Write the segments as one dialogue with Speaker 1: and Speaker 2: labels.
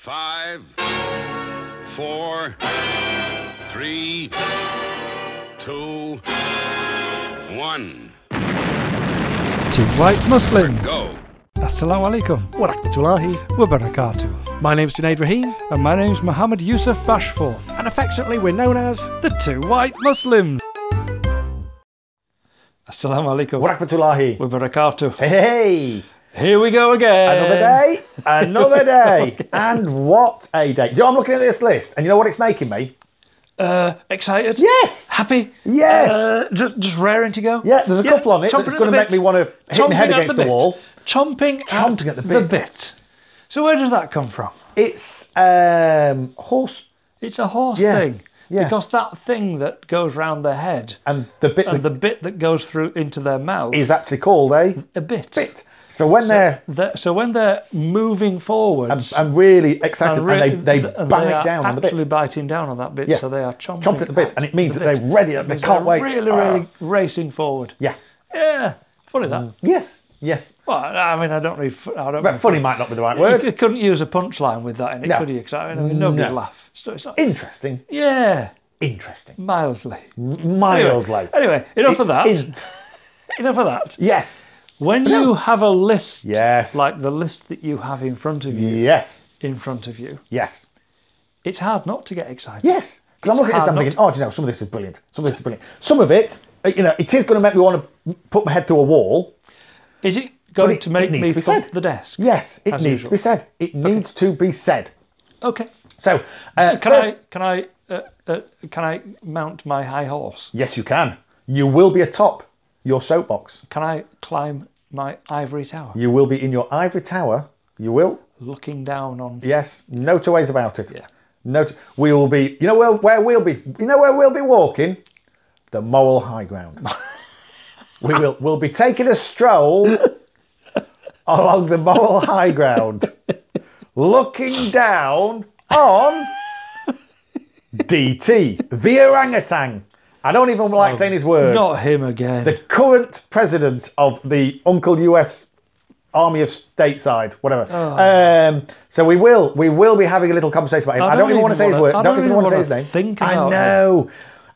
Speaker 1: Five, four, three, two, one.
Speaker 2: Two white Muslims.
Speaker 1: Go.
Speaker 2: Assalamu alaikum
Speaker 3: Warakmatullahi.
Speaker 2: wa barakatuh.
Speaker 3: My name's Junaid Rahim,
Speaker 2: And my name's Mohammed Yusuf Bashforth,
Speaker 3: and affectionately we're known as
Speaker 2: the two white Muslims. Assalamu alaikum
Speaker 3: Warakmatullahi.
Speaker 2: wa barakatuh.
Speaker 3: Hey, hey, hey.
Speaker 2: Here we go again.
Speaker 3: another day, another day,
Speaker 2: Oh,
Speaker 3: and what a day! You know, I'm looking at this list, and you know what it's making me?
Speaker 2: Uh, excited?
Speaker 3: Yes,
Speaker 2: Happy?
Speaker 3: Yes.
Speaker 2: Uh, just, just raring to go?
Speaker 3: yeah. There's a couple on it
Speaker 2: chomping
Speaker 3: that's
Speaker 2: at
Speaker 3: going
Speaker 2: the
Speaker 3: to make
Speaker 2: bit.
Speaker 3: me want to hit my head
Speaker 2: Chomping at
Speaker 3: against the,
Speaker 2: bit.
Speaker 3: wall.
Speaker 2: Chomping,
Speaker 3: Chomping at the bit.
Speaker 2: bit. So where does that come from?
Speaker 3: It's um, horse
Speaker 2: It's a horse
Speaker 3: Yeah,
Speaker 2: thing.
Speaker 3: yeah.
Speaker 2: Because that thing that goes round their head
Speaker 3: and the bit
Speaker 2: and
Speaker 3: that
Speaker 2: the bit that goes through into their mouth
Speaker 3: is actually called a
Speaker 2: a bit.
Speaker 3: bit. So when they're
Speaker 2: That- so when they're moving forwards,
Speaker 3: I'm really excited, and,
Speaker 2: re-
Speaker 3: they, they
Speaker 2: th- and
Speaker 3: bang
Speaker 2: they are
Speaker 3: it down on the
Speaker 2: Actually
Speaker 3: bit.
Speaker 2: biting down on that bit,
Speaker 3: Yeah.
Speaker 2: so they are chomping,
Speaker 3: Chomping at the bit, and it means
Speaker 2: the
Speaker 3: that they're
Speaker 2: bit.
Speaker 3: ready, they
Speaker 2: Means
Speaker 3: can't
Speaker 2: they're
Speaker 3: wait.
Speaker 2: Really,
Speaker 3: Ah.
Speaker 2: really racing forward.
Speaker 3: Yeah.
Speaker 2: Yeah, funny that.
Speaker 3: Yes. Yes.
Speaker 2: Well, I mean, I don't really. f- I don't.
Speaker 3: But
Speaker 2: mean-
Speaker 3: funny might not be the right
Speaker 2: You
Speaker 3: word.
Speaker 2: c- couldn't use a punchline with that in it,
Speaker 3: No.
Speaker 2: could you? 'Cause I mean, I mean, nobody
Speaker 3: No.
Speaker 2: laugh. So it's not,
Speaker 3: Interesting.
Speaker 2: yeah,
Speaker 3: Interesting.
Speaker 2: mildly.
Speaker 3: Mildly.
Speaker 2: Anyway, enough
Speaker 3: It's
Speaker 2: of that.
Speaker 3: int.
Speaker 2: Enough of that.
Speaker 3: Yes.
Speaker 2: When you have a list,
Speaker 3: Yes.
Speaker 2: like the list that you have in front of you,
Speaker 3: Yes.
Speaker 2: in front of you,
Speaker 3: Yes.
Speaker 2: it's hard not to get excited.
Speaker 3: Yes. Because I'm looking at this, I'm
Speaker 2: hard
Speaker 3: thinking, oh, do you know, some of this is brilliant. Some of this is brilliant. Some of it, uh, you know, it is going to make me want to put my head through a wall.
Speaker 2: Is it going
Speaker 3: it-
Speaker 2: to make
Speaker 3: it needs
Speaker 2: me
Speaker 3: to be
Speaker 2: thump
Speaker 3: said.
Speaker 2: the desk?
Speaker 3: Yes, it
Speaker 2: As
Speaker 3: needs
Speaker 2: usual.
Speaker 3: to be said. It needs to be said.
Speaker 2: Okay.
Speaker 3: So, uh,
Speaker 2: Can
Speaker 3: first,
Speaker 2: I can I uh, uh, can I mount my high horse?
Speaker 3: yes, you can. You will be atop your soapbox.
Speaker 2: Can I climb my ivory tower,
Speaker 3: You will be in your ivory tower. You will.
Speaker 2: looking down on?
Speaker 3: Yes, no two ways about it.
Speaker 2: Yeah.
Speaker 3: No, t- we will be. You know where, where we'll be. You know where we'll be walking. The moral high ground. we will. We'll be taking a stroll along the moral high ground, looking down on DT, the orangutan. I don't even like saying his word.
Speaker 2: Not him again.
Speaker 3: The current president of the Uncle US Army of Stateside, whatever. Um, so we will we will be having a little conversation about him. I don't, even want to say his
Speaker 2: wanna-
Speaker 3: word.
Speaker 2: Oh. I
Speaker 3: Don't,
Speaker 2: don't
Speaker 3: even
Speaker 2: even
Speaker 3: want to say
Speaker 2: wanna
Speaker 3: his name.
Speaker 2: think
Speaker 3: I
Speaker 2: about
Speaker 3: know.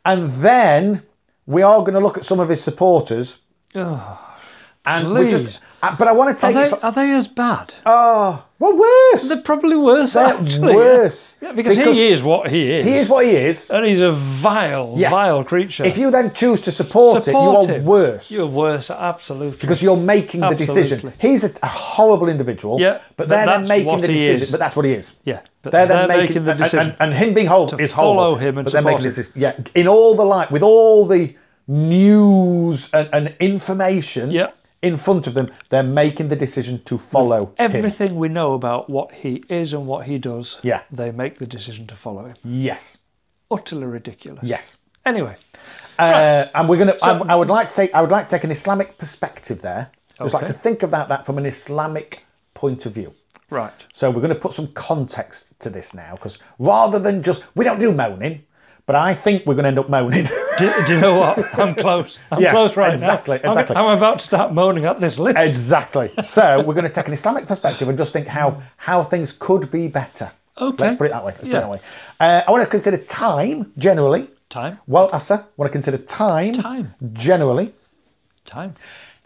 Speaker 3: And then we are going to look at some of his supporters.
Speaker 2: Ugh.
Speaker 3: And we
Speaker 2: Please.
Speaker 3: just. uh, But I want to
Speaker 2: are
Speaker 3: take
Speaker 2: they
Speaker 3: it. From,
Speaker 2: are they as bad?
Speaker 3: oh, well, worse.
Speaker 2: They're probably worse.
Speaker 3: They're
Speaker 2: actually. yeah.
Speaker 3: worse.
Speaker 2: Yeah, because, he is what he is.
Speaker 3: He is what he is.
Speaker 2: and he's a vile,
Speaker 3: Yes.
Speaker 2: vile creature.
Speaker 3: If you then choose to support,
Speaker 2: Support
Speaker 3: it, you are
Speaker 2: him.
Speaker 3: worse.
Speaker 2: You're worse, absolutely.
Speaker 3: because you're making the decision.
Speaker 2: Absolutely.
Speaker 3: He's a, a horrible individual,
Speaker 2: Yeah,
Speaker 3: but
Speaker 2: but
Speaker 3: they're then
Speaker 2: that's
Speaker 3: making
Speaker 2: what
Speaker 3: the
Speaker 2: he
Speaker 3: decision.
Speaker 2: is.
Speaker 3: But that's what he is.
Speaker 2: yeah, but
Speaker 3: They're, then making,
Speaker 2: the
Speaker 3: and-
Speaker 2: decision.
Speaker 3: And, and, him being horrible is horrible.
Speaker 2: follow him and
Speaker 3: but they're making the
Speaker 2: support
Speaker 3: decision. Yeah, in all the light, with all the news and, and information
Speaker 2: Yeah.
Speaker 3: in front of them, they're making the decision to follow him.
Speaker 2: Everything we know about what he is and what he does,
Speaker 3: Yeah.
Speaker 2: they make the decision to follow him.
Speaker 3: Yes,
Speaker 2: Utterly ridiculous.
Speaker 3: yes.
Speaker 2: Anyway,
Speaker 3: Uh, and we're gonna. I, I would like to take. I would like to take an Islamic perspective there. Just like
Speaker 2: Okay.
Speaker 3: to think about that from an Islamic point of view.
Speaker 2: right.
Speaker 3: So we're going to put some context to this now, because rather than just we don't do moaning, but I think we're going to end up moaning.
Speaker 2: Do, do you know what? I'm close. I'm
Speaker 3: Yes,
Speaker 2: close right
Speaker 3: exactly,
Speaker 2: now. I'm-
Speaker 3: exactly.
Speaker 2: I'm, about to start moaning at this list.
Speaker 3: exactly. So we're going to take an Islamic perspective and just think how how things could be better.
Speaker 2: Okay.
Speaker 3: Let's put it that way. Let's
Speaker 2: Yeah.
Speaker 3: put it that way. Uh, I want to consider time generally.
Speaker 2: Time.
Speaker 3: Well, Asa, want to consider time,
Speaker 2: Time.
Speaker 3: generally.
Speaker 2: Time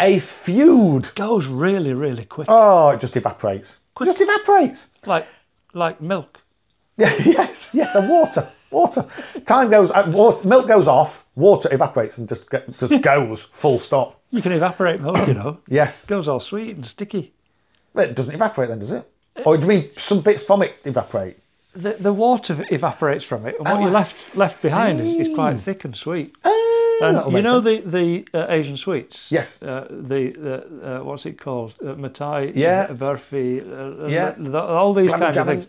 Speaker 3: A feud.
Speaker 2: goes really, really quick.
Speaker 3: Oh, it just evaporates. Just evaporates.
Speaker 2: Like, like milk.
Speaker 3: Yeah, yes, yes, and water, water. Time goes, uh, wa- milk goes off, water evaporates and just, get, just goes full stop.
Speaker 2: You can evaporate milk, you know. It
Speaker 3: Yes,
Speaker 2: goes all sweet and sticky.
Speaker 3: but it doesn't evaporate then, does it?
Speaker 2: Uh,
Speaker 3: Or do you mean some bits from it evaporate?
Speaker 2: The, the water evaporates from it, and what
Speaker 3: Oh,
Speaker 2: you
Speaker 3: I
Speaker 2: left left behind is, is quite thick and sweet. And
Speaker 3: that'll
Speaker 2: Uh, you
Speaker 3: make
Speaker 2: know
Speaker 3: sense.
Speaker 2: the the uh, Asian sweets.
Speaker 3: Yes.
Speaker 2: Uh, the the uh, what's it called? Uh, Matai.
Speaker 3: Yeah.
Speaker 2: uh, Barfi. Uh, uh,
Speaker 3: Yeah.
Speaker 2: th- all these
Speaker 3: Glam
Speaker 2: kinds
Speaker 3: jamming.
Speaker 2: of things.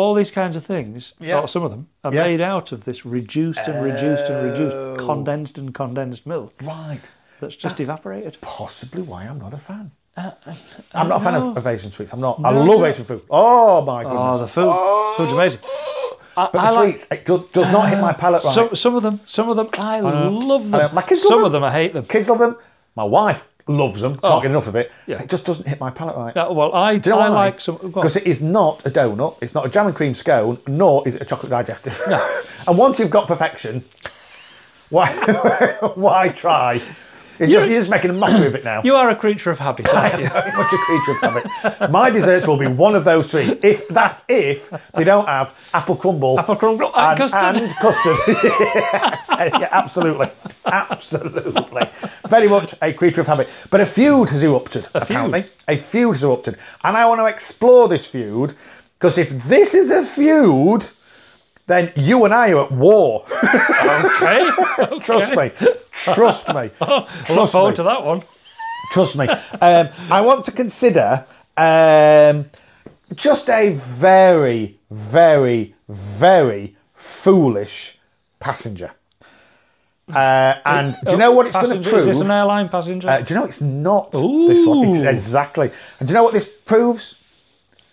Speaker 2: All these kinds of things,
Speaker 3: Yeah.
Speaker 2: or some of them, are
Speaker 3: Yes. Oh.
Speaker 2: made out of this reduced and reduced and reduced, condensed and condensed milk
Speaker 3: Right,
Speaker 2: that's just evaporated.
Speaker 3: possibly why I'm not a fan. I'm not a fan
Speaker 2: Uh, no.
Speaker 3: of, of Asian sweets. I'm not. I
Speaker 2: No,
Speaker 3: love
Speaker 2: no.
Speaker 3: Asian food. Oh my goodness!
Speaker 2: Oh, the food, food's amazing. I,
Speaker 3: but the
Speaker 2: I like- Uh,
Speaker 3: sweets it do, does not hit my palate right.
Speaker 2: Some, some of them, some of them, I, love them.
Speaker 3: My kids
Speaker 2: some
Speaker 3: love
Speaker 2: of
Speaker 3: them.
Speaker 2: them, I hate them.
Speaker 3: Kids love them. My wife loves them, can't get enough of it.
Speaker 2: Oh. Yeah.
Speaker 3: It just doesn't hit my palate right.
Speaker 2: No, Uh, well, I,
Speaker 3: Do you know
Speaker 2: I
Speaker 3: why?
Speaker 2: like some. go on.
Speaker 3: Because it is not a donut, it's not a jam and cream scone, nor is it a chocolate digestive. and once you've got perfection, why why try? You're just, you're just making a mockery of it now.
Speaker 2: you are a creature of habit, aren't you?
Speaker 3: Very much a creature of habit. My desserts will be one of those three. If that's if they don't have apple crumble,
Speaker 2: Apple crumble and
Speaker 3: and,
Speaker 2: custard.
Speaker 3: and custard. Yes, yeah, absolutely, absolutely. Very much a creature of habit. But a feud has erupted. apparently, a feud has erupted, and I want to explore this feud because if this is a feud, then you and I are at war.
Speaker 2: Okay.
Speaker 3: Trust me. Trust me.
Speaker 2: I look
Speaker 3: Trust
Speaker 2: forward
Speaker 3: me.
Speaker 2: to that one.
Speaker 3: Trust me. Um, I want to consider um, just a very, very, very foolish passenger. Uh, and do you know what it's going to
Speaker 2: Passenger- Is this
Speaker 3: prove?
Speaker 2: an airline passenger?
Speaker 3: Uh, do you know it's not this one? It's
Speaker 2: Ooh.
Speaker 3: exactly. And do you know what this proves?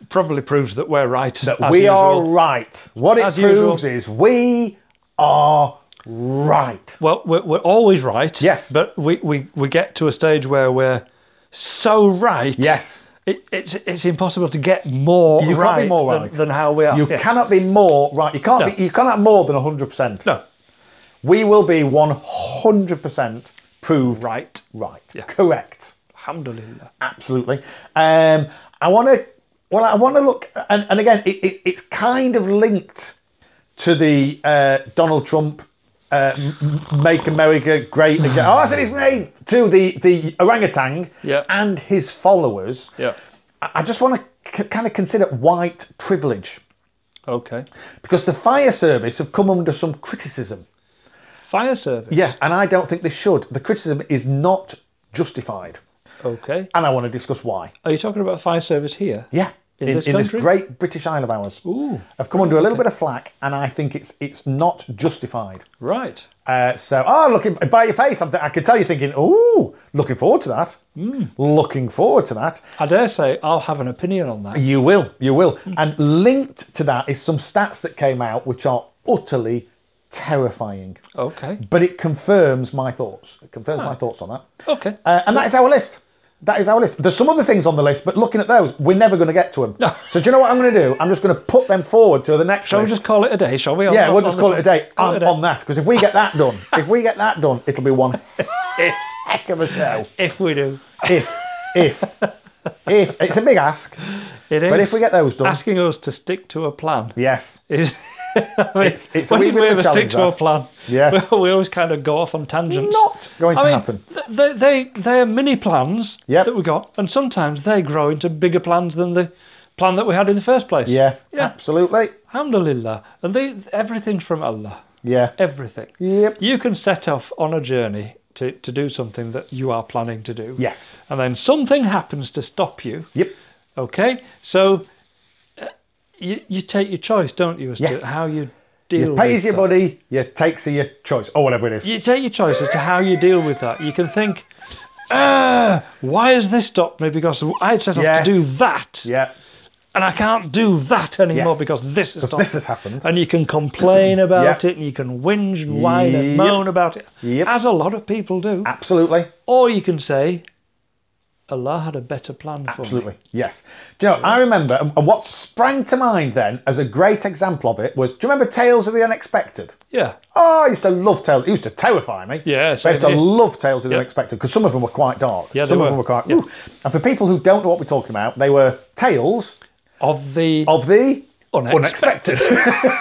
Speaker 2: Probably proves that we're right.
Speaker 3: That
Speaker 2: as
Speaker 3: we are
Speaker 2: usual.
Speaker 3: right. What it
Speaker 2: As
Speaker 3: proves
Speaker 2: usual.
Speaker 3: is we are right.
Speaker 2: Well, we're, we're always right.
Speaker 3: Yes.
Speaker 2: But we, we, we get to a stage where we're so right.
Speaker 3: Yes.
Speaker 2: It, it's it's impossible to get more
Speaker 3: You
Speaker 2: right,
Speaker 3: can't be more
Speaker 2: than-
Speaker 3: right
Speaker 2: Than, how we are.
Speaker 3: You
Speaker 2: Oh, Yeah.
Speaker 3: cannot be more right. You can't
Speaker 2: No.
Speaker 3: be. You cannot have more than hundred percent.
Speaker 2: No.
Speaker 3: We will be 100% proved right.
Speaker 2: Right.
Speaker 3: Correct.
Speaker 2: Alhamdulillah.
Speaker 3: Absolutely. Um, I want to, well, I want to look, and, and again, it, it, it's kind of linked to the uh, Donald Trump uh, m- m- Make America Great Again. oh, I said his name! To the, the orangutan
Speaker 2: Mm. Yeah.
Speaker 3: and his followers.
Speaker 2: Yeah.
Speaker 3: I I just want to c- kind of consider white privilege
Speaker 2: Okay.
Speaker 3: because the fire service have come under some criticism.
Speaker 2: Fire service.
Speaker 3: Yeah, and I don't think they should. The criticism is not justified,
Speaker 2: Okay.
Speaker 3: and I want to discuss why.
Speaker 2: Are you talking about fire service here?
Speaker 3: Yeah,
Speaker 2: In this country?
Speaker 3: great British Isle of ours,
Speaker 2: Ooh.
Speaker 3: I've come under a little bit of flack, and I think it's it's not justified.
Speaker 2: Right.
Speaker 3: Uh, so, oh, looking by your face, I'm, I could tell you thinking, ooh, looking forward to that.
Speaker 2: Hmm.
Speaker 3: Looking forward to that.
Speaker 2: I dare say I'll have an opinion on that.
Speaker 3: You will, you will.
Speaker 2: Hmm.
Speaker 3: And linked to that is some stats that came out which are utterly terrifying.
Speaker 2: Okay.
Speaker 3: But it confirms my thoughts. It confirms
Speaker 2: Ah.
Speaker 3: my thoughts on that.
Speaker 2: Okay.
Speaker 3: Uh, and that is our list. That is our list. There's some other things on the list, but looking at those, we're never going to get to them.
Speaker 2: No.
Speaker 3: So do you know what I'm going to do? I'm just going to put them forward to the next
Speaker 2: Shall we
Speaker 3: list.
Speaker 2: just call it a day, shall we?
Speaker 3: yeah,
Speaker 2: On-
Speaker 3: we'll
Speaker 2: on
Speaker 3: just
Speaker 2: the-
Speaker 3: call it a day
Speaker 2: call
Speaker 3: on,
Speaker 2: it a day.
Speaker 3: on that because if we get that done, if we get that done, it'll be one heck of a show.
Speaker 2: If we do.
Speaker 3: If, if, if it's a big ask,
Speaker 2: It is.
Speaker 3: but if we get those done,
Speaker 2: Asking us to stick to a plan
Speaker 3: yes,
Speaker 2: is. I mean,
Speaker 3: It's- it's a
Speaker 2: when
Speaker 3: wee
Speaker 2: did
Speaker 3: bit
Speaker 2: we
Speaker 3: of
Speaker 2: ever
Speaker 3: a
Speaker 2: stick
Speaker 3: challenge,
Speaker 2: to a
Speaker 3: that.
Speaker 2: plan?
Speaker 3: Yes.
Speaker 2: We, we always kind of go off on tangents.
Speaker 3: not going to
Speaker 2: I mean,
Speaker 3: happen.
Speaker 2: th- They, they, they are mini plans
Speaker 3: Yep.
Speaker 2: that we got, and sometimes they grow into bigger plans than the plan that we had in the first place.
Speaker 3: Yeah,
Speaker 2: Yeah.
Speaker 3: absolutely.
Speaker 2: Alhamdulillah. And they, everything's from Allah.
Speaker 3: Yeah.
Speaker 2: Everything.
Speaker 3: Yep.
Speaker 2: You can set off on a journey to, to do something that you are planning to do.
Speaker 3: Yes.
Speaker 2: And then something happens to stop you.
Speaker 3: Yep.
Speaker 2: Okay? So uh, you, you take your choice, don't you, as
Speaker 3: Yes.
Speaker 2: to how you deal
Speaker 3: You
Speaker 2: with
Speaker 3: pays your
Speaker 2: that.
Speaker 3: money, you takes your choice, or whatever it is.
Speaker 2: You take your choice as to how you deal with that. You can think, "Ah, why has this stopped me? Because I set off
Speaker 3: Yes.
Speaker 2: to do that,
Speaker 3: Yeah.
Speaker 2: and I can't do that anymore
Speaker 3: Yes.
Speaker 2: because this has stopped
Speaker 3: This has happened.
Speaker 2: and you can complain about
Speaker 3: Yeah.
Speaker 2: it and you can whinge and whine and
Speaker 3: Yep.
Speaker 2: moan about it,
Speaker 3: Yep.
Speaker 2: as a lot of people do.
Speaker 3: Absolutely.
Speaker 2: Or you can say, Allah had a better plan for me.
Speaker 3: Absolutely, yes. Do you know, I remember, um, and and what sprang to mind then as a great example of it was, do you remember Tales of the Unexpected?
Speaker 2: Yeah.
Speaker 3: Oh, I used to love Tales. It used to terrify me.
Speaker 2: Yeah,
Speaker 3: I used
Speaker 2: same
Speaker 3: to
Speaker 2: here.
Speaker 3: love Tales of the
Speaker 2: Yeah.
Speaker 3: Unexpected because some of them were quite dark.
Speaker 2: Yeah, they
Speaker 3: some
Speaker 2: were.
Speaker 3: of them were quite.
Speaker 2: Yeah.
Speaker 3: Ooh. And for people who don't know what we're talking about, they were tales
Speaker 2: Of the
Speaker 3: of the
Speaker 2: Unexpected.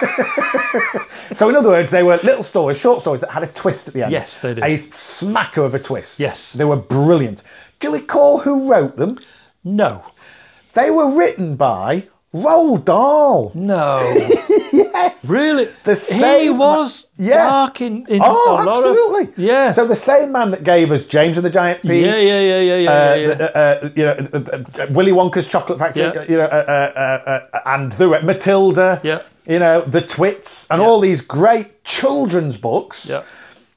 Speaker 3: unexpected. so, in other words, they were little stories, short stories that had a twist at the end.
Speaker 2: Yes, they did.
Speaker 3: A smacker of a twist.
Speaker 2: Yes.
Speaker 3: They were brilliant. Do you recall who wrote them?
Speaker 2: No.
Speaker 3: They were written by Roald Dahl.
Speaker 2: No.
Speaker 3: Yes.
Speaker 2: really?
Speaker 3: The
Speaker 2: he
Speaker 3: same
Speaker 2: was
Speaker 3: Yeah.
Speaker 2: dark in, in
Speaker 3: Oh,
Speaker 2: a lot
Speaker 3: absolutely.
Speaker 2: of... Yeah.
Speaker 3: So the same man that gave us James and the Giant Peach.
Speaker 2: Yeah, yeah, yeah, yeah, yeah,
Speaker 3: uh,
Speaker 2: yeah, yeah.
Speaker 3: the- uh, uh, you know, uh, uh, Willy Wonka's Chocolate Factory.
Speaker 2: Yeah.
Speaker 3: uh, You know, uh, uh, uh, uh, and the Re- Matilda.
Speaker 2: Yeah.
Speaker 3: You know, the Twits, and all these great children's books,
Speaker 2: Yeah.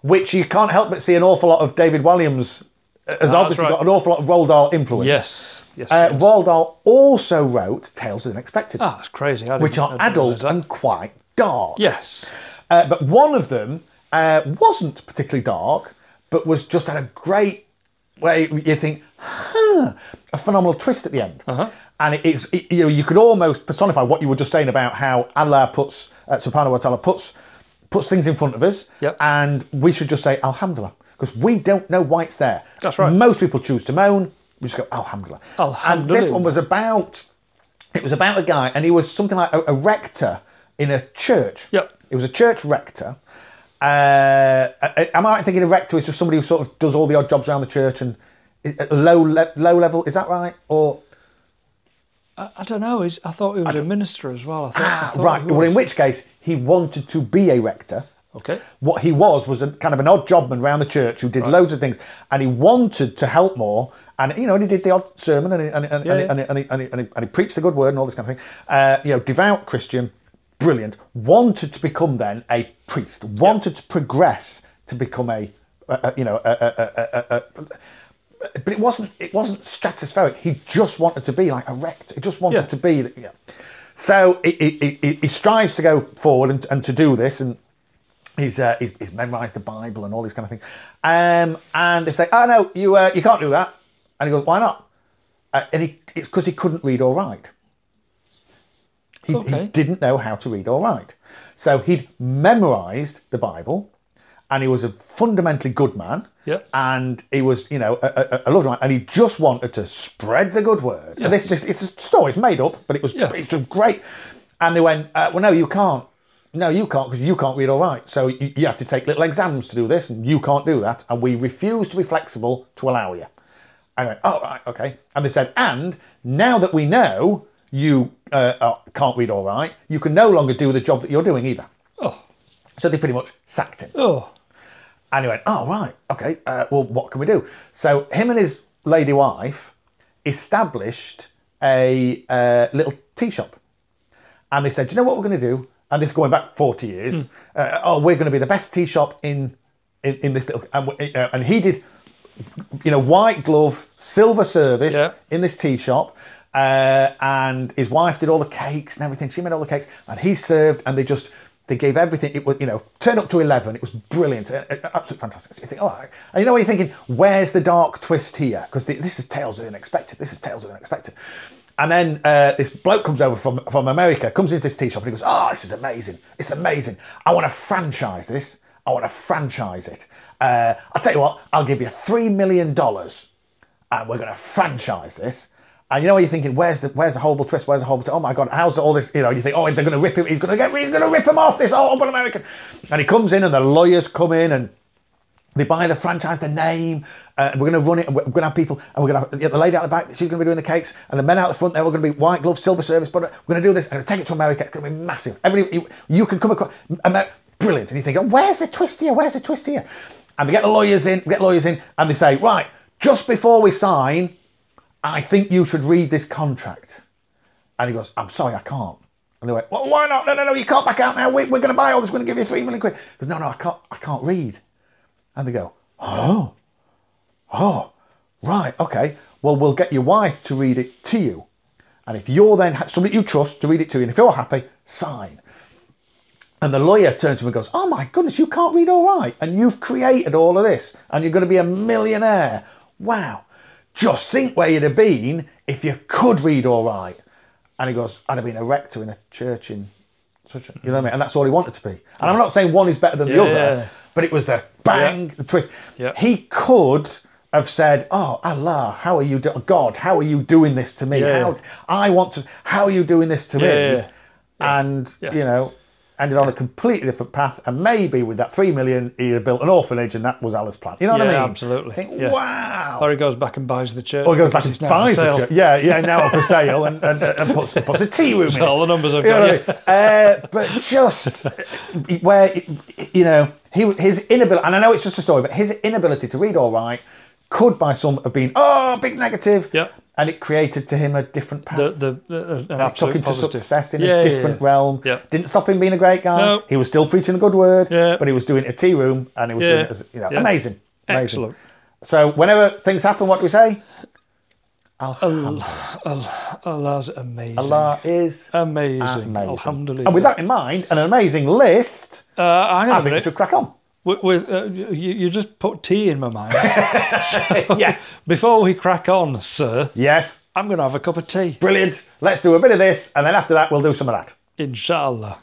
Speaker 3: which you can't help but see an awful lot of David Williams uh, has obviously
Speaker 2: Ah, right.
Speaker 3: got an awful lot of Roald Dahl influence.
Speaker 2: Yes. Yes.
Speaker 3: Uh, Roald Dahl also wrote Tales of the Unexpected,
Speaker 2: ah, it's crazy. I
Speaker 3: which
Speaker 2: didn't-
Speaker 3: are
Speaker 2: I didn't realise
Speaker 3: adult
Speaker 2: that.
Speaker 3: and quite dark.
Speaker 2: Yes.
Speaker 3: Uh, but one of them uh, wasn't particularly dark, but was just had a great where you think, huh, a phenomenal twist at the end.
Speaker 2: Uh-huh.
Speaker 3: And it is, it, you know, you could almost personify what you were just saying about how Allah puts, uh, Subhanahu wa Ta'ala puts, puts things in front of us,
Speaker 2: Yep.
Speaker 3: and we should just say Alhamdulillah because we don't know why it's there.
Speaker 2: That's right.
Speaker 3: Most people choose to moan. We just go Alhamdulillah. And this
Speaker 2: Alhamdulillah.
Speaker 3: one was about, it was about a guy, and he was something like a, a rector in a church.
Speaker 2: Yep.
Speaker 3: It was a church rector. Uh, I- am I right in thinking a rector is just somebody who sort of does all the odd jobs around the church and at a low le- low level? Is that right? Or
Speaker 2: I don't know. He's, I thought he was a minister as well. I thought, I thought
Speaker 3: Ah, right?
Speaker 2: he
Speaker 3: Well,
Speaker 2: was.
Speaker 3: in which case he wanted to be a rector.
Speaker 2: Okay.
Speaker 3: What he was was a kind of an odd jobman round the church who did loads of things, and he wanted to help more. And you know, and he did the odd sermon, and he, and, he- and,
Speaker 2: Yeah,
Speaker 3: he-
Speaker 2: yeah.
Speaker 3: and, he- and, he, and, he, and, he, and he preached the good word and all this kind of thing. Uh, you know, devout Christian, brilliant. Wanted to become then a priest. Wanted to progress to become a, a, a you know, a, a, a, a, a, a- but it wasn't it wasn't stratospheric. He just wanted to be like a rector. He just wanted
Speaker 2: Yeah.
Speaker 3: to be. the- Yeah. So he, he, he- he, he strives to go forward and, and to do this and he's, uh, he's, he's memorized the Bible and all these kind of things. Um, and they say, oh no, you, uh, you can't do that. And he goes, why not? Uh, and he, it's because he couldn't read or write. He, he
Speaker 2: Okay.
Speaker 3: didn't know how to read or write. So he'd memorized the Bible and he was a fundamentally good man.
Speaker 2: Yeah.
Speaker 3: And he was, you know, a, a, a loved man. And he just wanted to spread the good word.
Speaker 2: Yeah.
Speaker 3: And this, this, it's a story, it's made up, but it was,
Speaker 2: Yeah.
Speaker 3: it's just great. And they went, uh, well, no, you can't. No, you can't because you can't read or write. So you, you have to take little exams to do this, and you can't do that. And we refuse to be flexible to allow you. And I went, oh, right, okay. And they said, and now that we know you uh, uh, can't read or write, you can no longer do the job that you're doing either.
Speaker 2: Oh.
Speaker 3: So they pretty much sacked him.
Speaker 2: Oh.
Speaker 3: And he went, oh, right, okay, uh, well, what can we do? So him and his lady wife established a uh, little tea shop. And they said, do you know what we're going to do? And this is going back 40 years. Uh, oh, we're going to be the best tea shop in, in, in this little... And, we- uh, and he did, you know, white glove, silver service
Speaker 2: Yeah.
Speaker 3: in this tea shop. Uh, and his wife did all the cakes and everything. She made all the cakes, and he served, and they just they gave everything. It was you know turned up to eleven. It was brilliant, uh, uh, absolutely fantastic. You think, oh, I-" and you know what you're thinking? Where's the dark twist here? Because this is tales of the unexpected. This is tales of the unexpected. And then uh, this bloke comes over from, from America, comes into this tea shop, and he goes, "Oh, this is amazing! It's amazing! I want to franchise this. I want to franchise it. Uh, I'll tell you what. I'll give you three million dollars." and Uh, we're going to franchise this. And you know what you're thinking? Where's the where's the horrible twist? Where's the horrible twist? Oh my god! How's all this? You know, you think, oh, they're going to rip him. He's going to get. He's going to rip him off this horrible American. And he comes in, and the lawyers come in, and they buy the franchise, the name. Uh, we're going to run it, and we're going to have people, and we're going to have yeah, the lady out the back. She's going to be doing the cakes, and the men out the front. They're all going to be white gloves, silver service. But we're going to do this, and we're gonna take it to America. It's going to be massive. Everybody, you, you can come across. Amer- Brilliant. And you think, oh, where's the twist here? Where's the twist here? And they get the lawyers in, get lawyers in, and they say, right, just before we sign, I think you should read this contract. And he goes, I'm sorry, I can't. And they went, well, why not? No, no, no, you can't back out now. We, we're going to buy all this. We're going to give you three million quid. He goes, no, no, I can't, I can't read. And they go, oh, oh, right, okay. Well, we'll get your wife to read it to you. And if you're then ha- somebody you trust to read it to you, and if you're happy, sign. And the lawyer turns to him and goes, Oh my goodness, you can't read all right. And you've created all of this and you're going to be a millionaire. Wow. Just think where you'd have been if you could read all right. And he goes, I'd have been a rector in a church in such a, you know what I mean? And that's all he wanted to be. And I'm not saying one is better than the
Speaker 2: Yeah.
Speaker 3: other, but it was the bang, the twist.
Speaker 2: Yeah.
Speaker 3: He could have said, Oh, Allah, how are you, do- God, how are you doing this to me?
Speaker 2: Yeah.
Speaker 3: How, I want to, how are you doing this to me?
Speaker 2: Yeah.
Speaker 3: and
Speaker 2: Yeah.
Speaker 3: you know ended on a completely different path and maybe with that three million he had built an orphanage and that was Alice's plan you know what I
Speaker 2: Yeah,
Speaker 3: mean
Speaker 2: absolutely.
Speaker 3: I think
Speaker 2: Yeah.
Speaker 3: wow
Speaker 2: Or he goes back and buys the church.
Speaker 3: or Oh, he goes back
Speaker 2: because it's now
Speaker 3: and
Speaker 2: for
Speaker 3: buys the
Speaker 2: sale.
Speaker 3: church. Yeah, yeah, now for sale and, and, and puts, puts a tea room in it.
Speaker 2: All the numbers I've
Speaker 3: You know
Speaker 2: got,
Speaker 3: what I mean? Uh, but just uh, where, you know, he, his inability, and I know it's just a story, but his inability to read all right could by some have been, oh, big negative.
Speaker 2: Yeah.
Speaker 3: And it created to him a different path.
Speaker 2: The, the, the, an
Speaker 3: It took
Speaker 2: absolute
Speaker 3: him to
Speaker 2: positive.
Speaker 3: success in
Speaker 2: Yeah, yeah,
Speaker 3: a different
Speaker 2: yeah.
Speaker 3: realm.
Speaker 2: Yeah.
Speaker 3: Didn't stop him being a great guy.
Speaker 2: No.
Speaker 3: He was still preaching the good word,
Speaker 2: Yeah.
Speaker 3: but he was doing it at tea room and he was doing
Speaker 2: Yeah.
Speaker 3: it as, you know,
Speaker 2: Yeah.
Speaker 3: amazing. Amazing.
Speaker 2: Excellent.
Speaker 3: So whenever things happen, what do we say?
Speaker 2: Allah's amazing.
Speaker 3: Allah is
Speaker 2: amazing.
Speaker 3: amazing.
Speaker 2: Alhamdulillah.
Speaker 3: And with that in mind, and an amazing list,
Speaker 2: uh, I know.
Speaker 3: I think we should crack on.
Speaker 2: with, with uh, you, you just put tea in my mind.
Speaker 3: yes.
Speaker 2: Before we crack on, sir,
Speaker 3: Yes.
Speaker 2: I'm going to have a cup of tea.
Speaker 3: Brilliant. Let's do a bit of this, and then after that, we'll do some of that.
Speaker 2: Inshallah.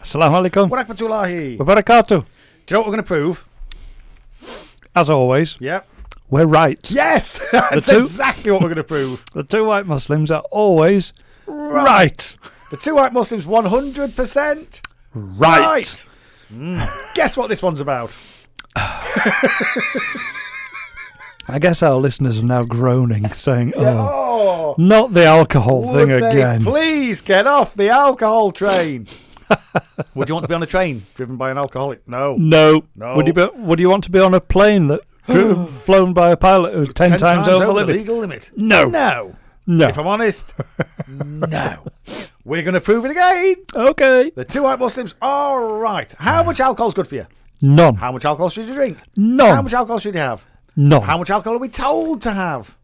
Speaker 2: Assalamu alaikum.
Speaker 3: Barakmatullahi. Do
Speaker 2: Wa barakatuh.
Speaker 3: you know what we're going to prove?
Speaker 2: As always,
Speaker 3: Yeah.
Speaker 2: we're right.
Speaker 3: Yes. That's
Speaker 2: two-
Speaker 3: exactly what we're going to prove.
Speaker 2: The two white Muslims are always right.
Speaker 3: The two white Muslims, 100%.
Speaker 2: Right. Mm.
Speaker 3: Guess what this one's about?
Speaker 2: I guess our listeners are now groaning, saying, oh,
Speaker 3: Oh.
Speaker 2: not the alcohol
Speaker 3: Would
Speaker 2: thing
Speaker 3: they
Speaker 2: again.
Speaker 3: please get off the alcohol train? Would you want to be on a train driven by an alcoholic? No.
Speaker 2: No.
Speaker 3: No.
Speaker 2: Would you be, would you want to be on a plane that drew, flown by a pilot who's ten, times, over the limit?
Speaker 3: legal limit.
Speaker 2: No.
Speaker 3: No.
Speaker 2: No.
Speaker 3: If I'm honest, no. We're going to prove it again.
Speaker 2: Okay.
Speaker 3: The two white Muslims are right. How much alcohol's good for you?
Speaker 2: None.
Speaker 3: How much alcohol should you drink? How
Speaker 2: None.
Speaker 3: much alcohol should you have?
Speaker 2: None.
Speaker 3: How much alcohol are we told to have?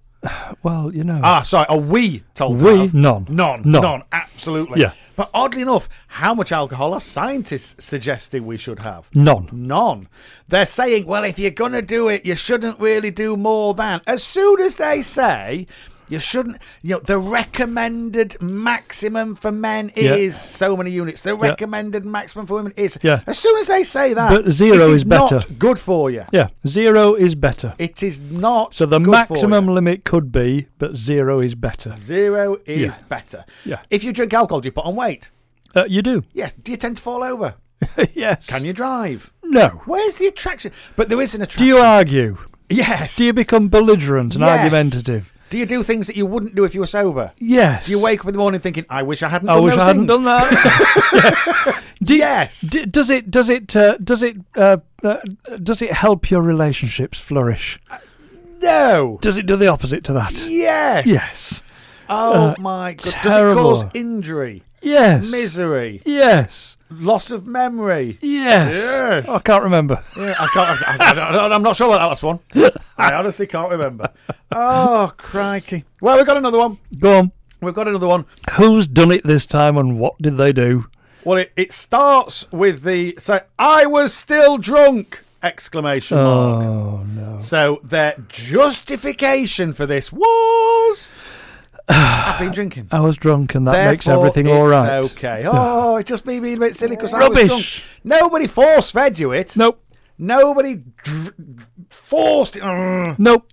Speaker 2: well, you know.
Speaker 3: Ah, sorry, are we told to
Speaker 2: We?
Speaker 3: have?
Speaker 2: None.
Speaker 3: None.
Speaker 2: None.
Speaker 3: None, absolutely.
Speaker 2: Yeah.
Speaker 3: But oddly enough, how much alcohol are scientists suggesting we should have?
Speaker 2: None.
Speaker 3: None. They're saying, well, if you're going to do it, you shouldn't really do more than. As soon as they say, you shouldn't, you know, the recommended maximum for men
Speaker 2: Yeah.
Speaker 3: is so many units. The recommended maximum for women is.
Speaker 2: Yeah.
Speaker 3: As soon as they say that,
Speaker 2: But zero
Speaker 3: it
Speaker 2: is better.
Speaker 3: not good for you.
Speaker 2: Yeah. Zero is better.
Speaker 3: It is not.
Speaker 2: So the
Speaker 3: good for
Speaker 2: maximum
Speaker 3: you.
Speaker 2: limit could be, but zero is better.
Speaker 3: Zero is
Speaker 2: Yeah.
Speaker 3: better.
Speaker 2: Yeah.
Speaker 3: If you drink alcohol, do you put on weight?
Speaker 2: Uh, you do.
Speaker 3: Yes. Do you tend to fall over?
Speaker 2: yes.
Speaker 3: Can you drive?
Speaker 2: No.
Speaker 3: Where's the attraction? But there is an
Speaker 2: Do
Speaker 3: attraction.
Speaker 2: you argue?
Speaker 3: yes.
Speaker 2: Do you become belligerent and
Speaker 3: Yes.
Speaker 2: argumentative?
Speaker 3: Do you do things that you wouldn't do if you were sober?
Speaker 2: Yes.
Speaker 3: Do you wake up in the morning thinking, "I wish I hadn't."
Speaker 2: I
Speaker 3: done
Speaker 2: wish
Speaker 3: those
Speaker 2: I hadn't
Speaker 3: things?"
Speaker 2: done that.
Speaker 3: Yes.
Speaker 2: D- does it? Does it? Uh, does it? Uh, uh, does it help your relationships flourish?
Speaker 3: no.
Speaker 2: Does it do the opposite to that?
Speaker 3: Yes.
Speaker 2: Yes.
Speaker 3: Oh my god.
Speaker 2: Uh, terrible.
Speaker 3: Does it cause injury,
Speaker 2: Yes.
Speaker 3: misery,
Speaker 2: Yes.
Speaker 3: loss of memory?
Speaker 2: Yes.
Speaker 3: Yes.
Speaker 2: I can't remember.
Speaker 3: Yeah, I can't. I, I, I, don't- I'm not sure about that last one. I honestly can't remember. Oh crikey! Well, we've got another one.
Speaker 2: Go on.
Speaker 3: We've got another one.
Speaker 2: Who's done it this time and what did they do?
Speaker 3: Well, it, it starts with the so I was still drunk exclamation mark.
Speaker 2: Oh no.
Speaker 3: So their justification for this was I've been drinking.
Speaker 2: I was drunk and that makes
Speaker 3: Therefore,
Speaker 2: everything
Speaker 3: it's
Speaker 2: all right.
Speaker 3: Okay. Oh, it's just me being a bit silly because I was
Speaker 2: Rubbish.
Speaker 3: drunk. Nobody force fed you it.
Speaker 2: Nope.
Speaker 3: Nobody dr- forced it. Mm.
Speaker 2: Nope.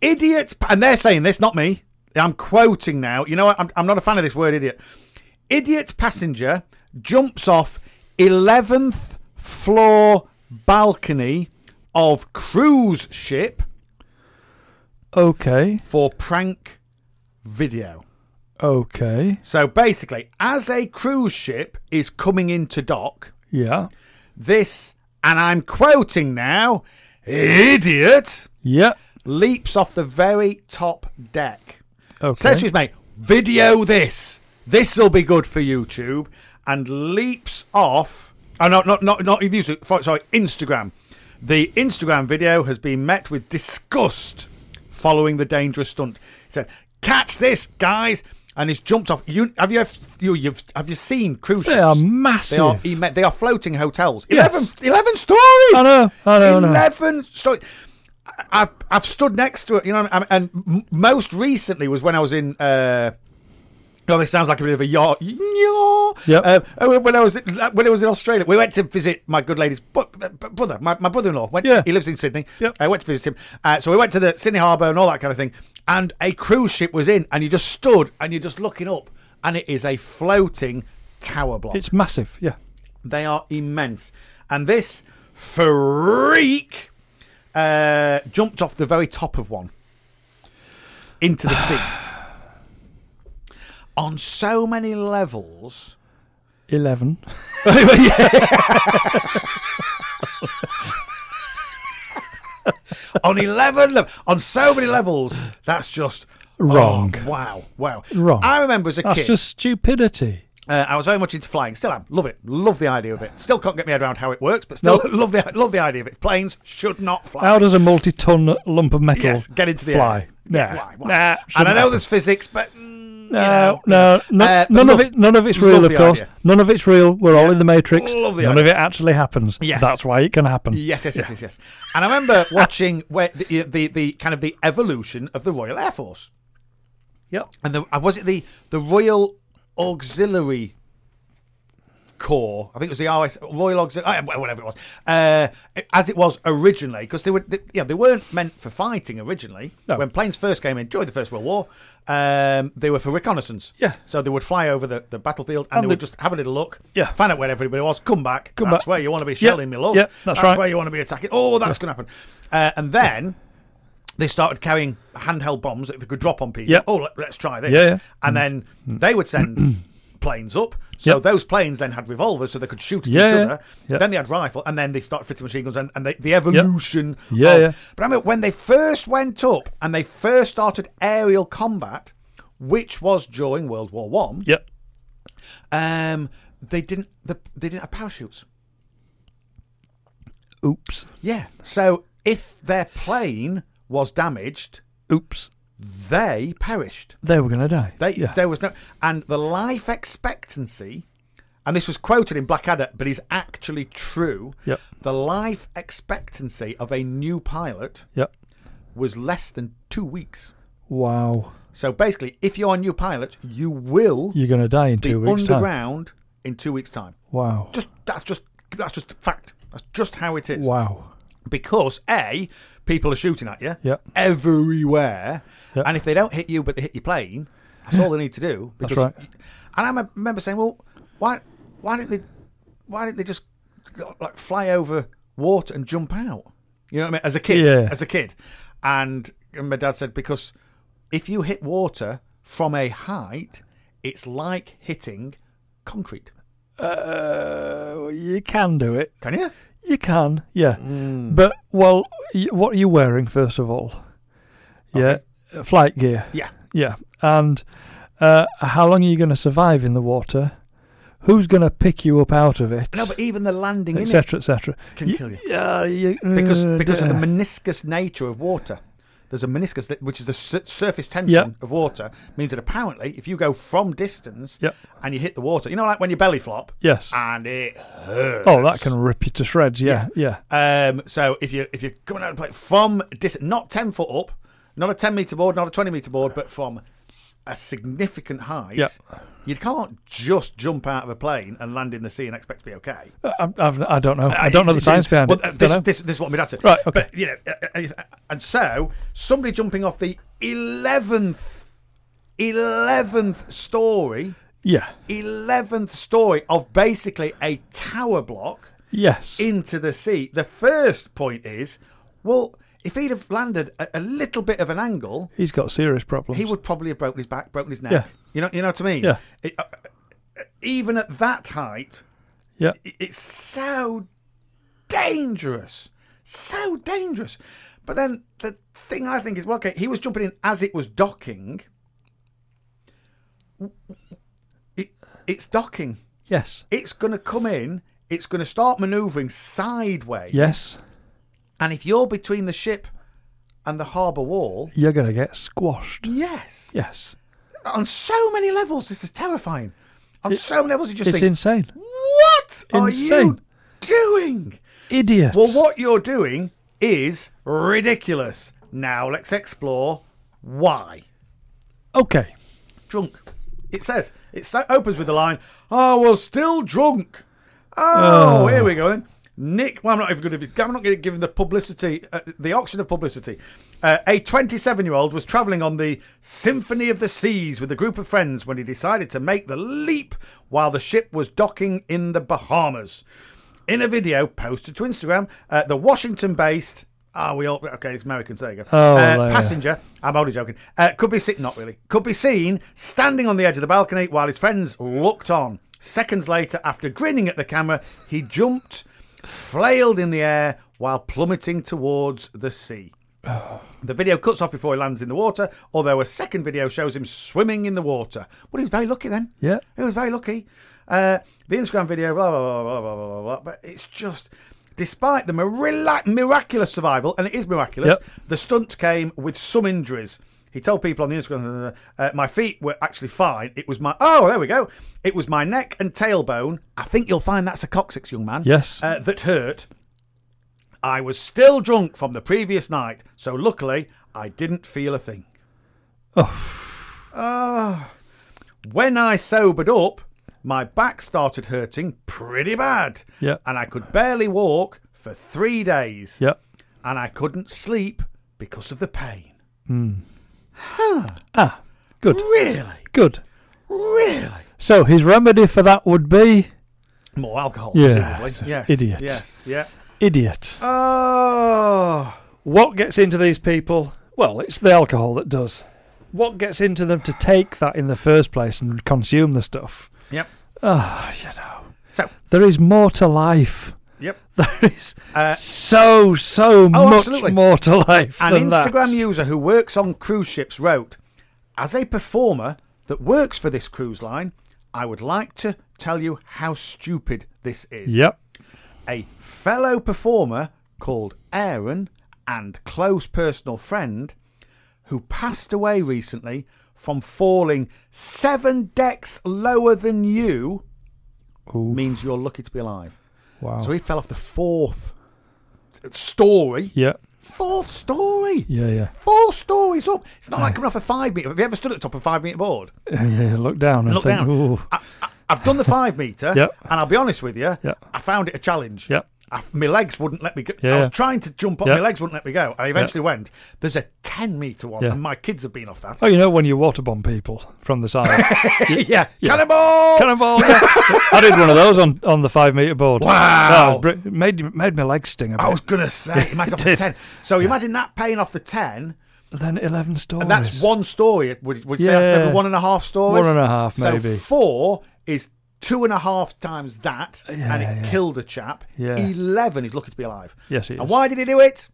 Speaker 3: Idiots. And they're saying this, not me. I'm quoting now. You know, what? I'm, I'm not a fan of this word idiot. Idiot passenger jumps off 11th floor balcony of cruise ship
Speaker 2: Okay.
Speaker 3: for prank video.
Speaker 2: Okay.
Speaker 3: So basically, as a cruise ship is coming into dock,
Speaker 2: Yeah.
Speaker 3: this, and I'm quoting now, idiot
Speaker 2: Yeah.
Speaker 3: leaps off the very top deck.
Speaker 2: Okay.
Speaker 3: Says to his mate, video this. This'll be good for YouTube. And leaps off. Oh, no, not, not, not YouTube. for- Sorry, Instagram. The Instagram video has been met with disgust following the dangerous stunt. He said, catch this, guys. And he's jumped off. You, have you, you you've, have you seen cruise ships?
Speaker 2: they are
Speaker 3: They are,
Speaker 2: massive.
Speaker 3: he met, they are floating hotels.
Speaker 2: Yes.
Speaker 3: 11, 11 stories.
Speaker 2: I know, I know, I know.
Speaker 3: 11 stories. I've, I've stood next to it, you know, and, and m- most recently was when I was in. Uh, Oh, this sounds like a bit of a yaw. yaw.
Speaker 2: Yep.
Speaker 3: Uh, oh, when I was when I was in Australia, we went to visit my good lady's bu- bu- brother, my, my brother-in-law. Went,
Speaker 2: Yeah.
Speaker 3: He lives in Sydney.
Speaker 2: Yep.
Speaker 3: I went to visit him. Uh, so we went to the Sydney Harbour and all that kind of thing. And a cruise ship was in, and you just stood and you're just looking up, and it is a floating tower block.
Speaker 2: it's massive. Yeah.
Speaker 3: They are immense. And this freak uh, jumped off the very top of one into the sea. On so many levels.
Speaker 2: 11.
Speaker 3: on 11 le- on so many levels that's just
Speaker 2: Wrong.
Speaker 3: oh, wow wow
Speaker 2: Wrong.
Speaker 3: i remember as a
Speaker 2: That's
Speaker 3: kid
Speaker 2: just stupidity.
Speaker 3: Uh, I was very much into flying. Still am. Love it. Love the idea of it. Still can't get my head around how it works, but still love the love the idea of it. Planes should not fly.
Speaker 2: How does a multi ton lump of metal
Speaker 3: yes, get into the
Speaker 2: fly?
Speaker 3: Air.
Speaker 2: Yeah.
Speaker 3: Why, why?
Speaker 2: Nah,
Speaker 3: and I
Speaker 2: shouldn't
Speaker 3: know
Speaker 2: happen.
Speaker 3: there's physics, but mm,
Speaker 2: No,
Speaker 3: you know.
Speaker 2: no, no
Speaker 3: Uh, but
Speaker 2: none
Speaker 3: love-
Speaker 2: of it. None of it's real,
Speaker 3: love
Speaker 2: of
Speaker 3: the
Speaker 2: course.
Speaker 3: idea.
Speaker 2: None of it's real. We're all in the Matrix.
Speaker 3: Love the
Speaker 2: none
Speaker 3: idea.
Speaker 2: of it actually happens.
Speaker 3: Yes.
Speaker 2: that's why it can happen.
Speaker 3: Yes, yes, yes, yes, yes. And I remember watching where the, the the kind of the evolution of the Royal Air Force,
Speaker 2: Yep.
Speaker 3: and the uh, was it the the Royal Auxiliary Corps? I think it was the RS Royal Auxiliary, whatever it was, uh, as it was originally, because they were they, yeah they weren't meant for fighting originally.
Speaker 2: No.
Speaker 3: When planes first came in during the First World War, um, they were for reconnaissance.
Speaker 2: Yeah.
Speaker 3: So they would fly over the, the battlefield and,
Speaker 2: And
Speaker 3: they would
Speaker 2: the-
Speaker 3: just have a little look,
Speaker 2: Yeah.
Speaker 3: find out where everybody was, come back.
Speaker 2: Come
Speaker 3: that's
Speaker 2: back.
Speaker 3: where you want to be shelling, me love.
Speaker 2: yeah, that's right.
Speaker 3: where you want to be attacking. Oh, that's going to happen. Uh, and then they started carrying handheld bombs that they could drop on people.
Speaker 2: Yeah.
Speaker 3: Oh, let, us try this.
Speaker 2: Yeah, Mm. yeah.
Speaker 3: And then they would send planes up. So
Speaker 2: Yeah.
Speaker 3: those planes then had revolvers so they could shoot at
Speaker 2: Yeah,
Speaker 3: each
Speaker 2: yeah.
Speaker 3: other.
Speaker 2: Yeah.
Speaker 3: Then they had rifle and then they started fitting machine guns and, and they, the evolution
Speaker 2: Yeah,
Speaker 3: of-
Speaker 2: yeah.
Speaker 3: But I mean, when they first went up and they first started aerial combat, which was during World War One,
Speaker 2: Yep.
Speaker 3: um, they didn't the, they didn't have parachutes.
Speaker 2: Oops.
Speaker 3: Yeah. So if their plane was damaged,
Speaker 2: Oops.
Speaker 3: they perished.
Speaker 2: They were going to die.
Speaker 3: They
Speaker 2: yeah.
Speaker 3: there was no and the life expectancy and this was quoted in Blackadder, but is actually true.
Speaker 2: Yep.
Speaker 3: The life expectancy of a new pilot
Speaker 2: Yep.
Speaker 3: was less than two weeks.
Speaker 2: Wow.
Speaker 3: So basically, if you're a new pilot, you will
Speaker 2: You're going to die in
Speaker 3: be
Speaker 2: two weeks' time.
Speaker 3: underground in two weeks' time.
Speaker 2: Wow.
Speaker 3: Just that's just that's just fact. That's just how it is.
Speaker 2: Wow.
Speaker 3: because a people are shooting at you
Speaker 2: Yep.
Speaker 3: everywhere,
Speaker 2: Yep.
Speaker 3: and if they don't hit you but they hit your plane, that's all they need to do.
Speaker 2: That's
Speaker 3: because-
Speaker 2: right.
Speaker 3: And I me- remember saying, "Well, why why didn't they why didn't they just like fly over water and jump out?" You know what I mean? As a kid,
Speaker 2: Yeah.
Speaker 3: as a kid, and my dad said because if you hit water from a height, it's like hitting concrete.
Speaker 2: Uh, you can do it.
Speaker 3: Can you?
Speaker 2: You can, yeah.
Speaker 3: Mm.
Speaker 2: But well, y- what are you wearing first of all? Yeah, uh, flight gear.
Speaker 3: Yeah.
Speaker 2: Yeah, and uh, how long are you going to survive in the water? Who's going to pick you up out of it?
Speaker 3: No, but even the landing in it
Speaker 2: etc. etc.
Speaker 3: can kill you.
Speaker 2: Yeah, you,
Speaker 3: because
Speaker 2: uh,
Speaker 3: because of the
Speaker 2: duh.
Speaker 3: meniscus nature of water. There's a meniscus that, which is the sur- surface tension
Speaker 2: Yep.
Speaker 3: of water means that apparently if you go from distance
Speaker 2: Yep.
Speaker 3: and you hit the water, you know, like when you belly flop
Speaker 2: yes.
Speaker 3: and it hurts.
Speaker 2: Oh, that can rip you to shreds. Yeah, yeah,
Speaker 3: Um, so if you if you're coming out and play from distance, not ten foot up, not a ten meter board, not a twenty meter board, but from a significant height,
Speaker 2: Yep.
Speaker 3: you can't just jump out of a plane and land in the sea and expect to be okay.
Speaker 2: I, I've, I don't know. I don't know the science behind
Speaker 3: Uh,
Speaker 2: it.
Speaker 3: well, uh,
Speaker 2: Don't
Speaker 3: This,
Speaker 2: know.
Speaker 3: this, this is what my dad said.
Speaker 2: Right, okay.
Speaker 3: But, you know, uh, uh, and so somebody jumping off the eleventh, eleventh story,
Speaker 2: yeah.
Speaker 3: eleventh story of basically a tower block
Speaker 2: Yes.
Speaker 3: into the sea. The first point is, well, if he'd have landed at a little bit of an angle,
Speaker 2: He's got serious problems.
Speaker 3: he would probably have broken his back, broken his neck.
Speaker 2: Yeah.
Speaker 3: You know, you know what I mean.
Speaker 2: Yeah.
Speaker 3: It- uh, uh, even at that height,
Speaker 2: Yeah.
Speaker 3: it- it's so dangerous, so dangerous. But then the thing I think is, well, okay, he was jumping in as it was docking. It, it's docking.
Speaker 2: Yes.
Speaker 3: It's going to come in. It's going to start manoeuvring sideways.
Speaker 2: Yes.
Speaker 3: And if you're between the ship and the harbour wall,
Speaker 2: You're going to get squashed.
Speaker 3: yes,
Speaker 2: Yes.
Speaker 3: on so many levels, this is terrifying. On so many levels, you just
Speaker 2: It's
Speaker 3: think,
Speaker 2: insane.
Speaker 3: what are you
Speaker 2: insane.
Speaker 3: doing?
Speaker 2: Idiot.
Speaker 3: Well, what you're doing is ridiculous. Now let's explore why.
Speaker 2: Okay.
Speaker 3: Drunk. It says, it sa- opens with the line, I was still drunk. Oh, here we go then. Nick, well, I'm not even going to be, I'm not going to give him the publicity, uh, the auction of publicity. Uh, a 27 year old was travelling on the Symphony of the Seas with a group of friends when he decided to make the leap while the ship was docking in the Bahamas. In a video posted to Instagram, uh, the Washington based, ah, we all, okay, it's Americans, there you go.
Speaker 2: Oh,
Speaker 3: Uh,
Speaker 2: there you
Speaker 3: passenger
Speaker 2: go.
Speaker 3: passenger, I'm only joking, uh, could be seen, not really, could be seen standing on the edge of the balcony while his friends looked on. Seconds later, after grinning at the camera, he jumped, flailed in the air while plummeting towards the sea. The video cuts off before he lands in the water, although a second video shows him swimming in the water. Well, he was very lucky then.
Speaker 2: Yeah.
Speaker 3: He was very lucky. Uh, the Instagram video, blah, blah, blah, blah, blah, blah, blah. But it's just, despite the mirila- miraculous survival, and it is miraculous,
Speaker 2: Yep.
Speaker 3: the stunt came with some injuries. He told people on the Instagram, uh, my feet were actually fine. It was my, oh, there we go. It was my neck and tailbone. I think you'll find that's a coccyx, young man.
Speaker 2: Yes.
Speaker 3: Uh, that hurt. I was still drunk from the previous night, so luckily I didn't feel a thing. Oh. When I sobered up, my back started hurting pretty bad.
Speaker 2: Yeah.
Speaker 3: And I could barely walk for three days.
Speaker 2: Yep.
Speaker 3: And I couldn't sleep because of the pain.
Speaker 2: Ah, good.
Speaker 3: Really?
Speaker 2: Good.
Speaker 3: Really?
Speaker 2: So his remedy for that would be
Speaker 3: More alcohol,
Speaker 2: Yeah.
Speaker 3: presumably. Yes.
Speaker 2: Idiot.
Speaker 3: Yes. Yeah.
Speaker 2: idiot.
Speaker 3: Oh.
Speaker 2: What gets into these people? Well, it's the alcohol that does. What gets into them to take that in the first place and consume the stuff?
Speaker 3: Yep.
Speaker 2: Ah, you know.
Speaker 3: So,
Speaker 2: There is more to life.
Speaker 3: yep.
Speaker 2: There is
Speaker 3: Uh, Oh,
Speaker 2: so, so much
Speaker 3: absolutely.
Speaker 2: more to life.
Speaker 3: An
Speaker 2: than that.
Speaker 3: Instagram user who works on cruise ships wrote, As a performer that works for this cruise line, I would like to tell you how stupid this is.
Speaker 2: Yep.
Speaker 3: A fellow performer called Aaron and close personal friend who passed away recently from falling seven decks lower than you means you're lucky to be alive.
Speaker 2: Wow.
Speaker 3: So he fell off the fourth story.
Speaker 2: yeah.
Speaker 3: Fourth story.
Speaker 2: Yeah, yeah.
Speaker 3: Four stories up. It's not like coming off a five meter. Have you ever stood at the top of a five meter board?
Speaker 2: Yeah, yeah, look down and
Speaker 3: Look
Speaker 2: think,
Speaker 3: down.
Speaker 2: ooh.
Speaker 3: I, I, I've done the five meter,
Speaker 2: Yep.
Speaker 3: and I'll be honest with you,
Speaker 2: Yep.
Speaker 3: I found it a challenge.
Speaker 2: Yep.
Speaker 3: I, my legs wouldn't let me go.
Speaker 2: Yeah,
Speaker 3: I
Speaker 2: yeah.
Speaker 3: was trying to jump up,
Speaker 2: Yep.
Speaker 3: my legs wouldn't let me go. I eventually went. There's a 10 meter one,
Speaker 2: Yeah.
Speaker 3: and my kids have been off that.
Speaker 2: Oh, you know when you waterbomb people from the side.
Speaker 3: yeah. Cannonball!
Speaker 2: Cannonball! yeah. I did one of those on, on the five metre board.
Speaker 3: Wow. Oh.
Speaker 2: That was br- made made my legs sting a bit.
Speaker 3: I was going to say, imagine off the
Speaker 2: did.
Speaker 3: 10. So imagine that paying off the 10.
Speaker 2: then eleven stories.
Speaker 3: And that's one story. Would, would you say
Speaker 2: Yeah.
Speaker 3: that's maybe one and a half stories?
Speaker 2: One and a half, maybe.
Speaker 3: So four is two and a half times that, and
Speaker 2: Yeah,
Speaker 3: it
Speaker 2: yeah.
Speaker 3: killed a chap.
Speaker 2: Yeah.
Speaker 3: Eleven is lucky to be alive.
Speaker 2: Yes, he
Speaker 3: And
Speaker 2: is.
Speaker 3: why did he do it?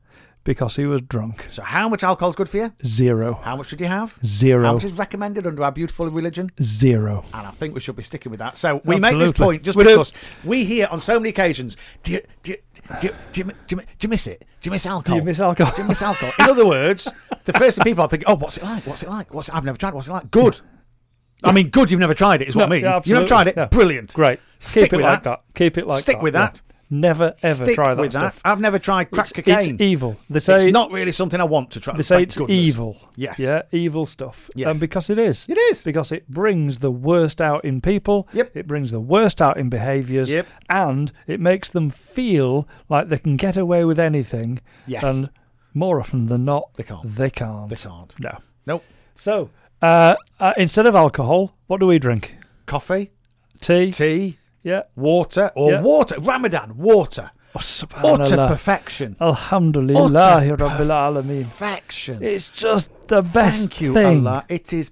Speaker 2: because he was drunk.
Speaker 3: So how much alcohol's good for you?
Speaker 2: Zero.
Speaker 3: How much should you have? How
Speaker 2: Zero.
Speaker 3: much is recommended under our beautiful religion?
Speaker 2: Zero.
Speaker 3: And I think we should be sticking with that. So we make this
Speaker 2: Absolutely.
Speaker 3: point just
Speaker 2: We do.
Speaker 3: because we hear on so many occasions. Do you, do you, do you, do you, do you, do you miss it? Do you miss alcohol?
Speaker 2: Do you miss alcohol?
Speaker 3: Oh. Do you miss alcohol? In other words, the first thing people are thinking, oh, what's it like? What's it like? What's it? I've never tried. it. What's it like? Good. I mean, good. You've never tried it, is
Speaker 2: No,
Speaker 3: what I mean.
Speaker 2: yeah,
Speaker 3: you've never
Speaker 2: absolutely.
Speaker 3: tried it.
Speaker 2: No.
Speaker 3: Brilliant.
Speaker 2: Great.
Speaker 3: Stick
Speaker 2: Keep it
Speaker 3: with
Speaker 2: like
Speaker 3: that.
Speaker 2: that. Keep it like
Speaker 3: Stick
Speaker 2: that.
Speaker 3: with
Speaker 2: yeah.
Speaker 3: that.
Speaker 2: Never ever
Speaker 3: Stick
Speaker 2: try that
Speaker 3: with
Speaker 2: stuff.
Speaker 3: that. I've never tried crack
Speaker 2: It's,
Speaker 3: cocaine.
Speaker 2: it's evil. They say
Speaker 3: It's not really something I want to try.
Speaker 2: They say
Speaker 3: thank
Speaker 2: it's
Speaker 3: goodness.
Speaker 2: evil.
Speaker 3: Yes.
Speaker 2: Yeah, evil stuff.
Speaker 3: Yes.
Speaker 2: And because it is.
Speaker 3: It is.
Speaker 2: Because it brings the worst out in people.
Speaker 3: Yep.
Speaker 2: It brings the worst out in behaviours.
Speaker 3: Yep.
Speaker 2: And it makes them feel like they can get away with anything.
Speaker 3: Yes.
Speaker 2: And more often than not,
Speaker 3: They can't.
Speaker 2: They can't.
Speaker 3: They can't.
Speaker 2: No.
Speaker 3: Nope.
Speaker 2: So, uh, uh, instead of alcohol, what do we drink?
Speaker 3: Coffee,
Speaker 2: Tea.
Speaker 3: tea,
Speaker 2: Yeah.
Speaker 3: water, or
Speaker 2: Yeah.
Speaker 3: water. Ramadan, water.
Speaker 2: Oh,
Speaker 3: Utter
Speaker 2: subhanallah. Oh.
Speaker 3: perfection.
Speaker 2: Alhamdulillahi
Speaker 3: Utter
Speaker 2: Rabbil Alameen.
Speaker 3: Perfection.
Speaker 2: It's just the best
Speaker 3: Thank you,
Speaker 2: thing.
Speaker 3: Allah. It is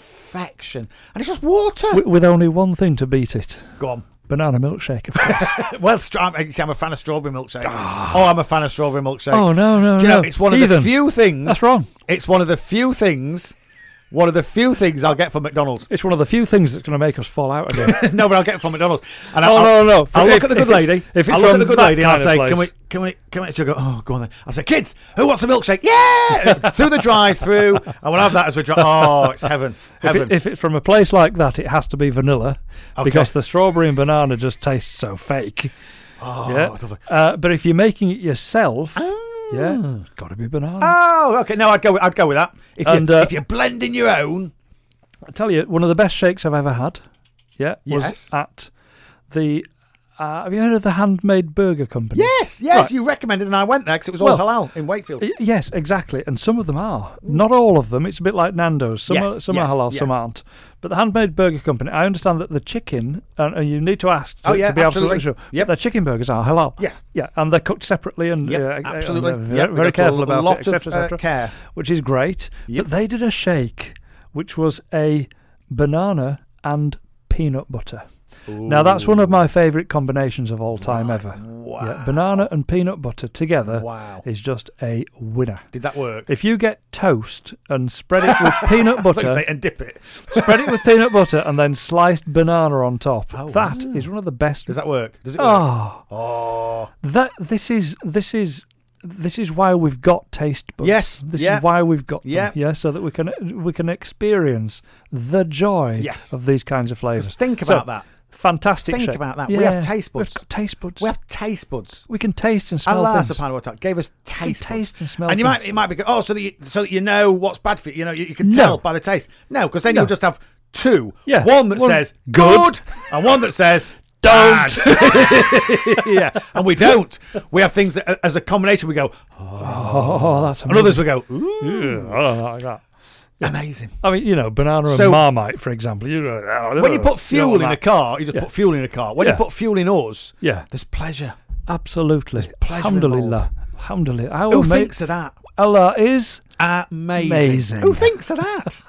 Speaker 3: perfection. And it's just water.
Speaker 2: With, with only one thing to beat it.
Speaker 3: Go on.
Speaker 2: Banana milkshake, of course.
Speaker 3: Well, stra- I'm, see, I'm a fan of strawberry milkshake. Oh, I'm a fan of strawberry milkshake.
Speaker 2: Ah. oh no, no,
Speaker 3: Do you
Speaker 2: no!
Speaker 3: know, it's one of
Speaker 2: Heathen.
Speaker 3: the few things.
Speaker 2: That's wrong.
Speaker 3: It's one of the few things. One of the few things I'll get from McDonald's.
Speaker 2: It's one of the few things that's going to make us fall out again.
Speaker 3: no, but I'll get it from McDonald's. And
Speaker 2: Oh, no,
Speaker 3: I'll,
Speaker 2: no.
Speaker 3: I'll
Speaker 2: If-
Speaker 3: look at the
Speaker 2: if
Speaker 3: good
Speaker 2: it's-
Speaker 3: lady.
Speaker 2: if it's
Speaker 3: I'll look
Speaker 2: from
Speaker 3: at the good
Speaker 2: that
Speaker 3: lady and I'll
Speaker 2: kind of
Speaker 3: say,
Speaker 2: place.
Speaker 3: "Can we, can we, can we?" She'll go, "Oh, go on then." I'll say, "Kids, who wants a milkshake?" Yeah, through the drive-through, and we'll have that as we drive. Oh, it's heaven,
Speaker 2: if,
Speaker 3: heaven.
Speaker 2: it- if it's from a place like that, it has to be vanilla because the strawberry and banana just taste so fake.
Speaker 3: oh,
Speaker 2: yeah.
Speaker 3: it's lovely.
Speaker 2: Uh, but if you're making it yourself, yeah, got to be banana.
Speaker 3: Oh, okay. No, I'd go. With, I'd go with that. If,
Speaker 2: And,
Speaker 3: you,
Speaker 2: uh,
Speaker 3: if you're blending your own,
Speaker 2: I tell you, one of the best shakes I've ever had. Yeah, was
Speaker 3: Yes.
Speaker 2: at the. Uh, have you heard of the Handmade Burger Company?
Speaker 3: yes, yes,
Speaker 2: Right.
Speaker 3: you recommended, and I went there because it was all
Speaker 2: Well,
Speaker 3: halal in Wakefield.
Speaker 2: Y- Yes, exactly. And some of them are. Not all of them. It's a bit like Nando's. Some
Speaker 3: Mm. Yes,
Speaker 2: are, some
Speaker 3: yes,
Speaker 2: are halal,
Speaker 3: yeah.
Speaker 2: some aren't. But the Handmade Burger Company, I understand that the chicken, and, and you need to ask to,
Speaker 3: Oh, yeah,
Speaker 2: to be absolutely,
Speaker 3: absolutely.
Speaker 2: sure, but
Speaker 3: Yep.
Speaker 2: their chicken burgers are halal.
Speaker 3: Yes.
Speaker 2: Yeah, and they're cooked separately and
Speaker 3: Yep,
Speaker 2: yeah, uh,
Speaker 3: absolutely.
Speaker 2: and they're
Speaker 3: Yep,
Speaker 2: very, very
Speaker 3: they go to a
Speaker 2: careful about
Speaker 3: lot
Speaker 2: it,
Speaker 3: of,
Speaker 2: etc.,
Speaker 3: uh,
Speaker 2: etc.,
Speaker 3: care.
Speaker 2: which is great.
Speaker 3: Yep.
Speaker 2: But they did a shake which was a banana and peanut butter. Now that's one of my favourite combinations of all time ever.
Speaker 3: Wow.
Speaker 2: Yeah, uh, banana and peanut butter together
Speaker 3: Wow.
Speaker 2: is just a winner.
Speaker 3: Did that work?
Speaker 2: If you get toast and spread it with peanut
Speaker 3: I thought you
Speaker 2: butter,
Speaker 3: say, and dip it.
Speaker 2: uh, spread it with peanut butter and then sliced banana on top, That
Speaker 3: Oh,
Speaker 2: is one of the best. Ah.
Speaker 3: Does that work? Does it work?
Speaker 2: oh,
Speaker 3: Oh,
Speaker 2: that this is this is this is why we've got taste buds.
Speaker 3: Yes,
Speaker 2: this
Speaker 3: yeah.
Speaker 2: is why we've got
Speaker 3: Yeah.
Speaker 2: them. Yeah, so that we can we can experience the joy
Speaker 3: Yes.
Speaker 2: of these kinds of flavors.
Speaker 3: Just think
Speaker 2: So,
Speaker 3: about that.
Speaker 2: Fantastic.
Speaker 3: Think
Speaker 2: shape.
Speaker 3: about that. We have taste buds.
Speaker 2: We've got taste buds.
Speaker 3: We
Speaker 2: We,
Speaker 3: have taste buds.
Speaker 2: can taste and smell
Speaker 3: Allah
Speaker 2: things.
Speaker 3: subhanahu wa ta'ala gave us
Speaker 2: We can
Speaker 3: taste buds.
Speaker 2: taste and smell.
Speaker 3: and you
Speaker 2: things.
Speaker 3: might it might be good. Oh, so that you, so that you know what's bad for you. You know you, you can
Speaker 2: No.
Speaker 3: tell by the taste. No, because then
Speaker 2: No.
Speaker 3: you'll just have two.
Speaker 2: Yeah.
Speaker 3: One that
Speaker 2: One
Speaker 3: says
Speaker 2: good.
Speaker 3: good and one that says
Speaker 2: Don't.
Speaker 3: bad. yeah. And we don't. We have things that, as a combination. We go
Speaker 2: Oh, that's
Speaker 3: and
Speaker 2: amazing.
Speaker 3: others we go ooh,
Speaker 2: Ew, I don't like that.
Speaker 3: amazing.
Speaker 2: I mean, you know, banana
Speaker 3: So-
Speaker 2: and marmite, for example. You know, oh,
Speaker 3: When you put fuel
Speaker 2: don't
Speaker 3: in a
Speaker 2: like-
Speaker 3: car, you just
Speaker 2: Yeah.
Speaker 3: put fuel in a car. When you
Speaker 2: Yeah.
Speaker 3: put fuel in us,
Speaker 2: yeah,
Speaker 3: there's pleasure.
Speaker 2: absolutely.
Speaker 3: pleasure
Speaker 2: Alhamdulillah, alhamdulillah. Our
Speaker 3: Who
Speaker 2: ma-
Speaker 3: thinks of that?
Speaker 2: Allah is
Speaker 3: Amazing.
Speaker 2: Amazing.
Speaker 3: Who thinks of that?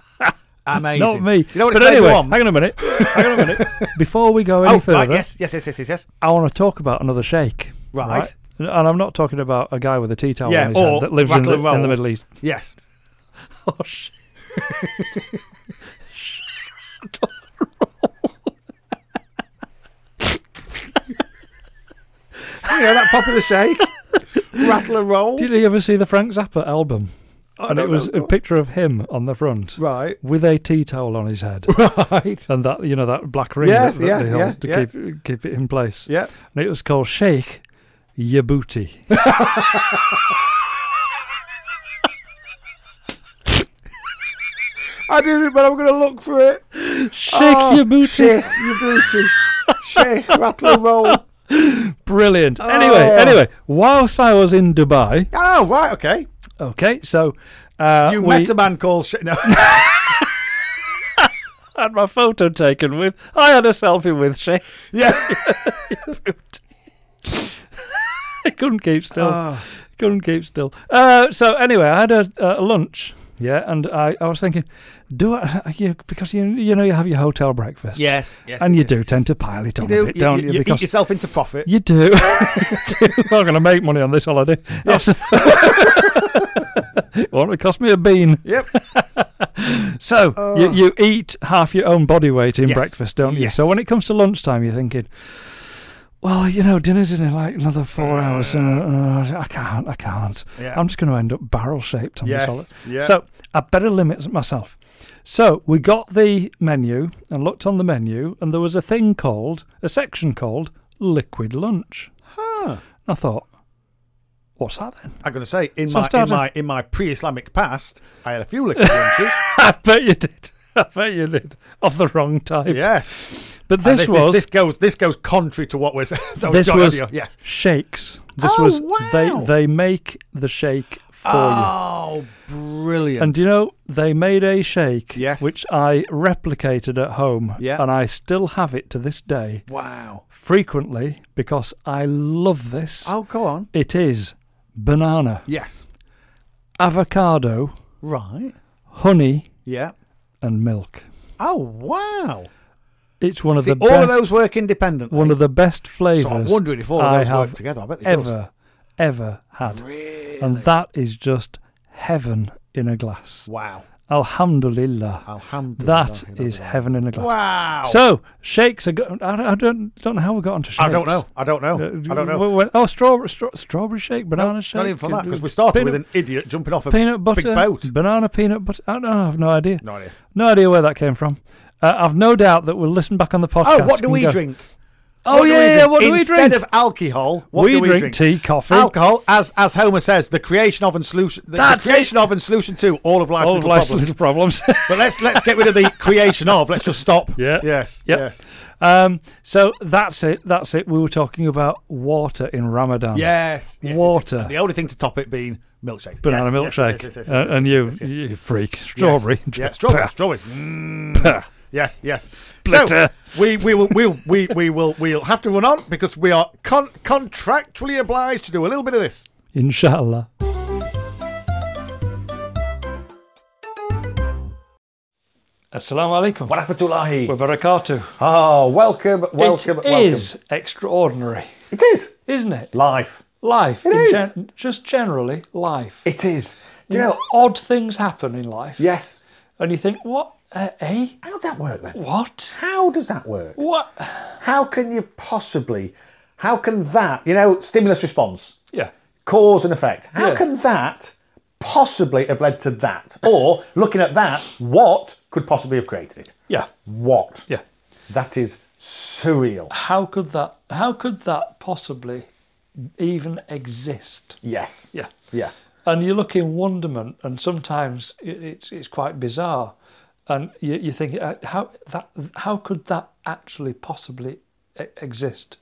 Speaker 3: Amazing.
Speaker 2: not me.
Speaker 3: You know what
Speaker 2: but
Speaker 3: it's made
Speaker 2: anyway,
Speaker 3: me want?
Speaker 2: hang on a minute. Hang on a minute. Before we go any
Speaker 3: Oh,
Speaker 2: further,
Speaker 3: right, yes, yes, yes, yes, yes, yes.
Speaker 2: I want to talk about another shake.
Speaker 3: Right.
Speaker 2: And I'm not talking about a guy with a tea towel
Speaker 3: Yeah,
Speaker 2: on his
Speaker 3: or
Speaker 2: hand that lives in
Speaker 3: rattle
Speaker 2: the,
Speaker 3: and roll.
Speaker 2: in the Middle East.
Speaker 3: Yes.
Speaker 2: Oh, shit.
Speaker 3: You know that pop of the shake, rattle and roll.
Speaker 2: Did you ever see the Frank Zappa album?
Speaker 3: I
Speaker 2: And it
Speaker 3: don't
Speaker 2: was
Speaker 3: know.
Speaker 2: a picture of him on the front
Speaker 3: right,
Speaker 2: with a tea towel on his head.
Speaker 3: right.
Speaker 2: and that you know that black ring
Speaker 3: Yeah,
Speaker 2: that, that
Speaker 3: yeah,
Speaker 2: they hold
Speaker 3: yeah,
Speaker 2: to
Speaker 3: yeah.
Speaker 2: keep keep it in place.
Speaker 3: Yeah.
Speaker 2: And it was called Shake Your Booty.
Speaker 3: I did it, but I'm going to look for it.
Speaker 2: Shake
Speaker 3: Oh,
Speaker 2: your booty.
Speaker 3: Shake your booty. Shake, rattle and roll.
Speaker 2: Brilliant. Anyway,
Speaker 3: Oh.
Speaker 2: anyway, whilst I was in Dubai,
Speaker 3: Oh, right, okay.
Speaker 2: okay, so uh,
Speaker 3: You
Speaker 2: we
Speaker 3: met a man called Shake. No.
Speaker 2: had my photo taken with I had a selfie with Shake
Speaker 3: yeah.
Speaker 2: I couldn't keep still.
Speaker 3: Ah.
Speaker 2: Couldn't keep still. Uh, so anyway, I had a, a lunch. Yeah, and I, I was thinking, do I? You, because you you know you have your hotel breakfast.
Speaker 3: Yes, yes.
Speaker 2: and you
Speaker 3: yes,
Speaker 2: do
Speaker 3: yes,
Speaker 2: tend
Speaker 3: yes.
Speaker 2: to pile it on
Speaker 3: You do.
Speaker 2: a bit, don't
Speaker 3: you,
Speaker 2: you?
Speaker 3: you
Speaker 2: because
Speaker 3: eat yourself into profit.
Speaker 2: You do. I'm not going to make money on this holiday. it won't cost me a bean.
Speaker 3: Yep.
Speaker 2: So you, you eat half your own body weight in
Speaker 3: Oh. Yes.
Speaker 2: breakfast, don't you? So
Speaker 3: Yes.
Speaker 2: when it comes to lunchtime, you're thinking, well, you know, dinner's in like another four hours. Uh, uh, I can't. I can't.
Speaker 3: Yeah.
Speaker 2: I'm just going to end up barrel shaped on
Speaker 3: Yes,
Speaker 2: this holiday.
Speaker 3: yeah.
Speaker 2: So I better limit myself. So we got the menu and looked on the menu, and there was a thing called a section called liquid lunch.
Speaker 3: Huh.
Speaker 2: I thought, what's that then?
Speaker 3: I'm going to say in
Speaker 2: So I
Speaker 3: my in
Speaker 2: started-
Speaker 3: my in my pre-Islamic past, I had a few liquor lunches.
Speaker 2: I bet you did. I bet you did. Of the wrong type.
Speaker 3: yes.
Speaker 2: But
Speaker 3: And
Speaker 2: this was
Speaker 3: this, goes this goes contrary to what we're saying. So
Speaker 2: this
Speaker 3: John,
Speaker 2: was
Speaker 3: have you- yes.
Speaker 2: shakes. This
Speaker 3: Oh,
Speaker 2: was
Speaker 3: wow.
Speaker 2: they they make the shake for you.
Speaker 3: Oh, brilliant!
Speaker 2: And do you know they made a shake
Speaker 3: Yes.
Speaker 2: which I replicated at home
Speaker 3: Yeah.
Speaker 2: and I still have it to this day
Speaker 3: wow.
Speaker 2: frequently because I love this.
Speaker 3: Oh, go on.
Speaker 2: It is banana,
Speaker 3: Yes.
Speaker 2: avocado,
Speaker 3: Right.
Speaker 2: honey
Speaker 3: Yeah.
Speaker 2: and milk.
Speaker 3: Oh, wow.
Speaker 2: It's one of
Speaker 3: See,
Speaker 2: the
Speaker 3: all
Speaker 2: best
Speaker 3: of those work independently.
Speaker 2: one of the best flavors.
Speaker 3: so I'm wondering if all
Speaker 2: I
Speaker 3: of those
Speaker 2: have
Speaker 3: work together. I bet they does.
Speaker 2: ever, ever had,
Speaker 3: Really?
Speaker 2: and that is just heaven in a glass.
Speaker 3: Wow.
Speaker 2: Alhamdulillah,
Speaker 3: Alhamdulillah.
Speaker 2: that is heaven in a glass.
Speaker 3: Wow.
Speaker 2: So shakes are. Go- I, I don't don't know how we got onto shakes.
Speaker 3: I don't know. I don't know.
Speaker 2: Uh,
Speaker 3: I don't know.
Speaker 2: we went- oh, strawberry, straw, strawberry shake, banana shake.
Speaker 3: Not even for that, because we
Speaker 2: uh,
Speaker 3: started
Speaker 2: peanut,
Speaker 3: with an idiot jumping off a
Speaker 2: peanut butter,
Speaker 3: big boat.
Speaker 2: banana peanut butter. I don't know. I have no idea.
Speaker 3: No idea.
Speaker 2: No idea where that came from. Uh, I've no doubt that we'll listen back on the podcast.
Speaker 3: Oh, what do
Speaker 2: and
Speaker 3: we
Speaker 2: go,
Speaker 3: drink?
Speaker 2: Oh
Speaker 3: What do we
Speaker 2: yeah, yeah.
Speaker 3: drink?
Speaker 2: What do we
Speaker 3: Instead
Speaker 2: drink?
Speaker 3: of alcohol, what
Speaker 2: we,
Speaker 3: do we
Speaker 2: drink,
Speaker 3: drink?
Speaker 2: tea, coffee.
Speaker 3: Alcohol, as as Homer says, the creation of and solution. The, the
Speaker 2: That's it.
Speaker 3: creation of and solution to all of life's
Speaker 2: All of
Speaker 3: little
Speaker 2: life's
Speaker 3: problems.
Speaker 2: little problems.
Speaker 3: but let's let's get rid of the creation of. Let's just stop.
Speaker 2: Yeah.
Speaker 3: Yes.
Speaker 2: Yep.
Speaker 3: Yes.
Speaker 2: Um, so that's it. That's it. We were talking about water in Ramadan.
Speaker 3: Yes. yes,
Speaker 2: Water.
Speaker 3: yes. The only thing to top it being milkshakes.
Speaker 2: Banana
Speaker 3: Yes, yes,
Speaker 2: milkshake.
Speaker 3: yes, yes, yes, yes,
Speaker 2: Uh,
Speaker 3: yes,
Speaker 2: and
Speaker 3: yes,
Speaker 2: you,
Speaker 3: yes, yes, yes.
Speaker 2: you freak. Strawberry.
Speaker 3: Yes. Yeah, strawberry.
Speaker 2: Pah.
Speaker 3: strawberry. Mm. Yes, yes.
Speaker 2: Splitter.
Speaker 3: So we we will we'll, we we will we'll have to run on because we are con- contractually obliged to do a little bit of this.
Speaker 2: Inshallah. Assalamu alaikum
Speaker 4: What happened to Lahi?
Speaker 2: wa barakatuh.
Speaker 4: Oh, welcome, welcome,
Speaker 2: it
Speaker 4: welcome.
Speaker 2: is extraordinary,
Speaker 4: It is
Speaker 2: isn't it?
Speaker 4: life.
Speaker 2: Life.
Speaker 4: It
Speaker 2: in
Speaker 4: is.
Speaker 2: gen- just generally, life.
Speaker 4: It is. Do you know?
Speaker 2: Odd things happen in life.
Speaker 4: Yes.
Speaker 2: And you think, what? Uh, eh?
Speaker 4: How does that work then?
Speaker 2: What?
Speaker 4: How does that work?
Speaker 2: What?
Speaker 4: How can you possibly? How can that? You know, stimulus response.
Speaker 2: Yeah.
Speaker 4: cause and effect. How
Speaker 2: Yeah.
Speaker 4: can that possibly have led to that? Or looking at that, what could possibly have created it?
Speaker 2: Yeah.
Speaker 4: What?
Speaker 2: Yeah.
Speaker 4: That is surreal.
Speaker 2: How could that? How could that possibly even exist?
Speaker 4: Yes.
Speaker 2: Yeah.
Speaker 4: Yeah.
Speaker 2: and you look in wonderment, and sometimes it, it's it's quite bizarre, and you you think uh, how that how could that actually possibly e- exist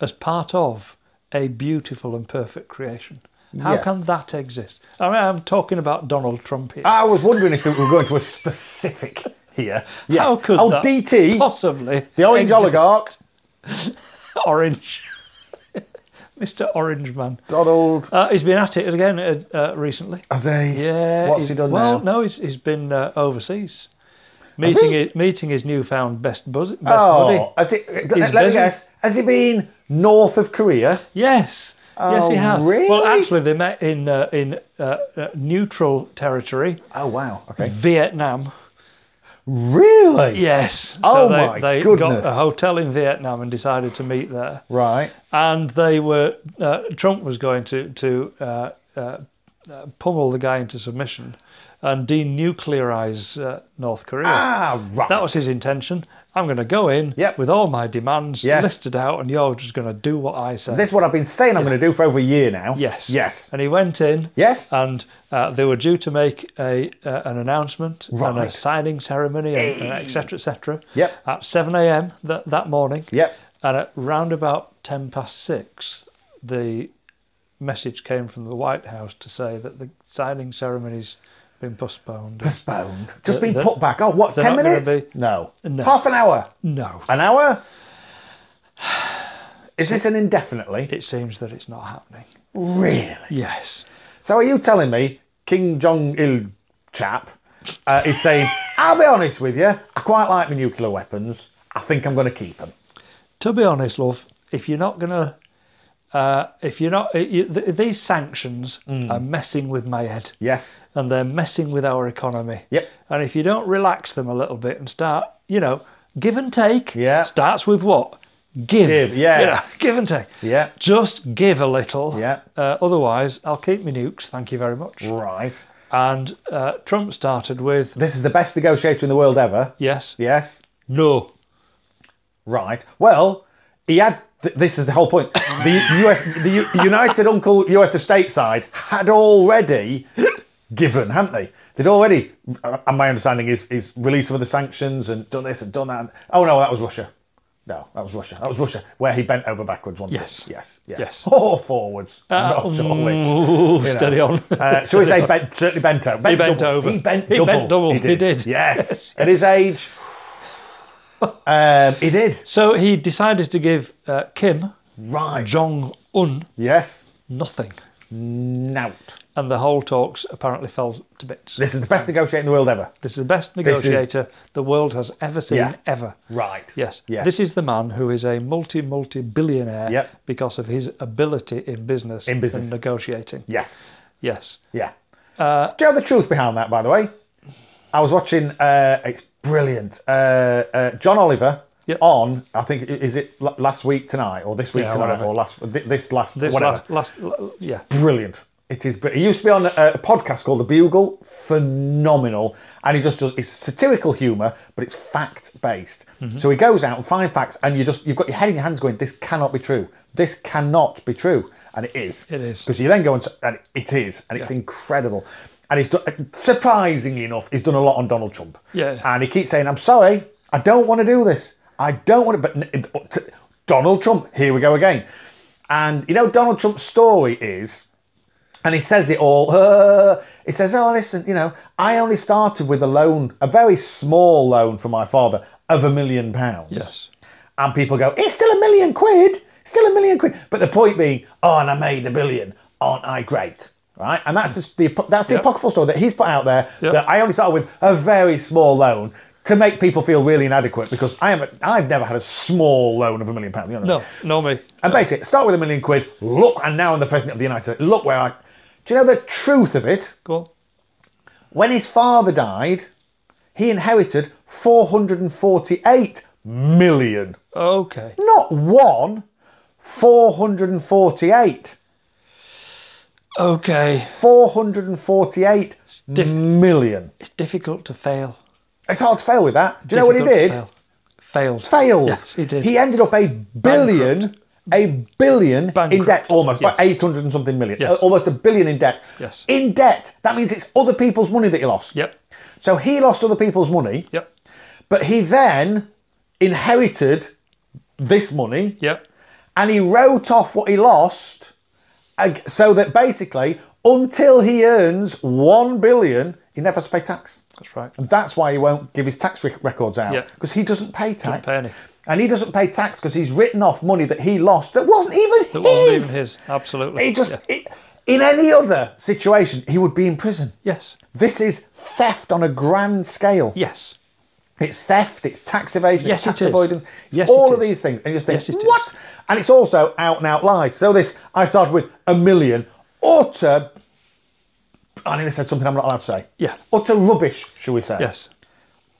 Speaker 2: as part of a beautiful and perfect creation? How
Speaker 4: Yes.
Speaker 2: can that exist? I mean, I'm talking about Donald Trump here.
Speaker 4: I was wondering if we were going to a specific here. Yes.
Speaker 2: How could
Speaker 4: oh,
Speaker 2: that
Speaker 4: DT,
Speaker 2: possibly
Speaker 4: the orange
Speaker 2: exist?
Speaker 4: oligarch,
Speaker 2: orange, Mr. Orange Man.
Speaker 4: Donald,
Speaker 2: Uh, he's been at it again uh, uh, recently.
Speaker 4: as a.
Speaker 2: Yeah.
Speaker 4: What's
Speaker 2: he's-
Speaker 4: he done
Speaker 2: well,
Speaker 4: now?
Speaker 2: no, he's, he's been uh, overseas. Meeting
Speaker 4: he?
Speaker 2: his, meeting his newfound best, buzz, best buddy.
Speaker 4: Oh, has he, let me
Speaker 2: busy.
Speaker 4: guess. Has he been north of Korea?
Speaker 2: Yes. yes, he
Speaker 4: Oh,
Speaker 2: has. Well,
Speaker 4: really?
Speaker 2: actually, they met in uh, in uh, uh, neutral territory,
Speaker 4: Oh, wow. Okay.
Speaker 2: Vietnam.
Speaker 4: Really?
Speaker 2: Yes. So
Speaker 4: Oh,
Speaker 2: they,
Speaker 4: my
Speaker 2: they
Speaker 4: goodness.
Speaker 2: got a hotel in Vietnam and decided to meet there.
Speaker 4: Right.
Speaker 2: And they were uh, Trump was going to to uh, uh, uh, pummel the guy into submission and denuclearize uh, North Korea.
Speaker 4: Ah, right.
Speaker 2: That was his intention. I'm going to go in
Speaker 4: Yep.
Speaker 2: with all my demands
Speaker 4: Yes.
Speaker 2: listed out, and you're just going to do what I say.
Speaker 4: This is what I've been saying I'm going to do for over a year now.
Speaker 2: yes.
Speaker 4: Yes.
Speaker 2: And he went in.
Speaker 4: Yes.
Speaker 2: And uh, they were due to make a uh, an announcement and a
Speaker 4: Right.
Speaker 2: signing ceremony, and and et cetera, et cetera.
Speaker 4: Yep.
Speaker 2: At 7 a.m. That, that morning.
Speaker 4: Yep.
Speaker 2: And at round about 10 past six, the message came from the White House to say that the signing ceremony's been postponed.
Speaker 4: Postponed. Just been
Speaker 2: the-
Speaker 4: put back. Oh, what?
Speaker 2: they're
Speaker 4: Ten
Speaker 2: not gonna
Speaker 4: minutes?
Speaker 2: be-
Speaker 4: No.
Speaker 2: No.
Speaker 4: Half an hour.
Speaker 2: no.
Speaker 4: An hour? Is this an indefinitely?
Speaker 2: It seems that it's not happening.
Speaker 4: Really?
Speaker 2: Yes.
Speaker 4: So are you telling me King Jong Il chap uh, is saying, I'll be honest with you, I quite like my nuclear weapons. I think I'm going to keep them.
Speaker 2: to be honest, love, if you're not gonna, uh, if you're not, you, th- these sanctions are messing with my head,
Speaker 4: Yes.
Speaker 2: and they're messing with our economy.
Speaker 4: Yep.
Speaker 2: And if you don't relax them a little bit and start, you know, give and take.
Speaker 4: Yeah.
Speaker 2: Starts with what? Give.
Speaker 4: Give, yes.
Speaker 2: Yeah, give and take.
Speaker 4: Yeah.
Speaker 2: Just give a little.
Speaker 4: Yeah.
Speaker 2: Uh, otherwise, I'll keep my nukes. Thank you very much.
Speaker 4: Right.
Speaker 2: And uh, Trump started with
Speaker 4: This is the best negotiator in the world ever.
Speaker 2: yes,
Speaker 4: Yes.
Speaker 2: no.
Speaker 4: Right. Well, he had. Th- this is the whole point. The U.S. the U- United Uncle U.S. estate side had already given, hadn't they? They'd already. Uh, and my understanding is is released some of the sanctions and done this and done that. oh no, that was Russia. No, that was Russia. That was Russia, where he bent over backwards once.
Speaker 2: Yes.
Speaker 4: Yes. Yeah.
Speaker 2: Yes. Uh,
Speaker 4: Or forwards. I'm not sure which.
Speaker 2: Ooh,
Speaker 4: You know.
Speaker 2: Mm, steady on.
Speaker 4: Uh, shall we say bent, certainly bent over? Bent
Speaker 2: bent
Speaker 4: double.
Speaker 2: over.
Speaker 4: He bent
Speaker 2: He
Speaker 4: double.
Speaker 2: bent double. He did.
Speaker 4: Yes. At his age, um, he did.
Speaker 2: so he decided to give uh, Kim
Speaker 4: Right.
Speaker 2: Jong Un
Speaker 4: Yes.
Speaker 2: nothing.
Speaker 4: Nout.
Speaker 2: And the whole talks apparently fell to bits. This,
Speaker 4: This is the best negotiator in the world ever.
Speaker 2: is the best
Speaker 4: this is-
Speaker 2: negotiator the world has ever seen,
Speaker 4: Yeah.
Speaker 2: ever.
Speaker 4: Right.
Speaker 2: Yes.
Speaker 4: Yeah.
Speaker 2: This is the man who is a multi, multi billionaire
Speaker 4: Yep.
Speaker 2: because of his ability in business,
Speaker 4: In business.
Speaker 2: and negotiating.
Speaker 4: yes.
Speaker 2: Yes.
Speaker 4: Yeah.
Speaker 2: Uh,
Speaker 4: Do you know the truth behind that, by the way? I was watching. Uh, it's brilliant. Uh, uh, John Oliver
Speaker 2: Yep.
Speaker 4: on. I think is it l- last week tonight or this week
Speaker 2: Yeah,
Speaker 4: tonight
Speaker 2: whatever.
Speaker 4: or last th- this last
Speaker 2: This
Speaker 4: whatever.
Speaker 2: Last, last, l- yeah.
Speaker 4: brilliant. It is. br- He used to be on a, a podcast called The Bugle. Phenomenal, and he just does. It's satirical humour, but it's fact based.
Speaker 2: Mm-hmm.
Speaker 4: So he goes out and finds facts, and you just you've got your head in your hands, going, "This cannot be true. This cannot be true," and it is.
Speaker 2: It is.
Speaker 4: because you then go and, s- and it is, and it's incredible. And he's done, surprisingly enough, he's done a lot on Donald Trump.
Speaker 2: Yeah.
Speaker 4: And he keeps saying, "I'm sorry, I don't want to do this. I don't want to." But n- it- t- Donald Trump, here we go again. And you know, Donald Trump's story is, and he says it all. Uh, he says, "Oh, listen, you know, I only started with a loan, a very small loan from my father of a million pounds."
Speaker 2: Yes.
Speaker 4: And people go, it's still a million quid, still a million quid. But the point being, oh, and I made a billion, aren't I great? Right? And that's just the, that's the apocryphal story that he's put out there
Speaker 2: Yep.
Speaker 4: that I only started with a very small loan to make people feel really inadequate because I am a, I've never had a small loan of a million pounds. You know what I
Speaker 2: No,
Speaker 4: mean?
Speaker 2: no, me.
Speaker 4: And basically, start with a million quid, look, and now I'm the president of the United States. Look where I. Do you know the truth of it?
Speaker 2: Go on.
Speaker 4: When his father died, he inherited 448 million
Speaker 2: Okay.
Speaker 4: not one, 448.
Speaker 2: Okay.
Speaker 4: 448
Speaker 2: diff-
Speaker 4: million.
Speaker 2: It's difficult to fail.
Speaker 4: It's hard to fail with that. Do you know what he
Speaker 2: Difficult
Speaker 4: did?
Speaker 2: to Fail. Failed.
Speaker 4: Failed.
Speaker 2: Yes, he did.
Speaker 4: ended up a billion, a billion in
Speaker 2: Bankrupt.
Speaker 4: debt almost, about 800 and something million,
Speaker 2: Yes.
Speaker 4: uh, almost a billion in debt.
Speaker 2: Yes.
Speaker 4: In debt. That means it's other people's money that he lost.
Speaker 2: Yep.
Speaker 4: So he lost other people's money,
Speaker 2: Yep.
Speaker 4: but he then inherited this money
Speaker 2: Yep.
Speaker 4: and he wrote off what he lost ag- so that basically until he earns 1 billion he never has to pay tax
Speaker 2: That's right.
Speaker 4: and that's why he won't give his tax rec- records out
Speaker 2: Yeah.
Speaker 4: because he doesn't pay tax
Speaker 2: pay any.
Speaker 4: and he doesn't pay tax because he's written off money that he lost that wasn't even
Speaker 2: That
Speaker 4: his
Speaker 2: wasn't even his. Absolutely.
Speaker 4: he just
Speaker 2: Yeah.
Speaker 4: it- in any other situation he would be in prison
Speaker 2: Yes.
Speaker 4: this is theft on a grand scale
Speaker 2: Yes.
Speaker 4: it's theft, it's tax evasion,
Speaker 2: Yes,
Speaker 4: it's tax
Speaker 2: it is.
Speaker 4: avoidance, it's
Speaker 2: Yes,
Speaker 4: all
Speaker 2: it
Speaker 4: of
Speaker 2: is.
Speaker 4: these things. And you just think,
Speaker 2: Yes, it is.
Speaker 4: what? And it's also out and out lies. So this, I started with a million utter. I nearly said something I'm not allowed to say.
Speaker 2: Yeah.
Speaker 4: Utter rubbish, shall we say?
Speaker 2: Yes.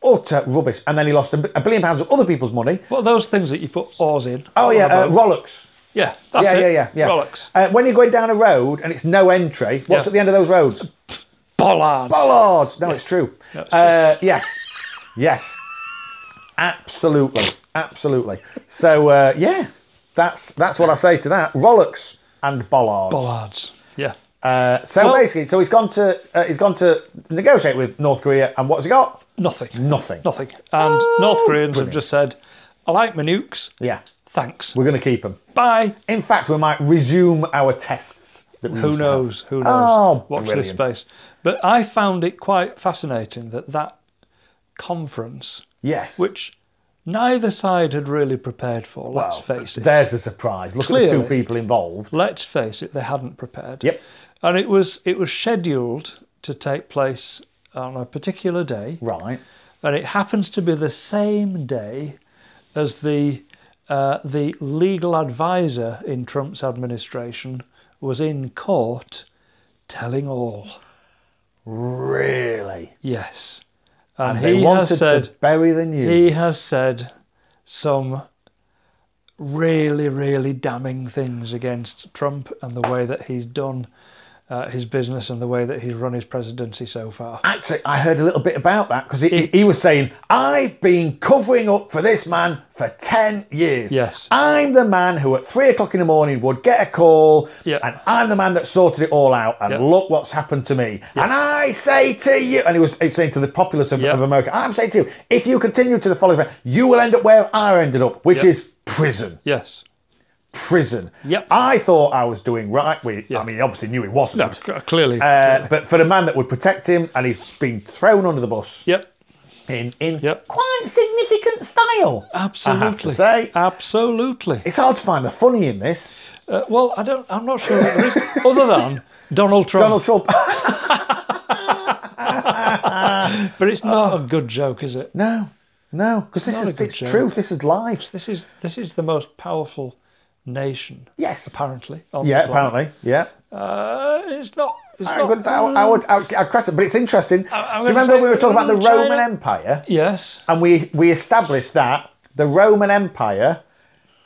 Speaker 4: Utter rubbish. And then he lost a, b- a billion pounds of other people's money.
Speaker 2: What are those things that you put oars in?
Speaker 4: Oh
Speaker 2: Or
Speaker 4: yeah,
Speaker 2: a
Speaker 4: uh,
Speaker 2: boat?
Speaker 4: Rolex.
Speaker 2: yeah. That's
Speaker 4: Yeah,
Speaker 2: it.
Speaker 4: yeah, yeah, yeah.
Speaker 2: Rolex.
Speaker 4: Uh, when you're going down a road and it's no entry, what's
Speaker 2: Yeah.
Speaker 4: at the end of those roads?
Speaker 2: Bollard.
Speaker 4: Bollards. No, it's true.
Speaker 2: it's
Speaker 4: uh, yes, yes, absolutely, absolutely. So uh, yeah, that's that's what I say to that. Rollocks and bollards.
Speaker 2: Bollards. Yeah.
Speaker 4: Uh, so
Speaker 2: Well-
Speaker 4: basically, so he's gone to uh, he's gone to negotiate with North Korea, and what's he got?
Speaker 2: Nothing.
Speaker 4: Nothing.
Speaker 2: Nothing. And North Koreans
Speaker 4: Oh, brilliant.
Speaker 2: have just said, I like my nukes.
Speaker 4: Yeah,
Speaker 2: Thanks.
Speaker 4: we're going to keep him.
Speaker 2: Bye.
Speaker 4: In fact, we might resume our tests. That we
Speaker 2: Who
Speaker 4: used to have.
Speaker 2: knows? Who knows?
Speaker 4: Oh,
Speaker 2: Watch this
Speaker 4: brilliant.
Speaker 2: space. But I found it quite fascinating that that conference,
Speaker 4: Yes.
Speaker 2: which neither side had really prepared for,
Speaker 4: Well,
Speaker 2: let's face it.
Speaker 4: there's a surprise. Look at the two
Speaker 2: Clearly.
Speaker 4: people involved.
Speaker 2: let's face it, they hadn't prepared.
Speaker 4: Yep.
Speaker 2: And it was it was scheduled to take place on a particular day,
Speaker 4: Right.
Speaker 2: and it happens to be the same day as the uh, the legal advisor in Trump's administration was in court telling all.
Speaker 4: Really.
Speaker 2: Yes.
Speaker 4: And they wanted to bury the news.
Speaker 2: He has said some really, really damning things against Trump and the way that he's done uh, his business and the way that he's run his presidency so far.
Speaker 4: Actually, I heard a little bit about that because he,
Speaker 2: It-
Speaker 4: he was saying, I've been covering up for this man for 10 years.
Speaker 2: Yes.
Speaker 4: I'm the man who at three o'clock in the morning would get a call,
Speaker 2: Yeah.
Speaker 4: and I'm the man that sorted it all out. And
Speaker 2: Yeah.
Speaker 4: look what's happened to me. And I say to you, and he was, he was saying to the populace of,
Speaker 2: Yeah.
Speaker 4: of America, I'm saying to you, if you continue to the following, you will end up where I ended up, which
Speaker 2: Yeah.
Speaker 4: is prison.
Speaker 2: Yes.
Speaker 4: Prison.
Speaker 2: Yep.
Speaker 4: I thought I was doing right. We,
Speaker 2: Yeah.
Speaker 4: I mean, he obviously knew he wasn't.
Speaker 2: No, c- clearly.
Speaker 4: Uh,
Speaker 2: clearly.
Speaker 4: but for the man that would protect him, and he's been thrown under the bus
Speaker 2: Yep.
Speaker 4: in in
Speaker 2: Yep.
Speaker 4: quite significant style.
Speaker 2: Absolutely.
Speaker 4: I have to say,
Speaker 2: Absolutely.
Speaker 4: it's hard to find the funny in this.
Speaker 2: Uh, well, I don't. I'm not sure. that there is- other than Donald Trump,
Speaker 4: Donald Trump.
Speaker 2: but it's not a good joke, is it?
Speaker 4: oh. no, no, because this
Speaker 2: Not a
Speaker 4: is
Speaker 2: good
Speaker 4: it's
Speaker 2: joke.
Speaker 4: truth. This is life.
Speaker 2: This is this is the most powerful nation,
Speaker 4: Yes.
Speaker 2: apparently. on the
Speaker 4: Yeah,
Speaker 2: planet.
Speaker 4: apparently. Yeah.
Speaker 2: Uh, it's not. It's
Speaker 4: I
Speaker 2: not uh,
Speaker 4: would, I, I would, I would, I'd question, but it's interesting.
Speaker 2: I'm gonna
Speaker 4: Do you remember
Speaker 2: say-
Speaker 4: we were talking about the
Speaker 2: mm, China-
Speaker 4: Roman Empire,
Speaker 2: Yes.
Speaker 4: and we we established that the Roman Empire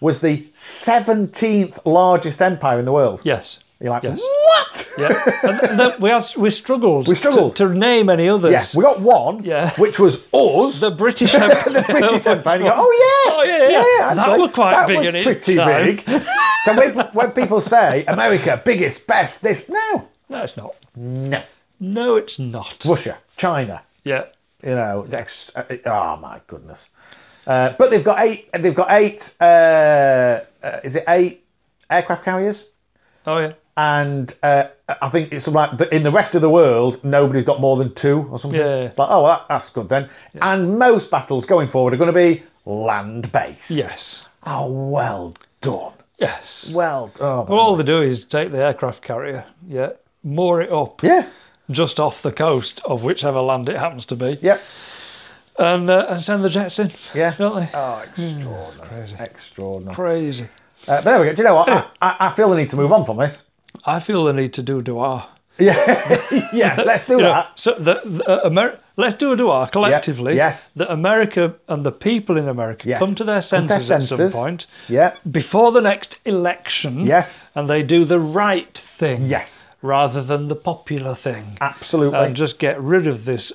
Speaker 4: was the seventeenth largest empire in the world.
Speaker 2: Yes.
Speaker 4: You're like,
Speaker 2: Yes.
Speaker 4: what?
Speaker 2: Yeah. and th- we, had, we struggled. We
Speaker 4: struggled.
Speaker 2: to, to name any others.
Speaker 4: Yeah, we got one,
Speaker 2: Yeah.
Speaker 4: which was us,
Speaker 2: the
Speaker 4: the,
Speaker 2: British Empire.
Speaker 4: British Empire. And you go, oh yeah,
Speaker 2: Oh, yeah, yeah. That
Speaker 4: actually,
Speaker 2: was quite
Speaker 4: that
Speaker 2: big
Speaker 4: was
Speaker 2: in its
Speaker 4: pretty
Speaker 2: time.
Speaker 4: big. so when, when people say America, biggest, best, this, no,
Speaker 2: No, it's not.
Speaker 4: no,
Speaker 2: No, it's not.
Speaker 4: Russia, China,
Speaker 2: Yeah.
Speaker 4: you know, next, uh, oh my goodness. Uh, but they've got eight. They've got eight. Uh, uh, is it eight aircraft carriers?
Speaker 2: Oh yeah.
Speaker 4: And uh, I think it's like the, in the rest of the world, nobody's got more than two or something.
Speaker 2: Yeah, yeah, yeah.
Speaker 4: It's like, oh, well, that, that's good then. And most battles going forward are going to be land based.
Speaker 2: Yes.
Speaker 4: Oh, well done.
Speaker 2: Yes. Well,
Speaker 4: Well oh, done.
Speaker 2: all they do is take the aircraft carrier. Yeah. Moor it up
Speaker 4: yeah.
Speaker 2: just off the coast of whichever land it happens to be,
Speaker 4: Yep.
Speaker 2: and uh, and send the jets in.
Speaker 4: Yeah.
Speaker 2: Don't they?
Speaker 4: Oh, extraordinary. Extraordinary.
Speaker 2: Crazy.
Speaker 4: Uh, but there we go. Do you know what? I, I, I feel the need to move on from this.
Speaker 2: I feel the need to do Dua.
Speaker 4: Yeah, yeah. Let's do
Speaker 2: You know,
Speaker 4: that.
Speaker 2: so the, the uh, Ameri- let's do a duar collectively.
Speaker 4: yes.
Speaker 2: That America and the people in America
Speaker 4: Yes.
Speaker 2: come to their
Speaker 4: Come to
Speaker 2: senses,
Speaker 4: their
Speaker 2: at
Speaker 4: senses.
Speaker 2: some point
Speaker 4: Yeah.
Speaker 2: before the next election.
Speaker 4: Yes.
Speaker 2: And they do the right thing.
Speaker 4: Yes.
Speaker 2: Rather than the popular thing.
Speaker 4: Absolutely.
Speaker 2: And just get rid of this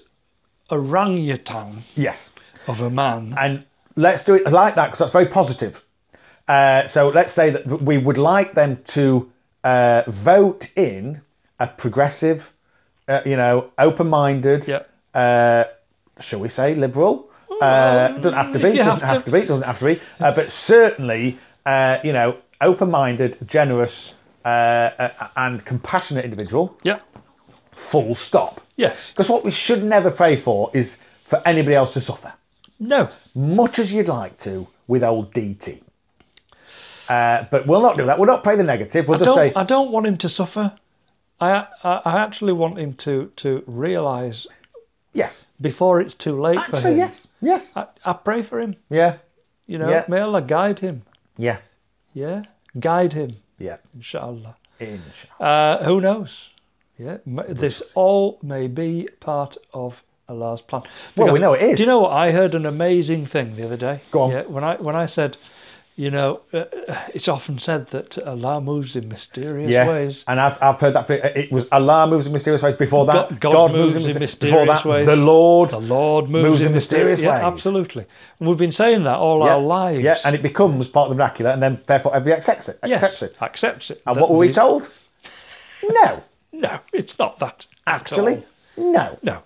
Speaker 2: orangutan
Speaker 4: yes.
Speaker 2: of a man.
Speaker 4: and let's do it like that because that's very positive. Uh, so let's say that we would like them to uh, vote in a progressive, uh, you know, open-minded,
Speaker 2: Yep.
Speaker 4: uh, shall we say, liberal. Uh, doesn't have to be.
Speaker 2: if you
Speaker 4: Doesn't have,
Speaker 2: have
Speaker 4: to. be. Doesn't have to be. Uh, but certainly, uh, you know, open-minded, generous, uh, uh, and compassionate individual.
Speaker 2: Yeah.
Speaker 4: Full stop.
Speaker 2: Yes.
Speaker 4: Because what we should never pray for is for anybody else to suffer
Speaker 2: No.
Speaker 4: much as you'd like to with old DT. Uh, but we'll not do that. We'll not pray the negative. We'll just
Speaker 2: Don't-
Speaker 4: say,
Speaker 2: I don't want him to suffer. I, I I actually want him to to realise
Speaker 4: yes.
Speaker 2: before it's too late for
Speaker 4: Actually,
Speaker 2: him.
Speaker 4: yes. Yes.
Speaker 2: I, I pray for him.
Speaker 4: Yeah.
Speaker 2: You know,
Speaker 4: Yeah.
Speaker 2: may Allah guide him.
Speaker 4: Yeah.
Speaker 2: Yeah, guide him,
Speaker 4: Yeah.
Speaker 2: inshallah.
Speaker 4: Inshallah.
Speaker 2: Uh, who knows? Yeah, m- this all may be part of Allah's plan.
Speaker 4: Well, we
Speaker 2: Because-
Speaker 4: know it is.
Speaker 2: Do you know what? I heard an amazing thing the other day.
Speaker 4: Go on.
Speaker 2: Yeah, when I when I said, you know, uh, it's often said that Allah moves in mysterious
Speaker 4: Yes.
Speaker 2: ways.
Speaker 4: And I've, I've heard that. For, it was Allah moves in mysterious ways. Before that,
Speaker 2: God- God moves in
Speaker 4: myster- Before
Speaker 2: mysterious
Speaker 4: that,
Speaker 2: ways.
Speaker 4: the Lord.
Speaker 2: The Lord moves,
Speaker 4: Moves in
Speaker 2: mysteri-
Speaker 4: mysterious
Speaker 2: yeah,
Speaker 4: ways.
Speaker 2: Absolutely. And we've been saying that all
Speaker 4: yeah.
Speaker 2: our lives.
Speaker 4: Yeah. And it becomes part of the vernacular, and then therefore everybody accepts it.
Speaker 2: Yes,
Speaker 4: Accepts it.
Speaker 2: Accepts it.
Speaker 4: And
Speaker 2: That
Speaker 4: what were we
Speaker 2: the-
Speaker 4: told? No.
Speaker 2: No, it's not that. at all.
Speaker 4: Actually, no.
Speaker 2: No.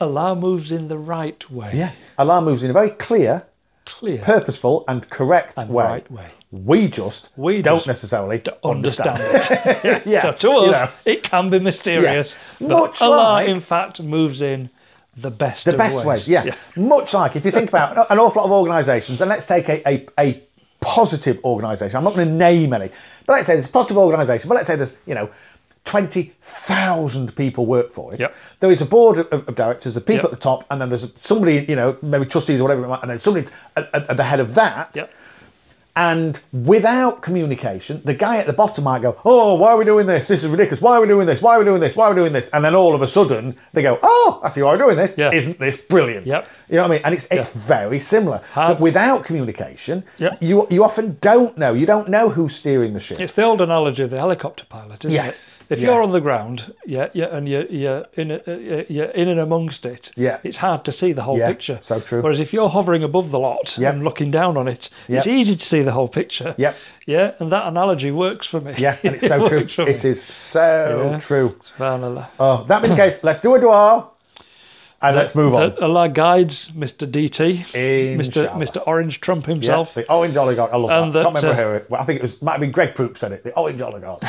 Speaker 2: Allah moves in the right way.
Speaker 4: Yeah. Allah moves in a very clear,
Speaker 2: Clear.
Speaker 4: purposeful, and correct way.
Speaker 2: right way.
Speaker 4: We just
Speaker 2: We
Speaker 4: don't
Speaker 2: just
Speaker 4: necessarily understand.
Speaker 2: Understand it.
Speaker 4: Yeah,
Speaker 2: So to us,
Speaker 4: you know,
Speaker 2: it can be mysterious.
Speaker 4: Yes.
Speaker 2: but
Speaker 4: Much
Speaker 2: Allah,
Speaker 4: like-
Speaker 2: in fact, moves in the best
Speaker 4: the best ways. Yeah. much like if you think about an awful lot of organisations, and let's take a, a, a positive organisation. I'm not going to name any, but let's say there's a positive organisation. But let's say there's you know. 20,000 people work for it.
Speaker 2: Yep.
Speaker 4: There is a board of, of directors, the people
Speaker 2: Yep.
Speaker 4: at the top, and then there's somebody, you know, maybe trustees or whatever it might, and then somebody at, at- at the head of that.
Speaker 2: Yep.
Speaker 4: And without communication, the guy at the bottom might go, Oh, why are we doing this? This is ridiculous. Why are we doing this? Why are we doing this? Why are we doing this? And then all of a sudden they go, Oh, I see why we're doing this.
Speaker 2: Yeah.
Speaker 4: Isn't this brilliant?
Speaker 2: Yep.
Speaker 4: You know what I mean? And it's it's very similar. But without communication,
Speaker 2: Yeah.
Speaker 4: you you often don't know. You don't know who's steering the ship.
Speaker 2: It's the old analogy of the helicopter pilot, isn't
Speaker 4: Yes.
Speaker 2: it? If
Speaker 4: Yeah.
Speaker 2: you're on the ground, yeah, yeah, and you're, you're in, a, uh, you're in and amongst it,
Speaker 4: Yeah.
Speaker 2: it's hard to see the whole
Speaker 4: Yeah,
Speaker 2: picture.
Speaker 4: so true.
Speaker 2: Whereas if you're hovering above the lot
Speaker 4: Yeah.
Speaker 2: and looking down on it,
Speaker 4: Yeah.
Speaker 2: it's easy to see the whole picture.
Speaker 4: Yeah.
Speaker 2: yeah, and that analogy works for me.
Speaker 4: Yeah, and it's so true.
Speaker 2: works for me.
Speaker 4: It is so
Speaker 2: Yeah.
Speaker 4: true.
Speaker 2: Subhanallah.
Speaker 4: Oh, that being the case, let's do a dua and let's move on.
Speaker 2: That Allah guides Mr. DT, Mr.
Speaker 4: Inshallah.
Speaker 2: Mr. Orange Trump
Speaker 4: Yeah,
Speaker 2: himself.
Speaker 4: the orange oligarch. I love
Speaker 2: And
Speaker 4: that. I can't
Speaker 2: that, uh,
Speaker 4: remember who. It, well, I think it was might have been Greg Proop said it. The orange oligarch,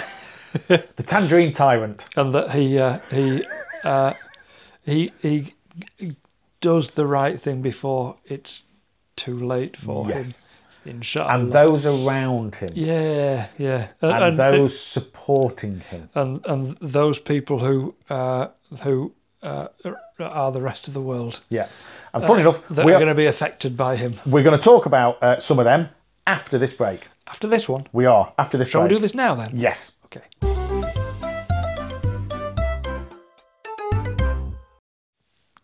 Speaker 4: the tangerine tyrant.
Speaker 2: and that he uh, he uh, he he does the right thing before it's too late for
Speaker 4: Yes.
Speaker 2: him. Inshallah.
Speaker 4: And those around him,
Speaker 2: yeah, yeah, Uh,
Speaker 4: and, those supporting him.
Speaker 2: and and those people who uh, who uh, are the rest of the world
Speaker 4: Yeah. And funny enough,
Speaker 2: uh, that
Speaker 4: we
Speaker 2: are
Speaker 4: are,
Speaker 2: going to be affected by him.
Speaker 4: we're going to talk about uh, some of them after this break.
Speaker 2: After this one,
Speaker 4: We are after this
Speaker 2: shall we
Speaker 4: break.
Speaker 2: do this now then?
Speaker 4: Yes.
Speaker 2: Okay.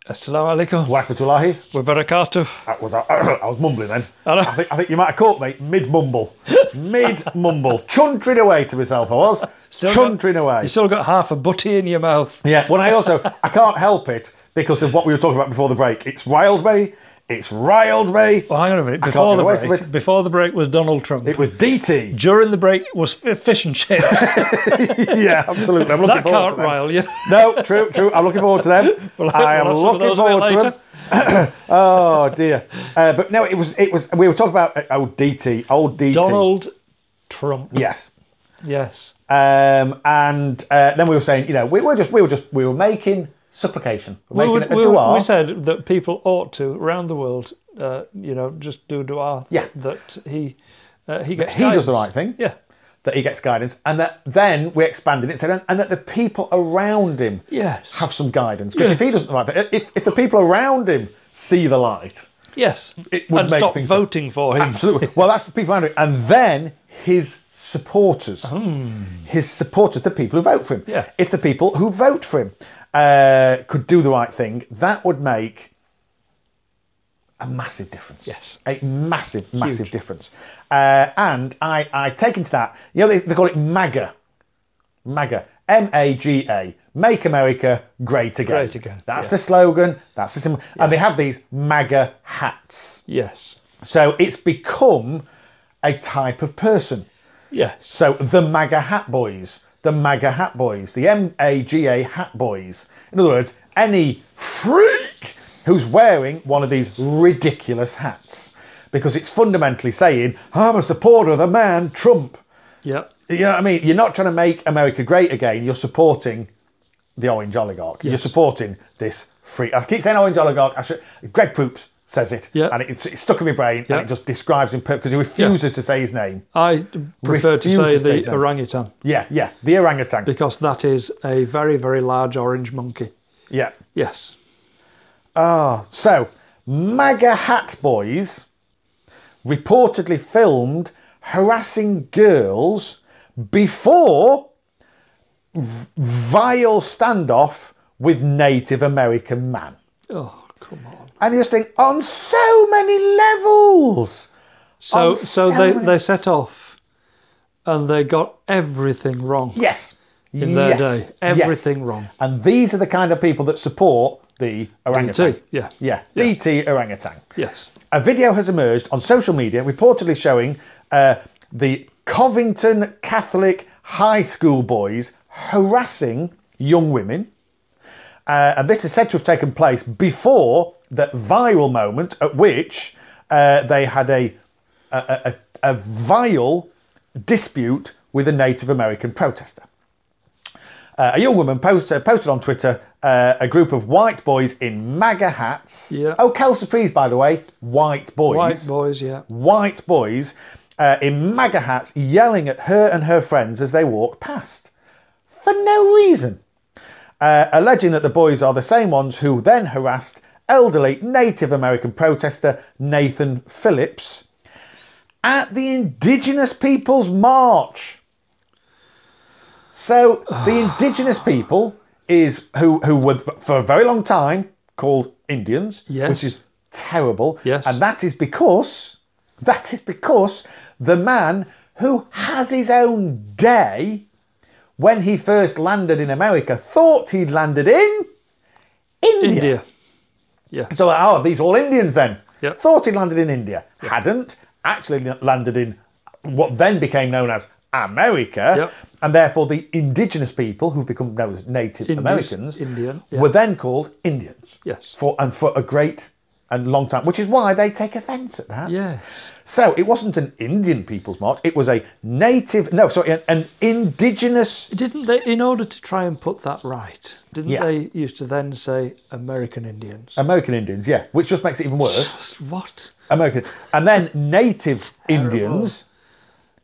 Speaker 2: Assalamu alaikum.
Speaker 4: Wa rahmatullahi.
Speaker 2: Wa barakatuh.
Speaker 4: That was I, I was mumbling then.
Speaker 2: Hello.
Speaker 4: I think I think you might have caught me mid mumble, mid mumble, chuntering away to myself. I was
Speaker 2: got-
Speaker 4: chuntering away.
Speaker 2: You still got half a butty in your mouth.
Speaker 4: Yeah, well, I also I can't help it because of what we were talking about before the break. It's riled me. It's riled me.
Speaker 2: Well, Oh, hang on a minute.
Speaker 4: I can't
Speaker 2: Before
Speaker 4: get
Speaker 2: the
Speaker 4: away from
Speaker 2: break,
Speaker 4: it.
Speaker 2: before the break was Donald Trump.
Speaker 4: It was DT.
Speaker 2: During the break was f- fish and chips.
Speaker 4: yeah, absolutely. I'm looking
Speaker 2: that
Speaker 4: forward
Speaker 2: can't
Speaker 4: to them.
Speaker 2: rile you.
Speaker 4: No, true, true. I'm looking forward to them.
Speaker 2: Well,
Speaker 4: I am
Speaker 2: we'll have some
Speaker 4: looking
Speaker 2: of those a
Speaker 4: forward
Speaker 2: bit
Speaker 4: to them. oh dear. Uh, but no, it was it was. We were talking about uh, old DT, old DT.
Speaker 2: Donald Trump.
Speaker 4: Yes.
Speaker 2: Yes.
Speaker 4: Um, and uh, then we were saying, you know, we were just we were just we were making supplication,
Speaker 2: We,
Speaker 4: making
Speaker 2: would-
Speaker 4: a
Speaker 2: we,
Speaker 4: dua.
Speaker 2: we said that people ought to around the world, uh, you know, just do dua.
Speaker 4: Yeah.
Speaker 2: That he uh, he gets
Speaker 4: he does the right thing.
Speaker 2: Yeah.
Speaker 4: that he gets guidance, and that then we expanded it, so- and that the people around him
Speaker 2: Yes.
Speaker 4: have some guidance. Because
Speaker 2: Yeah.
Speaker 4: if he doesn't like that, if, if the people around him see the light,
Speaker 2: Yes.
Speaker 4: It would
Speaker 2: and
Speaker 4: make
Speaker 2: stop
Speaker 4: things-
Speaker 2: voting for him.
Speaker 4: Absolutely. Well, that's the people around him. And then his supporters. His supporters, the people who vote for him.
Speaker 2: Hmm. Yeah.
Speaker 4: If the people who vote for him uh, could do the right thing, that would make a massive difference.
Speaker 2: Yes.
Speaker 4: A massive, massive difference. Uh, and I, I take into that, you know, they, they call it MAGA. MAGA. M A G A. Make America Great Again.
Speaker 2: Great again,
Speaker 4: That's
Speaker 2: yeah.
Speaker 4: the slogan. That's the symbol. And they have these MAGA hats.
Speaker 2: Yes.
Speaker 4: So it's become a type of person.
Speaker 2: Yes.
Speaker 4: So the MAGA hat boys, the MAGA hat boys, the M A G A hat boys. In other words, any freak who's wearing one of these ridiculous hats because it's fundamentally saying, I'm a supporter of the man Trump.
Speaker 2: Yep.
Speaker 4: You know what I mean? You're not trying to make America great again. You're supporting the orange oligarch. You're supporting this free. I keep saying orange oligarch. I should, Greg Proops says it,
Speaker 2: Yeah.
Speaker 4: and it's it's stuck in my brain,
Speaker 2: Yeah.
Speaker 4: and it just describes him because he refuses to say his name.
Speaker 2: I prefer to
Speaker 4: Refuse
Speaker 2: say
Speaker 4: to say
Speaker 2: the
Speaker 4: his name.
Speaker 2: orangutan
Speaker 4: Yeah, yeah, the orangutan.
Speaker 2: because that is a very, very large orange monkey.
Speaker 4: yeah.
Speaker 2: Yes.
Speaker 4: So, MAGA hat boys reportedly filmed harassing girls before vile standoff with Native American man.
Speaker 2: Oh, come on.
Speaker 4: And you just think, on so many levels.
Speaker 2: So,
Speaker 4: On
Speaker 2: so
Speaker 4: so
Speaker 2: they,
Speaker 4: many-
Speaker 2: they set off and they got everything wrong.
Speaker 4: Yes.
Speaker 2: In their
Speaker 4: yes.
Speaker 2: day.
Speaker 4: yes.
Speaker 2: Everything wrong.
Speaker 4: And these are the kind of people that support the orangutan.
Speaker 2: DT, yeah.
Speaker 4: Yeah, DT orangutan.
Speaker 2: Yes.
Speaker 4: A video has emerged on social media reportedly showing uh, the Covington Catholic high school boys harassing young women. Uh, and this is said to have taken place before the viral moment at which uh, they had a, a, a, a a vile dispute with a Native American protester. Uh, a young woman post, uh, posted on Twitter uh, a group of white boys in MAGA hats.
Speaker 2: Yeah.
Speaker 4: Oh, Kel surprise, by the way, white boys.
Speaker 2: White boys, yeah.
Speaker 4: White boys uh, in MAGA hats yelling at her and her friends as they walk past for no reason. Uh, alleging that the boys are the same ones who then harassed elderly Native American protester Nathan Phillips at the Indigenous Peoples March. So the Indigenous people is who who were for a very long time called Indians,
Speaker 2: Yes.
Speaker 4: which is terrible.
Speaker 2: Yes.
Speaker 4: And that is because that is because the man who has his own day when he first landed in America thought he'd landed in India.
Speaker 2: India.
Speaker 4: So, oh, these are all Indians then.
Speaker 2: Yep.
Speaker 4: Thought he'd landed in India. Hadn't. Actually landed in what then became known as America.
Speaker 2: Yep.
Speaker 4: And therefore, the indigenous people who've become known as Native
Speaker 2: Indies,
Speaker 4: Americans
Speaker 2: Indian, yeah.
Speaker 4: were then called Indians.
Speaker 2: Yes.
Speaker 4: For, and for a great and long time, which is why they take offence at that.
Speaker 2: Yes.
Speaker 4: So it wasn't an Indian people's march, it was a native, no, sorry, an, an indigenous.
Speaker 2: Didn't they, in order to try and put that right, didn't
Speaker 4: Yeah.
Speaker 2: they used to then say American Indians?
Speaker 4: American Indians, yeah, which just makes it even worse.
Speaker 2: What?
Speaker 4: American, and then native Indians.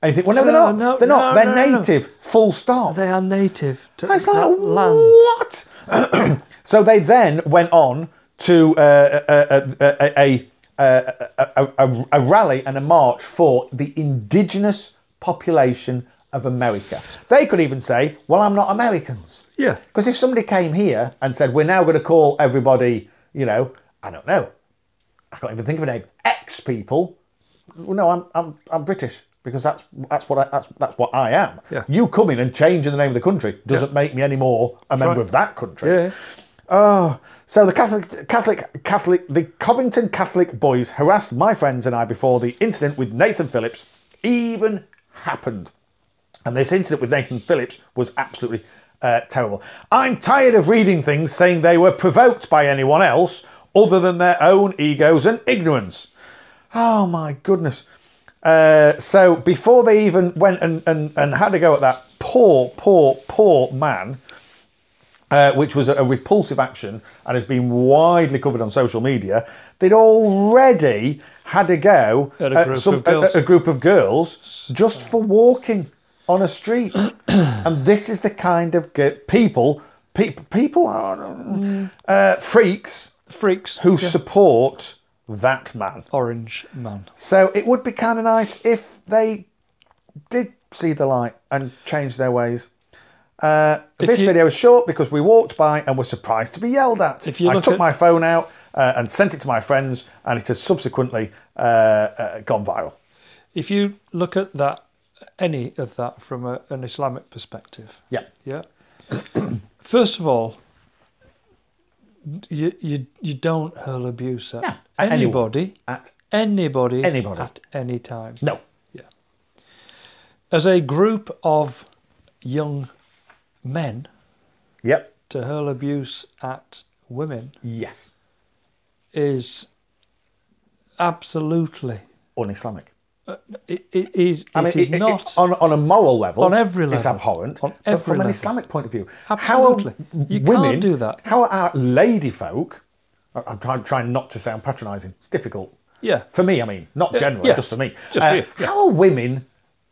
Speaker 4: And you think, well, no, they're
Speaker 2: No,
Speaker 4: not.
Speaker 2: no,
Speaker 4: they're not.
Speaker 2: no,
Speaker 4: they're
Speaker 2: no, no.
Speaker 4: native. Full stop.
Speaker 2: They are native to
Speaker 4: It's
Speaker 2: that
Speaker 4: like
Speaker 2: land.
Speaker 4: what? so they then went on to uh, a, a, a, a, a, a, a rally and a march for the indigenous population of America. They could even say, "Well, I'm not Americans."
Speaker 2: Yeah.
Speaker 4: Because if somebody came here and said, we're now going to call everybody, you know, I don't know, I can't even think of a name, X people, well, no, I'm, I'm, I'm British because that's, that's, what I, that's, that's what I am.
Speaker 2: Yeah.
Speaker 4: You coming and changing the name of the country doesn't make me any more a member
Speaker 2: right.
Speaker 4: of that country.
Speaker 2: Yeah.
Speaker 4: So the Catholic, Catholic, Catholic, the Covington Catholic boys harassed my friends and I before the incident with Nathan Phillips even happened. And this incident with Nathan Phillips was absolutely uh, terrible. I'm tired of reading things saying they were provoked by anyone else other than their own egos and ignorance. Oh my goodness. Uh, so before they even went and, and, and had a go at that poor, poor, poor man, uh, which was a, a repulsive action and has been widely covered on social media, they'd already had a go
Speaker 2: At a group of
Speaker 4: at-
Speaker 2: girls.
Speaker 4: at a group of girls just for walking on a street. and this is the kind of g- people, pe- people are uh, freaks
Speaker 2: Freaks.
Speaker 4: who support that man.
Speaker 2: Orange Man.
Speaker 4: So it would be kind of nice if they did see the light and change their ways. Uh, this
Speaker 2: you-
Speaker 4: video is short because we walked by and were surprised to be yelled at.
Speaker 2: If you
Speaker 4: I
Speaker 2: look
Speaker 4: took
Speaker 2: at-
Speaker 4: my phone out uh, and sent it to my friends, and it has subsequently uh, uh, gone viral.
Speaker 2: If you look at that, any of that from a, an Islamic perspective,
Speaker 4: Yeah.
Speaker 2: yeah. First of all, you you you don't hurl abuse at
Speaker 4: at anyone.
Speaker 2: anybody,
Speaker 4: At
Speaker 2: anybody,
Speaker 4: Anybody.
Speaker 2: at any time.
Speaker 4: no.
Speaker 2: As a group of young men
Speaker 4: Yep.
Speaker 2: to hurl abuse at women
Speaker 4: Yes.
Speaker 2: is absolutely uh,
Speaker 4: Un-Islamic.
Speaker 2: it, it is
Speaker 4: I mean,
Speaker 2: it is
Speaker 4: it- it-
Speaker 2: not
Speaker 4: on, on a moral level.
Speaker 2: On every
Speaker 4: it's
Speaker 2: level.
Speaker 4: abhorrent.
Speaker 2: On
Speaker 4: but
Speaker 2: every
Speaker 4: from an
Speaker 2: level.
Speaker 4: Islamic point of view,
Speaker 2: Absolutely.
Speaker 4: how are
Speaker 2: You can't
Speaker 4: women
Speaker 2: do that.
Speaker 4: How are our lady folk? I- I'm trying, trying not to sound patronising. It's difficult
Speaker 2: yeah
Speaker 4: for me. I mean, not generally,
Speaker 2: yeah.
Speaker 4: just for me. uh,
Speaker 2: Just for you, yeah.
Speaker 4: How are women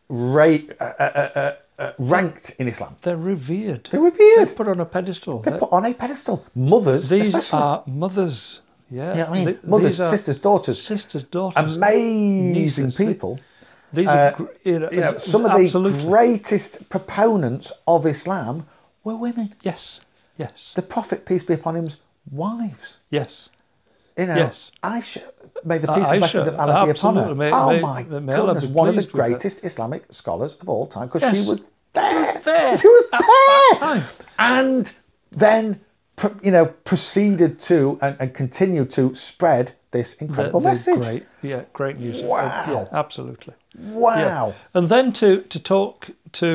Speaker 4: ra- uh, uh, uh, uh, ranked in Islam?
Speaker 2: they're revered
Speaker 4: They're revered.
Speaker 2: They're put on a pedestal
Speaker 4: They're put on a pedestal. Mothers,
Speaker 2: Uh, these
Speaker 4: especially.
Speaker 2: are mothers yeah,
Speaker 4: you know what I mean,
Speaker 2: Th-
Speaker 4: mothers,
Speaker 2: these are
Speaker 4: sisters, daughters,
Speaker 2: sisters daughters
Speaker 4: amazing
Speaker 2: nieces, they-
Speaker 4: people.
Speaker 2: these are gr- you know,
Speaker 4: you know, some of the
Speaker 2: absolutely.
Speaker 4: greatest proponents of Islam were women.
Speaker 2: yes yes
Speaker 4: The Prophet, peace be upon him's wives.
Speaker 2: yes
Speaker 4: You know,
Speaker 2: Yes.
Speaker 4: Aisha, may the peace and
Speaker 2: Aisha,
Speaker 4: blessings of Allah be upon her.
Speaker 2: absolutely. May-
Speaker 4: oh
Speaker 2: may-
Speaker 4: my
Speaker 2: may Allah
Speaker 4: goodness,
Speaker 2: be
Speaker 4: one of the
Speaker 2: pleased with her.
Speaker 4: greatest Islamic scholars of all time because she
Speaker 2: Yes.
Speaker 4: was there.
Speaker 2: there
Speaker 4: She was
Speaker 2: at that
Speaker 4: there.
Speaker 2: time.
Speaker 4: And then, pr- you know, proceeded to and, and continued to spread this
Speaker 2: They're-
Speaker 4: incredible
Speaker 2: they're
Speaker 4: message.
Speaker 2: great yeah great news Uh,
Speaker 4: Wow.
Speaker 2: yeah, absolutely
Speaker 4: Wow.
Speaker 2: and then to to talk to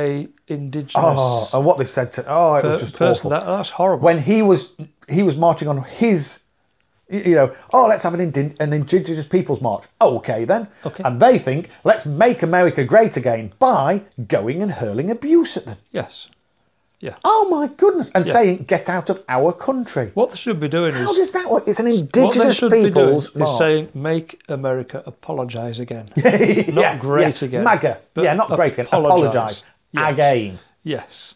Speaker 2: a indigenous
Speaker 4: Oh, and what they said to oh, it was
Speaker 2: per-
Speaker 4: just awful.
Speaker 2: person that, oh, that's horrible
Speaker 4: when he was he was marching on his y- you know oh let's have an, indi- an indigenous people's march oh, okay then
Speaker 2: Okay.
Speaker 4: and they think let's make america great again by going and hurling abuse at them
Speaker 2: yes yeah
Speaker 4: oh my goodness and saying get out of our country
Speaker 2: what they should be doing
Speaker 4: how
Speaker 2: is
Speaker 4: does that work it's an
Speaker 2: What they
Speaker 4: indigenous
Speaker 2: should be doing
Speaker 4: people's
Speaker 2: is
Speaker 4: march
Speaker 2: saying, "Make America apologise again."
Speaker 4: not
Speaker 2: great
Speaker 4: yeah.
Speaker 2: again,
Speaker 4: maga
Speaker 2: but
Speaker 4: yeah not great again apologize
Speaker 2: apologise. Yeah.
Speaker 4: again
Speaker 2: yes,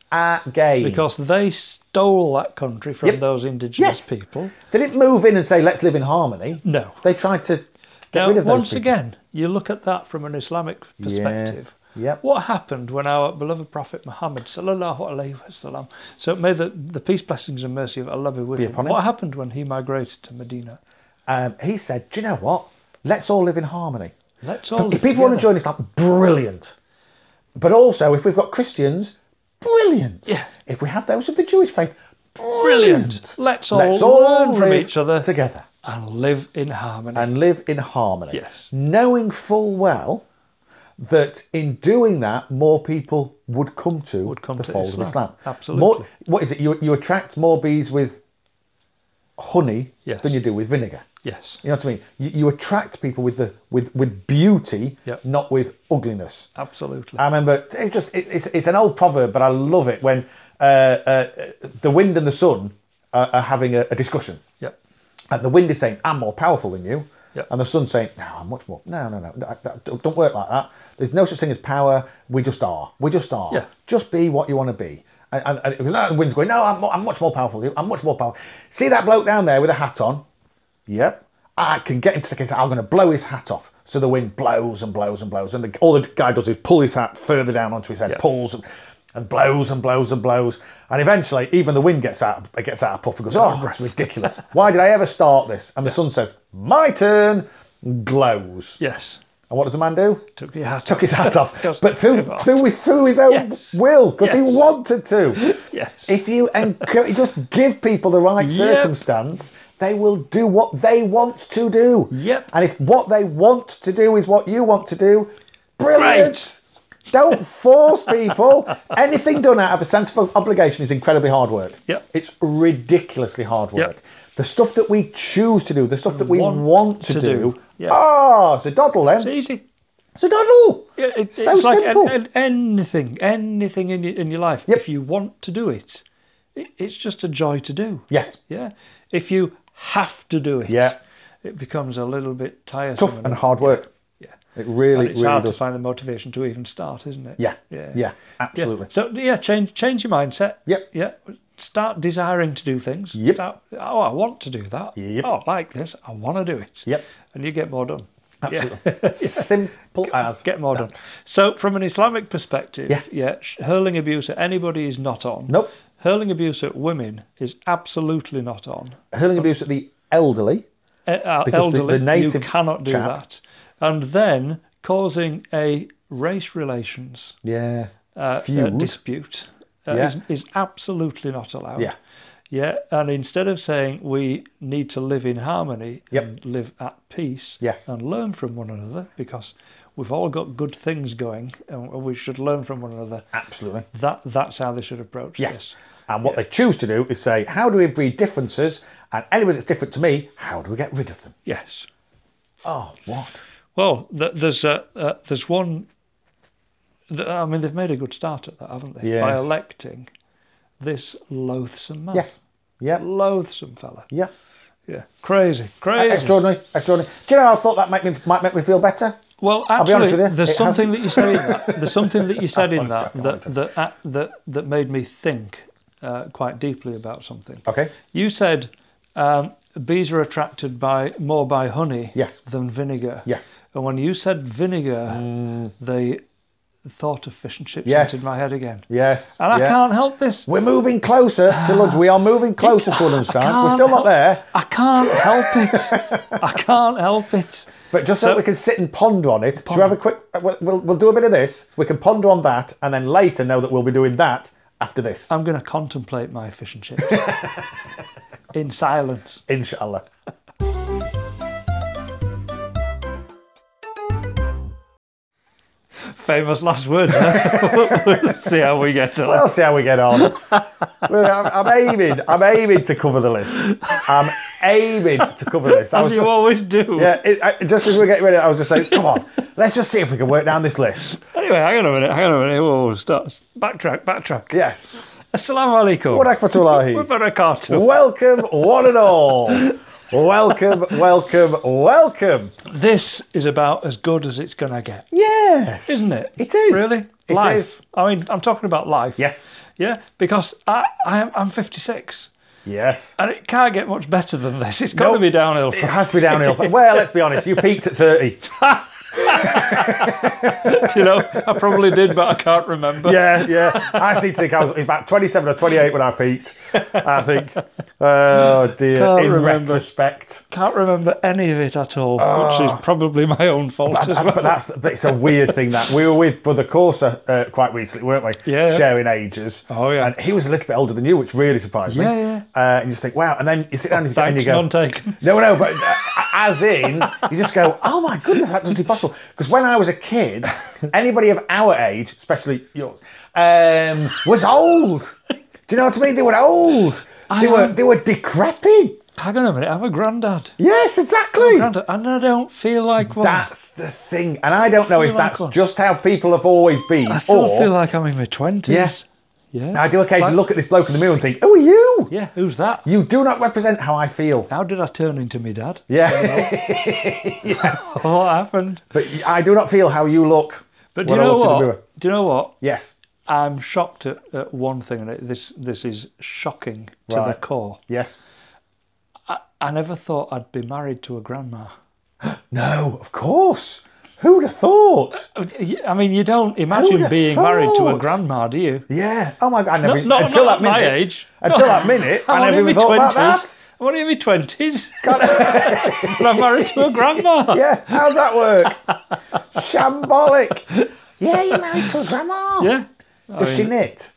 Speaker 4: again
Speaker 2: because they stole that country from
Speaker 4: Yep.
Speaker 2: those indigenous
Speaker 4: Yes.
Speaker 2: people.
Speaker 4: they didn't move in and say let's live in harmony
Speaker 2: No.
Speaker 4: they tried to get
Speaker 2: Now,
Speaker 4: rid of those
Speaker 2: once
Speaker 4: people
Speaker 2: again, you look at that from an Islamic perspective.
Speaker 4: Yep.
Speaker 2: What happened when our beloved Prophet Muhammad, sallallahu alaihi wasallam, so may the, the peace, blessings, and mercy of Allah be with him.
Speaker 4: upon him.
Speaker 2: What happened when he migrated to Medina?
Speaker 4: um, he said, "Do you know what? Let's all live in harmony.
Speaker 2: Let's all.
Speaker 4: if people want to
Speaker 2: together.
Speaker 4: join Islam, brilliant. But also, if we've got Christians, brilliant.
Speaker 2: Yeah.
Speaker 4: If we have those of the Jewish faith,
Speaker 2: brilliant.
Speaker 4: brilliant.
Speaker 2: Let's all learn from
Speaker 4: live
Speaker 2: each other
Speaker 4: together
Speaker 2: and live in harmony.
Speaker 4: and live in harmony,
Speaker 2: Yes.
Speaker 4: knowing full well." That in doing that, more people would come to
Speaker 2: come
Speaker 4: the
Speaker 2: to
Speaker 4: fold of
Speaker 2: Islam.
Speaker 4: Islam.
Speaker 2: Absolutely.
Speaker 4: More, what is it? You, you attract more bees with honey
Speaker 2: Yes.
Speaker 4: than you do with vinegar.
Speaker 2: yes.
Speaker 4: You know what I mean? You, you attract people with the with with beauty,
Speaker 2: Yep.
Speaker 4: not with ugliness.
Speaker 2: Absolutely.
Speaker 4: I remember it just it, it's it's an old proverb, but I love it when uh, uh, the wind and the sun are, are having a, a discussion,
Speaker 2: yep.
Speaker 4: and the wind is saying, "I'm more powerful than you."
Speaker 2: Yep.
Speaker 4: And the sun's saying, no, I'm much more. No, no, no. That, that- don't- don't work like that. There's no such thing as power. We just are. We just are.
Speaker 2: Yeah.
Speaker 4: Just be what you want to be. And, and, and it was, no, the wind's going, no, I'm, mo- I'm much more powerful than you. I'm much more powerful. See that bloke down there with a hat on? Yep. I can get him to take his hat. I'm going to blow his hat off. So the wind blows and blows and blows. And the, all the guy does is pull his hat further down onto his head,
Speaker 2: Yeah.
Speaker 4: pulls and, and blows and blows and blows. And eventually, even the wind gets out, it gets out of puff and goes, oh, that's ridiculous. Why did I ever start this? And the sun says, my turn, glows.
Speaker 2: Yes.
Speaker 4: And what does the man do?
Speaker 2: Took your hat.
Speaker 4: Took his hat off,
Speaker 2: Just
Speaker 4: but through,
Speaker 2: took it off.
Speaker 4: through, with- through his own
Speaker 2: Yes.
Speaker 4: will, because he
Speaker 2: Yes.
Speaker 4: wanted to.
Speaker 2: Yes.
Speaker 4: If you encourage, just give people the right circumstance, they will do what they want to do.
Speaker 2: Yep.
Speaker 4: And if what they want to do is what you want to do, brilliant. Don't force people. Anything done out of a sense of obligation is incredibly hard work.
Speaker 2: Yep.
Speaker 4: It's ridiculously hard work. The stuff that we choose to do, the stuff that we want,
Speaker 2: Want
Speaker 4: to,
Speaker 2: to
Speaker 4: do,
Speaker 2: do. Yep.
Speaker 4: ah, so doddle then.
Speaker 2: It's easy.
Speaker 4: So doddle.
Speaker 2: Yeah, it- it's
Speaker 4: so
Speaker 2: like an-
Speaker 4: simple.
Speaker 2: an- anything, anything in your, in your life.
Speaker 4: Yep.
Speaker 2: If you want to do it, it, it's just a joy to do.
Speaker 4: yes.
Speaker 2: Yeah. If you have to do it,
Speaker 4: Yeah.
Speaker 2: it becomes a little bit tiresome.
Speaker 4: Tough and hard work.
Speaker 2: Yeah.
Speaker 4: It really,
Speaker 2: And it's
Speaker 4: really
Speaker 2: hard
Speaker 4: does.
Speaker 2: to find the motivation to even start, isn't it?
Speaker 4: Yeah.
Speaker 2: Yeah.
Speaker 4: Yeah. Absolutely.
Speaker 2: So yeah, change change your mindset.
Speaker 4: Yep.
Speaker 2: Yeah. start desiring to do things.
Speaker 4: Yep.
Speaker 2: Start, oh, I want to do that.
Speaker 4: Yep.
Speaker 2: Oh, I like this. I want to do it.
Speaker 4: Yep.
Speaker 2: And you get more done.
Speaker 4: Absolutely. Simple as.
Speaker 2: Get more
Speaker 4: that.
Speaker 2: done. So, from an Islamic perspective,
Speaker 4: Yeah.
Speaker 2: sh- hurling abuse at anybody is not on.
Speaker 4: Nope.
Speaker 2: Hurling abuse at women is absolutely not on.
Speaker 4: Hurling abuse at the elderly.
Speaker 2: E- uh,
Speaker 4: Because the-
Speaker 2: elderly,
Speaker 4: the native
Speaker 2: you cannot do
Speaker 4: chap-
Speaker 2: that. And then causing a race relations
Speaker 4: Yeah.
Speaker 2: uh, uh,
Speaker 4: Feud.
Speaker 2: dispute uh,
Speaker 4: Yeah.
Speaker 2: is, is absolutely not allowed.
Speaker 4: yeah.
Speaker 2: Yeah, and instead of saying we need to live in harmony
Speaker 4: Yep.
Speaker 2: and live at peace
Speaker 4: Yes.
Speaker 2: and learn from one another because we've all got good things going and we should learn from one another.
Speaker 4: Absolutely.
Speaker 2: That that's how they should approach
Speaker 4: Yes.
Speaker 2: this.
Speaker 4: And what they choose to do is say, how do we breed differences? And anybody that's different to me, how do we get rid of them?
Speaker 2: Yes.
Speaker 4: Oh, what?
Speaker 2: Well, th- there's uh, uh, there's one. Th- I mean, they've made a good start at that, haven't they? By
Speaker 4: Yes.
Speaker 2: electing this loathsome man.
Speaker 4: Yes. Yeah.
Speaker 2: Loathsome fella.
Speaker 4: Yeah.
Speaker 2: Yeah. Crazy. Crazy.
Speaker 4: E, Extraordinary. Extraordinary. Do you know how I thought that might, me, might make me feel better?
Speaker 2: Well, actually,
Speaker 4: be honest with you,
Speaker 2: there's
Speaker 4: it
Speaker 2: something
Speaker 4: hasn't.
Speaker 2: that you said in that. There's something that you said in
Speaker 4: I'm
Speaker 2: that
Speaker 4: joking, I'm
Speaker 2: that
Speaker 4: joking.
Speaker 2: that, uh, that that made me think uh, quite deeply about something.
Speaker 4: Okay.
Speaker 2: You said um, bees are attracted by more by honey
Speaker 4: Yes.
Speaker 2: than vinegar.
Speaker 4: Yes.
Speaker 2: And when you said vinegar, the thought of fish and chips
Speaker 4: Mm. Yes.
Speaker 2: entered my head again,
Speaker 4: Yes.
Speaker 2: and I
Speaker 4: yeah.
Speaker 2: can't help this.
Speaker 4: We're moving closer to lunch. We are moving closer to lunchtime. We're
Speaker 2: Ah. can't
Speaker 4: still not
Speaker 2: help-
Speaker 4: there,
Speaker 2: I can't help it. I can't help it.
Speaker 4: but just so, that we can sit and ponder on it, should we have a quick? uh, We'll, we'll, we'll do a bit of this. We can ponder on that, and then later know that we'll be doing that after this.
Speaker 2: I'm going to contemplate my fish and chips in silence.
Speaker 4: Inshallah.
Speaker 2: famous last words. Let's see how we get on.
Speaker 4: We'll see how we get on. Well, I'm, I'm aiming. I'm aiming to cover the list. I'm aiming to cover the list. I
Speaker 2: As
Speaker 4: was
Speaker 2: you
Speaker 4: just.
Speaker 2: always do.
Speaker 4: Yeah, it, I, just as we are getting ready, I was just saying, come on, let's just see if we can work down this list.
Speaker 2: Anyway, hang on a minute. Hang on a minute. Whoa, whoa, stop. Backtrack, backtrack.
Speaker 4: Yes.
Speaker 2: Assalamu alaikum.
Speaker 4: What akmatullahi?
Speaker 2: Wa barakatuh.
Speaker 4: Welcome, one and all. Welcome, welcome, welcome.
Speaker 2: This is about as good as it's going to get,
Speaker 4: Yes.
Speaker 2: isn't it?
Speaker 4: It is.
Speaker 2: Really?
Speaker 4: It
Speaker 2: life.
Speaker 4: is.
Speaker 2: I mean, I'm talking about life.
Speaker 4: Yes.
Speaker 2: Yeah, because I, I am, I'm 56
Speaker 4: Yes.
Speaker 2: and it can't get much better than this. It's got to
Speaker 4: Nope.
Speaker 2: be downhill.
Speaker 4: It has to be downhill. well, let's be honest, you peaked at 30.
Speaker 2: you know, I probably did, but I can't remember.
Speaker 4: Yeah, yeah. I seem to think I was about 27 or 28 when I peaked, I think. Oh, dear.
Speaker 2: Can't
Speaker 4: In
Speaker 2: remember.
Speaker 4: retrospect.
Speaker 2: Can't remember any of it at all,
Speaker 4: Ah.
Speaker 2: which is probably my own fault as well.
Speaker 4: but that's but it's a weird thing that we were with Brother Corsa uh, quite recently, weren't we?
Speaker 2: Yeah, yeah.
Speaker 4: Sharing ages.
Speaker 2: Oh, yeah.
Speaker 4: And he was a little bit older than you, which really surprised
Speaker 2: Yeah,
Speaker 4: me.
Speaker 2: yeah. Oh,
Speaker 4: Uh, and you just think, wow. And then you sit down and, you think- and
Speaker 2: Thanks,
Speaker 4: you go,
Speaker 2: none taken.
Speaker 4: No, no, but uh, as in, you just go, oh my goodness, that doesn't seem possible. Because when I was a kid, anybody of our age, especially yours, um, was old. Do you know what I mean? They were old. They were
Speaker 2: am-
Speaker 4: they were decrepit.
Speaker 2: Hang on a minute, I'm a granddad.
Speaker 4: Yes, exactly.
Speaker 2: Granddad, and I don't feel like one.
Speaker 4: That's the thing, and I don't know if
Speaker 2: like
Speaker 4: that's
Speaker 2: one.
Speaker 4: just how people have always been,
Speaker 2: I still
Speaker 4: or
Speaker 2: feel like I'm in my twenties.
Speaker 4: Yeah.
Speaker 2: Yeah.
Speaker 4: I do occasionally look at this bloke in the mirror and think, "Who are you?
Speaker 2: yeah. Who's that?
Speaker 4: You do not represent how I feel."
Speaker 2: How did I turn into me dad?
Speaker 4: Yeah,
Speaker 2: What happened?
Speaker 4: but I do not feel how you look.
Speaker 2: But do you
Speaker 4: when I
Speaker 2: know
Speaker 4: look in the
Speaker 2: what?
Speaker 4: mirror.
Speaker 2: Do you know what?
Speaker 4: Yes,
Speaker 2: I'm shocked at, at one thing, and it, this this is shocking to the
Speaker 4: Right.
Speaker 2: core.
Speaker 4: yes.
Speaker 2: I never thought I'd be married to a grandma.
Speaker 4: No, of course. Who'd have thought?
Speaker 2: I mean, y- I mean, you don't imagine
Speaker 4: have
Speaker 2: being married to a
Speaker 4: thought?
Speaker 2: grandma, do you?
Speaker 4: Yeah. Oh my god! I never,
Speaker 2: Not, not,
Speaker 4: until
Speaker 2: not
Speaker 4: that minute.
Speaker 2: my age.
Speaker 4: Until that minute, I
Speaker 2: I'm only
Speaker 4: never
Speaker 2: in my
Speaker 4: even thought about
Speaker 2: 20s.
Speaker 4: that.
Speaker 2: I'm only in my twenties. and I'm married to a grandma.
Speaker 4: Yeah. How's that work? Shambolic. Yeah, you're married to a grandma.
Speaker 2: Yeah.
Speaker 4: Does she knit?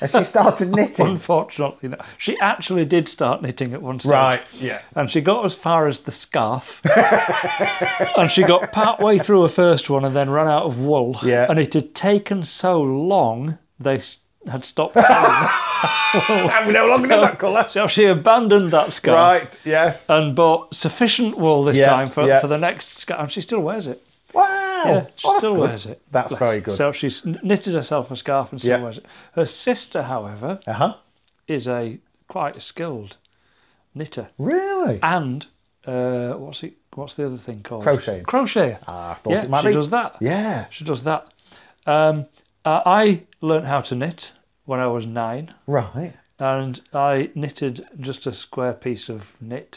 Speaker 4: Has she started knitting?
Speaker 2: Unfortunately, no. She actually did start knitting at one stage.
Speaker 4: Right. Yeah.
Speaker 2: And she got as far as the scarf. and she got part way through her first one and then ran out of wool.
Speaker 4: Yeah.
Speaker 2: And it had taken so long, they s- had stopped selling.
Speaker 4: And Ah, we no longer know that colour.
Speaker 2: so she abandoned that scarf.
Speaker 4: Right. Yes.
Speaker 2: And bought sufficient wool this
Speaker 4: Yeah,
Speaker 2: time for,
Speaker 4: yeah.
Speaker 2: for the next scarf. And she still wears it.
Speaker 4: Wow.
Speaker 2: Yeah, she
Speaker 4: Oh, that's
Speaker 2: still
Speaker 4: good.
Speaker 2: wears it.
Speaker 4: That's very good.
Speaker 2: So she's kn- knitted herself a scarf and still
Speaker 4: Yeah.
Speaker 2: wears it. Her sister, however,
Speaker 4: Uh huh.
Speaker 2: is a quite skilled knitter.
Speaker 4: Really?
Speaker 2: and uh, what's it? What's the other thing called?
Speaker 4: Crocheting.
Speaker 2: Crochet.
Speaker 4: Ah, I thought
Speaker 2: yeah,
Speaker 4: it might
Speaker 2: she
Speaker 4: be.
Speaker 2: does that.
Speaker 4: Yeah.
Speaker 2: She does that. Um, uh, I learnt how to knit when I was nine,
Speaker 4: Right.
Speaker 2: and I knitted just a square piece of knit,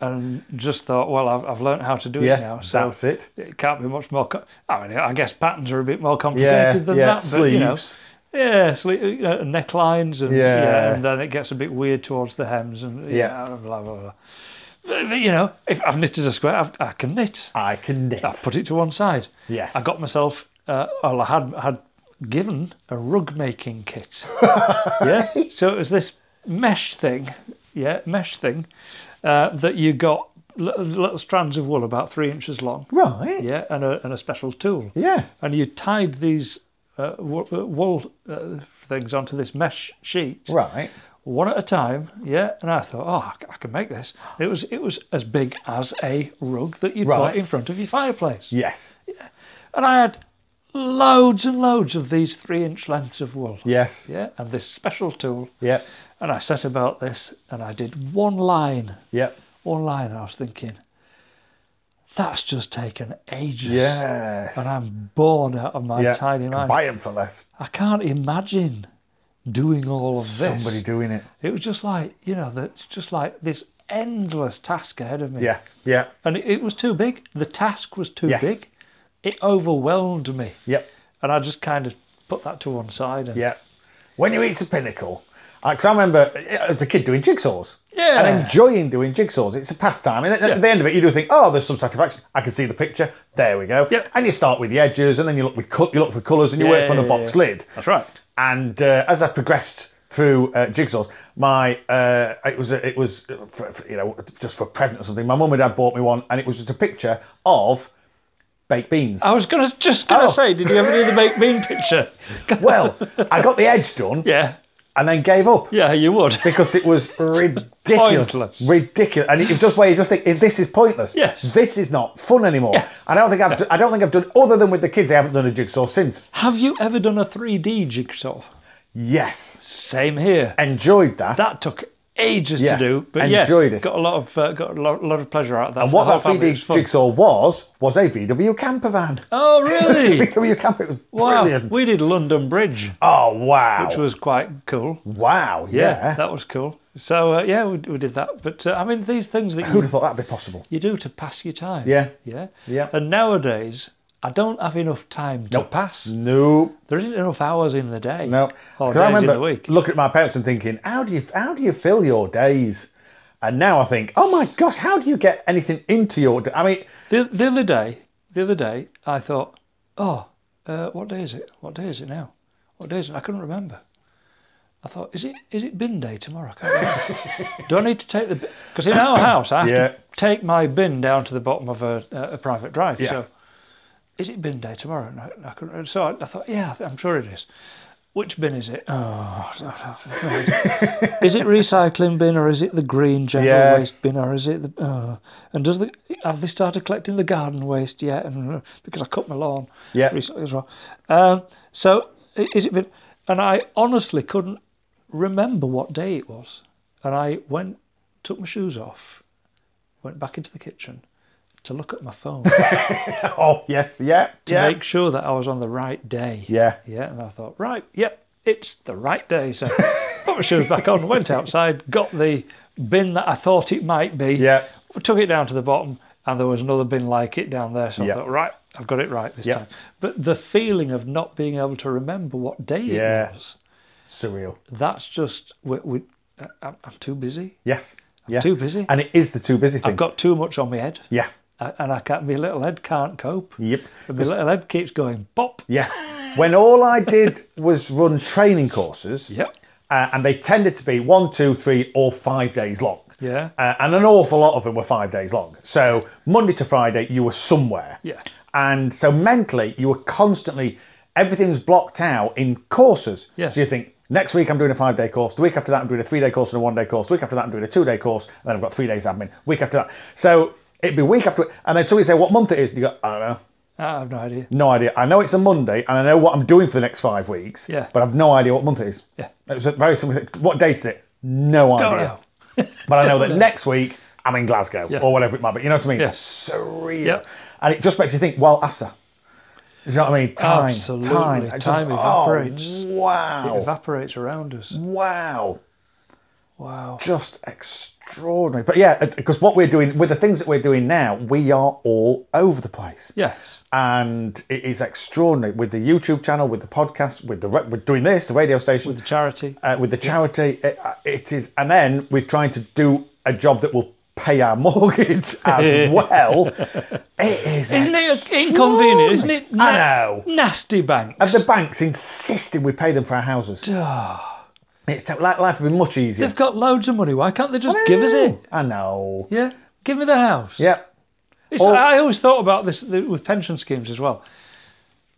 Speaker 2: and just thought, well, I've, I've learned how to do
Speaker 4: Yeah,
Speaker 2: it now, so
Speaker 4: that's it.
Speaker 2: it can't be much more. Co- I mean, I guess patterns are a bit more
Speaker 4: Yeah,
Speaker 2: complicated than
Speaker 4: yeah,
Speaker 2: that, but
Speaker 4: sleeves.
Speaker 2: you know, yeah, sli- you know, necklines and yeah.
Speaker 4: Yeah.
Speaker 2: and then it gets a bit weird towards the hems and
Speaker 4: Yeah.
Speaker 2: yeah, blah blah blah. But, but, you know, if I've knitted a square, I've, I can knit.
Speaker 4: I can knit.
Speaker 2: I put it to one side.
Speaker 4: Yes.
Speaker 2: I got myself, uh, well, I had had given a rug making kit. yeah. So it was this mesh thing, yeah, mesh thing, uh, that you got little, little strands of wool about three inches long,
Speaker 4: Right.
Speaker 2: yeah, and a, and a special tool.
Speaker 4: Yeah.
Speaker 2: And you tied these uh, wo- uh, wool uh, things onto this mesh sheet,
Speaker 4: Right.
Speaker 2: one at a time, yeah. And I thought, oh, I c- I can make this. It was it was as big as a rug that you would
Speaker 4: Right.
Speaker 2: got in front of your fireplace.
Speaker 4: Yes.
Speaker 2: And I had loads and loads of these three inch lengths of wool.
Speaker 4: Yes.
Speaker 2: Yeah, and this special tool.
Speaker 4: Yeah.
Speaker 2: And I set about this and I did one line.
Speaker 4: Yeah.
Speaker 2: One line. And I was thinking, that's just taken ages.
Speaker 4: Yes.
Speaker 2: And I'm bored out of my
Speaker 4: yeah.
Speaker 2: tiny
Speaker 4: Can
Speaker 2: mind.
Speaker 4: buy 'em for less.
Speaker 2: I can't imagine doing all of this.
Speaker 4: Somebody doing it.
Speaker 2: It was just like, you know, that's just like this endless task ahead of me.
Speaker 4: Yeah. Yeah.
Speaker 2: And it, it was too big. The task was too
Speaker 4: Yes.
Speaker 2: big. It overwhelmed me.
Speaker 4: Yep.
Speaker 2: and I just kind of put that to one side. And,
Speaker 4: Yeah. When you reach the pinnacle, because I remember uh, as a kid doing jigsaws.
Speaker 2: Yeah.
Speaker 4: And enjoying doing jigsaws. It's a pastime. And at
Speaker 2: Yeah.
Speaker 4: the end of it, you do think, oh, there's some satisfaction. I can see the picture. There we go.
Speaker 2: Yep.
Speaker 4: And you start with the edges, and then you look with col- you look for colours, and you work from the
Speaker 2: Yeah.
Speaker 4: box lid.
Speaker 2: That's right.
Speaker 4: And uh, as I progressed through uh, jigsaws, my uh, it was it was uh, for, for, you know just for a present or something. My mum and dad bought me one, and it was just a picture of baked beans.
Speaker 2: I was gonna just gonna
Speaker 4: Oh.
Speaker 2: say, did you ever do the baked bean picture?
Speaker 4: Well, I got the edge done,
Speaker 2: yeah,
Speaker 4: and then gave up.
Speaker 2: yeah, you would.
Speaker 4: because it was ridiculous,
Speaker 2: Pointless.
Speaker 4: ridiculous, and it just where you just think "If this is pointless.
Speaker 2: Yes.
Speaker 4: This is not fun anymore.
Speaker 2: Yeah.
Speaker 4: I don't think I've d- I don't think I've done other than with the kids. I haven't done a jigsaw since.
Speaker 2: Have you ever done a 3D jigsaw?
Speaker 4: Yes,
Speaker 2: Same here.
Speaker 4: enjoyed that.
Speaker 2: That took ages
Speaker 4: Yeah,
Speaker 2: to do, but
Speaker 4: enjoyed
Speaker 2: yeah,
Speaker 4: it.
Speaker 2: got a lot of uh, got a lot, lot of pleasure out of that.
Speaker 4: and what
Speaker 2: The whole
Speaker 4: that
Speaker 2: family was
Speaker 4: 3D
Speaker 2: fun.
Speaker 4: jigsaw was was a VW camper van.
Speaker 2: Oh
Speaker 4: It was a
Speaker 2: really?
Speaker 4: VW camper. It was
Speaker 2: wow,
Speaker 4: brilliant.
Speaker 2: we did London Bridge,
Speaker 4: oh wow!
Speaker 2: which was quite cool.
Speaker 4: wow. Yeah.
Speaker 2: that was cool. So uh, yeah, we, we did that. But uh, I mean, these things that you
Speaker 4: Who'd have thought that'd be possible?
Speaker 2: you do to pass your time.
Speaker 4: Yeah.
Speaker 2: Yeah.
Speaker 4: Yeah.
Speaker 2: And nowadays, I don't have enough time to
Speaker 4: Nope.
Speaker 2: pass.
Speaker 4: No,
Speaker 2: There isn't enough hours in the day.
Speaker 4: no.
Speaker 2: Or
Speaker 4: Because
Speaker 2: days
Speaker 4: I
Speaker 2: in the
Speaker 4: remember
Speaker 2: week.
Speaker 4: looking at my parents and thinking, how do you how do you fill your days? And now I think, oh my gosh, how do you get anything into your? d- I mean,
Speaker 2: The, the other day, the other day, I thought, oh, uh, what day is it? What day is it now? What day is it? I couldn't remember. I thought, is it is it bin day tomorrow? I can't remember. Do I need to take the because in our house I have
Speaker 4: Yeah.
Speaker 2: to take my bin down to the bottom of a, uh, a private drive.
Speaker 4: Yes.
Speaker 2: So is it bin day tomorrow? And I, I couldn't. So I, I thought, yeah, I'm sure it is. Which bin is it? Oh, I don't know. is it recycling bin or is it the green general
Speaker 4: Yes.
Speaker 2: waste bin or is it the? Oh. And does the have they started collecting the garden waste yet? And uh, because I cut my lawn
Speaker 4: Yeah.
Speaker 2: recently as well. Um, so i- is it been? And I honestly couldn't remember what day it was. And I went, took my shoes off, went back into the kitchen to look at my phone to
Speaker 4: oh yes, yeah, yeah,
Speaker 2: make sure that I was on the right day.
Speaker 4: yeah,
Speaker 2: Yeah, and I thought, right, yep, it's the right day. So put my shoes back on, went outside, got the bin that I thought it might be,
Speaker 4: yeah,
Speaker 2: took it down to the bottom, and there was another bin like it down there. So
Speaker 4: Yeah.
Speaker 2: I thought, right, I've got it right this
Speaker 4: Yeah.
Speaker 2: time. But the feeling of not being able to remember what day
Speaker 4: Yeah.
Speaker 2: it was,
Speaker 4: surreal.
Speaker 2: that's just, we, we, I, I'm I'm too busy.
Speaker 4: Yes, yeah.
Speaker 2: Too busy.
Speaker 4: and it is the too busy thing.
Speaker 2: I've got too much on my head.
Speaker 4: yeah,
Speaker 2: I- And I can't, my little head can't cope.
Speaker 4: yep,
Speaker 2: And my little head keeps going pop.
Speaker 4: yeah. When all I did was run training courses,
Speaker 2: Yep.
Speaker 4: uh, and they tended to be one, two, three, or five days long.
Speaker 2: Yeah.
Speaker 4: Uh, and an awful lot of them were five days long. So Monday to Friday, you were somewhere.
Speaker 2: Yeah.
Speaker 4: And so mentally, you were constantly, everything's blocked out in courses.
Speaker 2: Yeah.
Speaker 4: So you think, next week I'm doing a five day course. The week after that, I'm doing a three day course and a one day course. The week after that, I'm doing a two day course. And then I've got three days admin. Week after that. So it'd be week after And then somebody say, what month it is? And you go, I don't know.
Speaker 2: I have no idea.
Speaker 4: No idea. I know it's a Monday, and I know what I'm doing for the next five weeks.
Speaker 2: Yeah.
Speaker 4: But I've no idea what month it is.
Speaker 2: Yeah.
Speaker 4: It was a very simple. Thing. What date is it? No
Speaker 2: Don't
Speaker 4: idea.
Speaker 2: know.
Speaker 4: But I know that next week I'm in Glasgow
Speaker 2: Yeah.
Speaker 4: or whatever it might be. You know what I mean?
Speaker 2: Yeah.
Speaker 4: Surreal.
Speaker 2: Yeah.
Speaker 4: And it just makes you think. Well, Asa, you know what I mean? Time,
Speaker 2: Absolutely.
Speaker 4: time, I just-
Speaker 2: Time evaporates.
Speaker 4: Oh,
Speaker 2: It
Speaker 4: wow,
Speaker 2: evaporates around us.
Speaker 4: wow,
Speaker 2: Wow.
Speaker 4: just extraordinary. But yeah, because what we're doing with the things that we're doing now, we are all over the place.
Speaker 2: Yes.
Speaker 4: and it is extraordinary with the YouTube channel, with the podcast, with the re- with doing this, the radio station,
Speaker 2: With the charity.
Speaker 4: uh, with the charity. It, uh, it is, and then with trying to do a job that will pay our mortgage as well. It is
Speaker 2: Isn't it inconvenient? Isn't it?
Speaker 4: I
Speaker 2: na-
Speaker 4: know.
Speaker 2: Nasty banks.
Speaker 4: And the banks insisting we pay them for our houses. It's te- li- life would be much easier.
Speaker 2: They've got loads of money. Why can't they just give us it?
Speaker 4: I know.
Speaker 2: Yeah. Give me the house.
Speaker 4: Yeah.
Speaker 2: It's,
Speaker 4: Or-
Speaker 2: I always thought about this th- with pension schemes as well.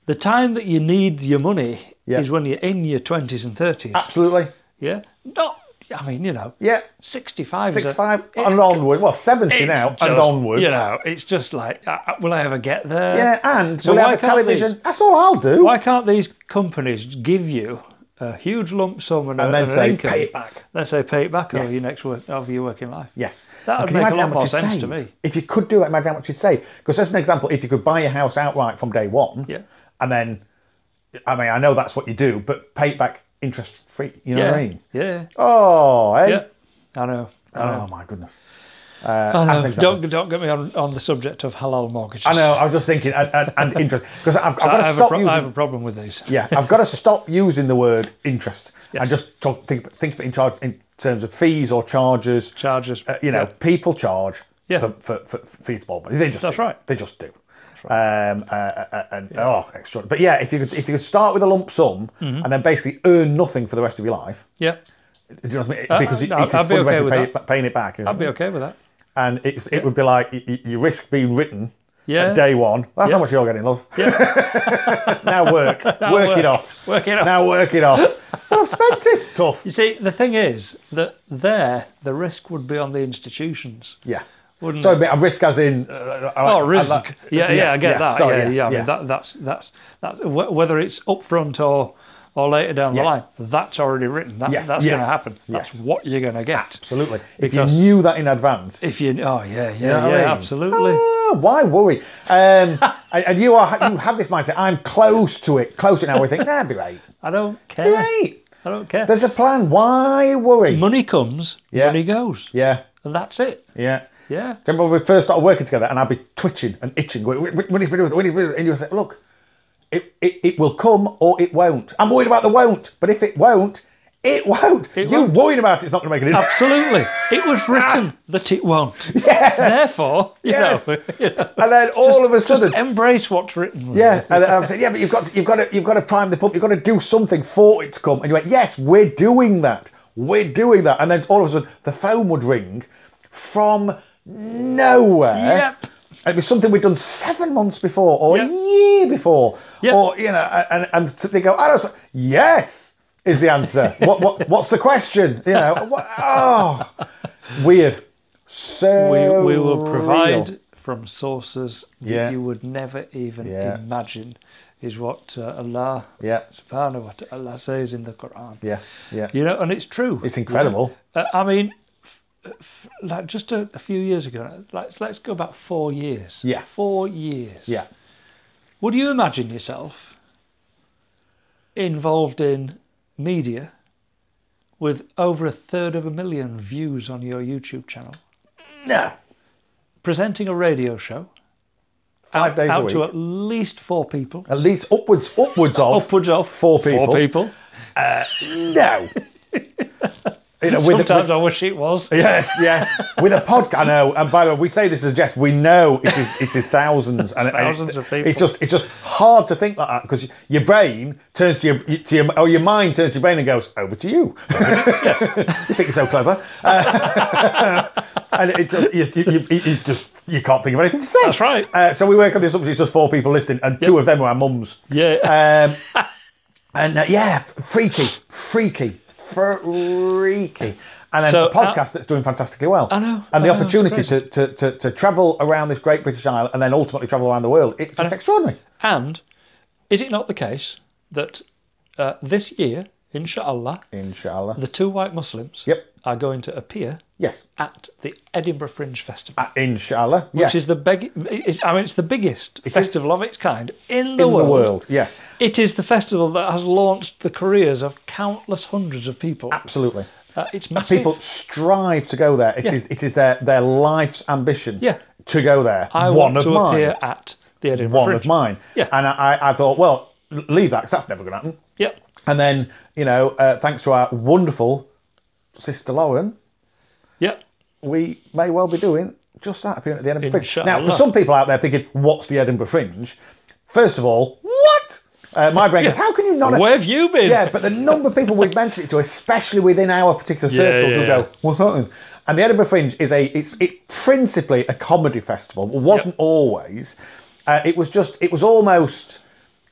Speaker 2: The time that you need your money
Speaker 4: Yeah. Ah.
Speaker 2: is when you're in your 20s and 30s.
Speaker 4: Absolutely.
Speaker 2: yeah. Not, I mean, you know,
Speaker 4: Yeah.
Speaker 2: 65. is a-
Speaker 4: Sixty-five
Speaker 2: it-
Speaker 4: and onward. Well, seventy
Speaker 2: it's
Speaker 4: now and
Speaker 2: just,
Speaker 4: onwards.
Speaker 2: You know, it's just like, uh, uh, will I ever get there?
Speaker 4: Yeah, and
Speaker 2: So
Speaker 4: we'll
Speaker 2: why
Speaker 4: have a
Speaker 2: can't
Speaker 4: television. That's all I'll do.
Speaker 2: Why can't these companies give you a huge lump sum and, a-
Speaker 4: and then
Speaker 2: and an
Speaker 4: say,
Speaker 2: income?
Speaker 4: pay it back.
Speaker 2: Then say pay it back
Speaker 4: Yes.
Speaker 2: over your next work, over your working life.
Speaker 4: Yes.
Speaker 2: That
Speaker 4: And
Speaker 2: would
Speaker 4: can you
Speaker 2: make a
Speaker 4: imagine how
Speaker 2: lot
Speaker 4: much
Speaker 2: more
Speaker 4: you'd
Speaker 2: sense
Speaker 4: save?
Speaker 2: to me.
Speaker 4: If you could do that, imagine how much you'd save. Because as an example, if you could buy your house outright from day one,
Speaker 2: Yeah.
Speaker 4: and then, I mean, I know that's what you do, but pay it back interest free. You know
Speaker 2: yeah.
Speaker 4: what I mean?
Speaker 2: Yeah.
Speaker 4: Oh, eh?
Speaker 2: Yeah. I know.
Speaker 4: Oh my goodness.
Speaker 2: I
Speaker 4: as Uh, an
Speaker 2: know.
Speaker 4: example.
Speaker 2: Don't don't get me on, on the subject of halal mortgages.
Speaker 4: I know. I was just thinking, and, and, and interest, because I've, I've
Speaker 2: I,
Speaker 4: got to
Speaker 2: have
Speaker 4: stop
Speaker 2: a pro- I have a
Speaker 4: using.
Speaker 2: problem with these.
Speaker 4: Yeah, I've got to stop using the word interest and just talk, think think of it in charge in terms of fees or charges.
Speaker 2: Charges.
Speaker 4: Uh, you know,
Speaker 2: Yeah.
Speaker 4: people charge
Speaker 2: Yeah.
Speaker 4: for, for, for, for fees to borrow money. They just
Speaker 2: That's
Speaker 4: do.
Speaker 2: right.
Speaker 4: They just do. Um, uh, uh, uh, and oh, extraordinary. But yeah, if you could if you could start with a lump sum
Speaker 2: Mm-hmm.
Speaker 4: and then basically earn nothing for the rest of your life,
Speaker 2: Yeah.
Speaker 4: do you know what I mean?
Speaker 2: Uh,
Speaker 4: because it,
Speaker 2: I'd-
Speaker 4: it is
Speaker 2: I'd be okay
Speaker 4: fundamentally
Speaker 2: with
Speaker 4: pay,
Speaker 2: that.
Speaker 4: paying it back,
Speaker 2: I'd be okay with that.
Speaker 4: and it's, it would be like you- you, you risk being written
Speaker 2: Yeah.
Speaker 4: at day one. That's how
Speaker 2: Yeah.
Speaker 4: much you're getting, love.
Speaker 2: Yeah.
Speaker 4: Now work, work,
Speaker 2: work.
Speaker 4: it off.
Speaker 2: Work it off.
Speaker 4: Now work it off. well, I've spent it. Tough.
Speaker 2: you see, the thing is that there the risk would be on the institutions.
Speaker 4: Yeah.
Speaker 2: Wouldn't
Speaker 4: so a bit of risk, as in. Uh, I like-
Speaker 2: Hmm. Oh,
Speaker 4: I
Speaker 2: risk.
Speaker 4: like-
Speaker 2: yeah, yeah, I get that.
Speaker 4: sorry,
Speaker 2: yeah, yeah. I mean, That, that's that's that's wh- whether it's upfront or or later down
Speaker 4: Yes.
Speaker 2: the line. That's already written. That,
Speaker 4: Yes,
Speaker 2: That's
Speaker 4: yeah.
Speaker 2: going to happen. That's
Speaker 4: Yes.
Speaker 2: what you're going to get.
Speaker 4: Absolutely. If
Speaker 2: Because-
Speaker 4: you knew that in advance,
Speaker 2: If you, oh yeah, yeah,
Speaker 4: know what I
Speaker 2: yeah,
Speaker 4: mean?
Speaker 2: absolutely.
Speaker 4: Ah, why worry? Um, and, and you are you have this mindset. I'm close to it. Close to it now. We think that'd be right.
Speaker 2: I don't care.
Speaker 4: Right.
Speaker 2: I don't care.
Speaker 4: There's a plan. Why worry?
Speaker 2: money comes,
Speaker 4: Yeah.
Speaker 2: money goes,
Speaker 4: Yeah.
Speaker 2: and that's it.
Speaker 4: Yeah.
Speaker 2: Yeah,
Speaker 4: Do you remember when we first started working together and I'd be twitching and itching. When when it's been doing- when it's been doing- and you say, look, it, it, it will come or it won't. I'm worried about the won't, but if it won't, it won't.
Speaker 2: It
Speaker 4: you
Speaker 2: won't.
Speaker 4: worrying about it's not going to make any difference.
Speaker 2: absolutely. it was written that it won't. Therefore, you
Speaker 4: Ah. Yes.
Speaker 2: know, you know,
Speaker 4: And then all of a sudden,
Speaker 2: embrace what's written. with
Speaker 4: yeah.
Speaker 2: it.
Speaker 4: And then I'm saying, yeah, but you've got to, you've got to you've got to prime the pump. You've got to do something for it to come. And you went, yes, we're doing that. We're doing that. And then all of a sudden, the phone would ring from nowhere.
Speaker 2: Yep.
Speaker 4: And It was something we'd done seven months before, or
Speaker 2: Yeah.
Speaker 4: a year before,
Speaker 2: Yeah.
Speaker 4: or you know, and and they go, I don't. sp-" Yes, is the answer. what what what's the question? You know, what, oh, weird. So
Speaker 2: we, we will provide
Speaker 4: real.
Speaker 2: from sources
Speaker 4: Yeah.
Speaker 2: that you would never even
Speaker 4: Yeah.
Speaker 2: imagine, is what uh, Allah
Speaker 4: Yeah.
Speaker 2: Subhanahu wa Taala says in the Quran.
Speaker 4: Yeah, yeah.
Speaker 2: You know, and it's true.
Speaker 4: It's incredible.
Speaker 2: Uh, I mean, f- f- like just a, a few years ago, let's let's go back four years.
Speaker 4: Yeah.
Speaker 2: Four years.
Speaker 4: Yeah,
Speaker 2: Would you imagine yourself involved in media with over a third of a million views on your YouTube channel,
Speaker 4: no,
Speaker 2: presenting a radio show
Speaker 4: five
Speaker 2: out,
Speaker 4: days
Speaker 2: out
Speaker 4: a week,
Speaker 2: to at least four people,
Speaker 4: at least upwards, upwards of
Speaker 2: upwards of
Speaker 4: four people.
Speaker 2: Four people.
Speaker 4: No, you know, Uh, with,
Speaker 2: Sometimes
Speaker 4: with
Speaker 2: I wish it was.
Speaker 4: Yes, yes. With a podcast, I know. And by the way, we say this as a jest. We know it is. It is thousands and and
Speaker 2: Thousands
Speaker 4: it-
Speaker 2: of people.
Speaker 4: It's just. It's just hard to think like that because your brain turns to your to your or your mind turns to your brain and goes over to you. you think you're so clever, Uh, and it just you, you, you, you just you can't think of anything to say.
Speaker 2: That's right.
Speaker 4: Uh, so we work on the assumption it's just four people listening, and two of them are our mums.
Speaker 2: Yeah.
Speaker 4: Um, and uh, yeah, freaky, freaky, freaky. And then
Speaker 2: So, uh,
Speaker 4: a podcast that's doing fantastically well.
Speaker 2: I know,
Speaker 4: And the
Speaker 2: I know, it's
Speaker 4: opportunity to, to, to, to travel around this great British Isle and then ultimately travel around the world. It's just extraordinary.
Speaker 2: And is it not the case that uh, this year Inshallah,
Speaker 4: Inshallah.
Speaker 2: the two white Muslims
Speaker 4: Yep.
Speaker 2: are going to appear
Speaker 4: Yes.
Speaker 2: at the Edinburgh Fringe Festival,
Speaker 4: Uh, inshallah. Yes.
Speaker 2: which is the big, it- I mean, it's the biggest festival of its kind in the
Speaker 4: in
Speaker 2: world.
Speaker 4: the world. Yes.
Speaker 2: It is the festival that has launched the careers of countless hundreds of people.
Speaker 4: Absolutely.
Speaker 2: Uh, it's massive.
Speaker 4: Ah, People strive to go there. It is.
Speaker 2: Yeah.
Speaker 4: it is their their life's ambition
Speaker 2: Yeah.
Speaker 4: to go there.
Speaker 2: I
Speaker 4: One
Speaker 2: want
Speaker 4: of
Speaker 2: to
Speaker 4: mine.
Speaker 2: appear at the Edinburgh
Speaker 4: One
Speaker 2: Fringe.
Speaker 4: of mine.
Speaker 2: Yeah.
Speaker 4: And I, I- I thought, well, l- leave that because that's never going to happen.
Speaker 2: Yep.
Speaker 4: And then, you know, uh, thanks to our wonderful sister Lauren,
Speaker 2: Yep.
Speaker 4: we may well be doing just that appearing at the Edinburgh Fringe.
Speaker 2: Inshallah.
Speaker 4: Now, for some people out there thinking, what's the Edinburgh Fringe? First of all, what? Uh, my brain goes, how can you not?
Speaker 2: Where have you been?
Speaker 4: Yeah, but the number of people we've mentioned it to, especially within our particular circles,
Speaker 2: yeah,
Speaker 4: who
Speaker 2: yeah.
Speaker 4: go, "What's that?" Then? And the Edinburgh Fringe is a it's it principally a comedy festival. It wasn't always. Uh, it was just it was almost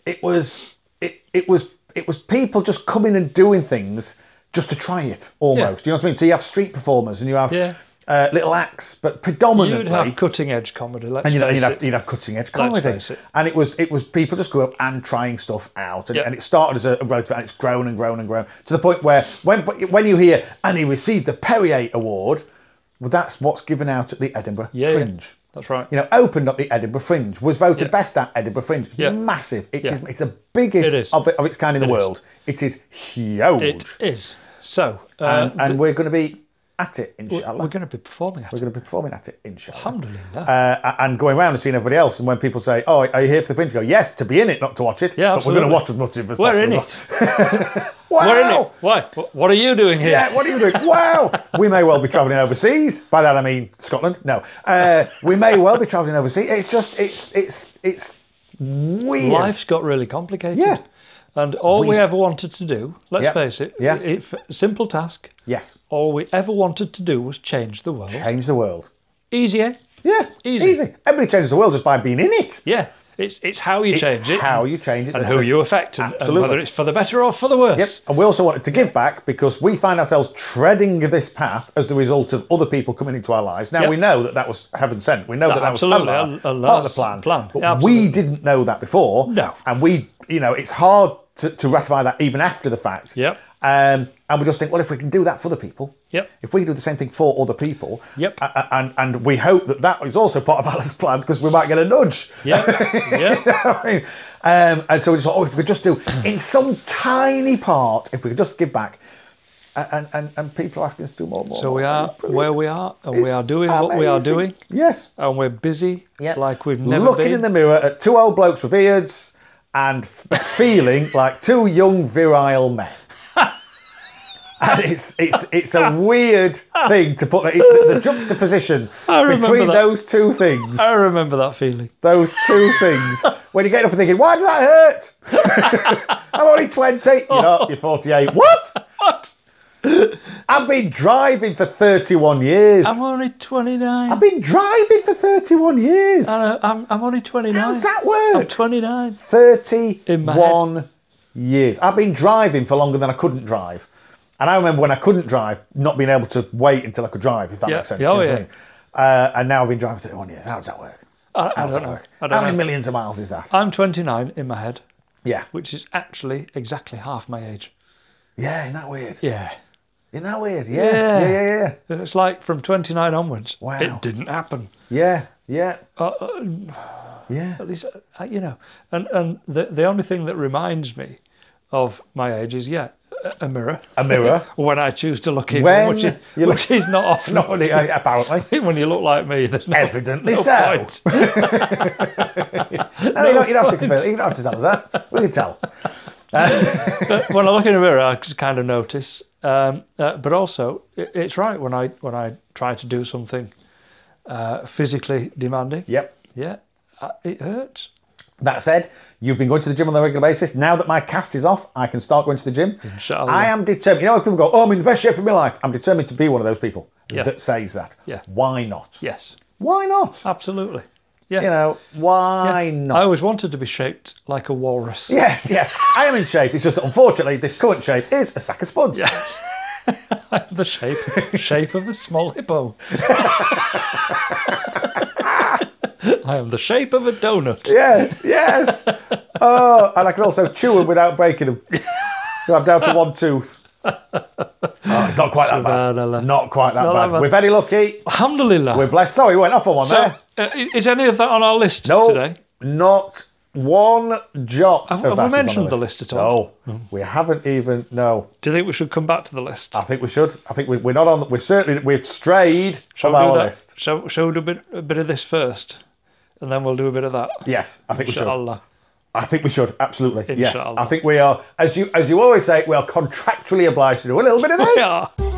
Speaker 4: it was it it was it was people just coming and doing things just to try it almost. You know what I mean? So you have street performers and you have
Speaker 2: Yeah.
Speaker 4: uh, little acts, but
Speaker 2: You'd
Speaker 4: predominantly
Speaker 2: have cutting edge comedy. Let's
Speaker 4: and you'd,
Speaker 2: face
Speaker 4: you'd
Speaker 2: it.
Speaker 4: have you'd have cutting edge comedy,
Speaker 2: face it.
Speaker 4: and it was it was people just going up and trying stuff out, and,
Speaker 2: Yep.
Speaker 4: and it started as a, a relative, and it's grown and grown and grown to the point where when but when you hear and he received the Perrier Award, well, that's what's given out at the Edinburgh
Speaker 2: Yeah, yeah.
Speaker 4: Fringe.
Speaker 2: That's right.
Speaker 4: You know, opened up the Edinburgh Fringe, was voted best at Edinburgh Fringe. It's
Speaker 2: Yeah.
Speaker 4: massive. It
Speaker 2: Yeah.
Speaker 4: is- it's the biggest
Speaker 2: It is.
Speaker 4: of, it, of its kind in the
Speaker 2: is.
Speaker 4: world. It is huge,
Speaker 2: It is. So, uh,
Speaker 4: and, and we're going to be at it, inshallah.
Speaker 2: we're going to be performing at
Speaker 4: We're
Speaker 2: it.
Speaker 4: going to be performing at it, inshallah.
Speaker 2: Alhamdulillah.
Speaker 4: Uh, and going around and seeing everybody else. And when people say, "Oh, are you here for the fringe?" You go, "Yes, to be in it, not to watch it."
Speaker 2: Yeah,
Speaker 4: but we're going to watch as
Speaker 2: absolutely.
Speaker 4: much of it as
Speaker 2: We're
Speaker 4: possible.
Speaker 2: in
Speaker 4: as
Speaker 2: it.
Speaker 4: well.
Speaker 2: We're in
Speaker 4: Wow.
Speaker 2: it. Why? Wh- What are you doing here?
Speaker 4: Yeah, what are you doing? Wow, we may well be travelling overseas. By that I mean Scotland. No, uh, we may well be travelling overseas. It's just, it's, it's, it's weird.
Speaker 2: Life's got really complicated.
Speaker 4: Yeah.
Speaker 2: And all we
Speaker 4: Weird.
Speaker 2: ever wanted to do, let's
Speaker 4: Yeah.
Speaker 2: face it,
Speaker 4: Yeah.
Speaker 2: it, simple task.
Speaker 4: Yes,
Speaker 2: All we ever wanted to do was change the world.
Speaker 4: change the world.
Speaker 2: Easy, eh?
Speaker 4: Yeah,
Speaker 2: Easy.
Speaker 4: Everybody changes the world just by being in it.
Speaker 2: Yeah. It's it's how you
Speaker 4: It's
Speaker 2: change it,
Speaker 4: how you change it
Speaker 2: and
Speaker 4: that's
Speaker 2: who
Speaker 4: the-
Speaker 2: you affect, and, and
Speaker 4: Absolutely.
Speaker 2: whether it's for the better or for the worse.
Speaker 4: Yep. And we also wanted to give back because we find ourselves treading this path as the result of other people coming into our lives. Now
Speaker 2: Yep.
Speaker 4: we know that that was heaven sent. We know that that
Speaker 2: Absolutely,
Speaker 4: was
Speaker 2: a- a
Speaker 4: plan, part of the
Speaker 2: last
Speaker 4: plan.
Speaker 2: plan.
Speaker 4: But
Speaker 2: Yeah,
Speaker 4: we
Speaker 2: absolutely.
Speaker 4: didn't know that before.
Speaker 2: No.
Speaker 4: And we, you know, it's hard to, to ratify that even after the fact.
Speaker 2: Yep.
Speaker 4: Um, and we just think, well, if we can do that for the people,
Speaker 2: Yep.
Speaker 4: if we can do the same thing for other people,
Speaker 2: Yep.
Speaker 4: a- a- and and we hope that that is also part of Alice's plan because we might get a nudge.
Speaker 2: Yeah. Yeah.
Speaker 4: You know what I mean? um, and so we just thought, oh, if we could just do, in some tiny part, if we could just give back. A- And, and, and people are asking us to do more and more.
Speaker 2: So we are where we are, and we are doing what we are doing,
Speaker 4: Yes.
Speaker 2: and we're busy like we've never
Speaker 4: Looking
Speaker 2: been.
Speaker 4: in the mirror at two old blokes with beards and f- feeling like two young virile men. and it's it's it's a weird thing to put the, the, the juxtaposition
Speaker 2: I remember
Speaker 4: between
Speaker 2: that.
Speaker 4: those two things.
Speaker 2: I remember that feeling.
Speaker 4: Those two things. When you get up and thinking, why does that hurt? I'm only 20. You're not, you're 48. What? I've been driving for 31 years.
Speaker 2: I'm only 29.
Speaker 4: I've been driving for 31 years. How
Speaker 2: Uh, I'm, I'm only 29.
Speaker 4: does that work?
Speaker 2: I'm 29. In my
Speaker 4: 31 years. I've been driving for longer than I couldn't drive. And I remember when I couldn't drive, not being able to wait until I could drive, if that
Speaker 2: Yeah.
Speaker 4: makes sense.
Speaker 2: Oh,
Speaker 4: what I
Speaker 2: yeah.
Speaker 4: mean? uh, and now I've been driving for 31 years. How does that work?
Speaker 2: I, I
Speaker 4: How does
Speaker 2: don't
Speaker 4: that
Speaker 2: know.
Speaker 4: work?
Speaker 2: I
Speaker 4: How
Speaker 2: don't
Speaker 4: many
Speaker 2: know. Uh,
Speaker 4: millions of miles is that?
Speaker 2: I'm 29 in my head,
Speaker 4: yeah.
Speaker 2: which is actually exactly half my age.
Speaker 4: Yeah, isn't that weird?
Speaker 2: Yeah.
Speaker 4: Isn't that weird? Yeah. Yeah, yeah, yeah. yeah.
Speaker 2: It's like from 29 onwards,
Speaker 4: Wow.
Speaker 2: it didn't happen.
Speaker 4: Yeah, yeah,
Speaker 2: Uh, uh,
Speaker 4: yeah.
Speaker 2: at least, uh, you know, and, and the, the only thing that reminds me of my age is, yeah, a- a mirror.
Speaker 4: A mirror.
Speaker 2: when I choose to look in
Speaker 4: When
Speaker 2: one, which is,
Speaker 4: you look-
Speaker 2: which is not often.
Speaker 4: Not really, uh, apparently.
Speaker 2: When you look like me, there's no,
Speaker 4: Evidently
Speaker 2: no
Speaker 4: so.
Speaker 2: point.
Speaker 4: No, you don't, you don't have to confirm. You don't have to tell us that. We can tell.
Speaker 2: when I look in the mirror, I just kind of notice. Um, uh, but also, i it's right when I when I try to do something uh, physically demanding.
Speaker 4: Yep.
Speaker 2: Yeah, uh, it hurts.
Speaker 4: That said, you've been going to the gym on a regular basis. Now that my cast is off, I can start going to the gym.
Speaker 2: Inshallah.
Speaker 4: I am determined. You know, when people go, "Oh, I'm in the best shape of my life," I'm determined to be one of those people
Speaker 2: Yeah.
Speaker 4: that says that.
Speaker 2: Yeah.
Speaker 4: Why not?
Speaker 2: Yes,
Speaker 4: Why not?
Speaker 2: absolutely. Yeah.
Speaker 4: You know, why not?
Speaker 2: I always wanted to be shaped like a walrus.
Speaker 4: Yes, yes. I am in shape. It's just that unfortunately, this current shape is a sack of spuds.
Speaker 2: the shape shape of a small hippo. I am the shape of a donut.
Speaker 4: Yes, yes. oh, and I can also chew them without breaking them. No, I'm down to one tooth. Oh, it's not quite that
Speaker 2: Subhanallah.
Speaker 4: bad. Not quite that
Speaker 2: Not that
Speaker 4: bad.
Speaker 2: bad.
Speaker 4: We're very lucky.
Speaker 2: Alhamdulillah.
Speaker 4: We're blessed. Sorry, we went off on one
Speaker 2: so,
Speaker 4: there.
Speaker 2: uh, is any of that on our list
Speaker 4: No,
Speaker 2: today?
Speaker 4: not one jot
Speaker 2: Have-
Speaker 4: of
Speaker 2: have
Speaker 4: that
Speaker 2: we
Speaker 4: is on
Speaker 2: mentioned the list at all?
Speaker 4: No, we haven't even. No,
Speaker 2: Do you think we should come back to the list?
Speaker 4: I think we should. I think we, we're not on. We're certainly we've strayed
Speaker 2: Shall
Speaker 4: from
Speaker 2: we do
Speaker 4: our
Speaker 2: that?
Speaker 4: list.
Speaker 2: Shall, shall we do a bit, a bit of this first? And then we'll do a bit of that.
Speaker 4: Yes, I think we should.
Speaker 2: Inshallah.
Speaker 4: I think we should absolutely. Yes,
Speaker 2: Inshallah.
Speaker 4: I think we are. As you as you always say, we are contractually obliged to do a little bit of this.
Speaker 2: We are.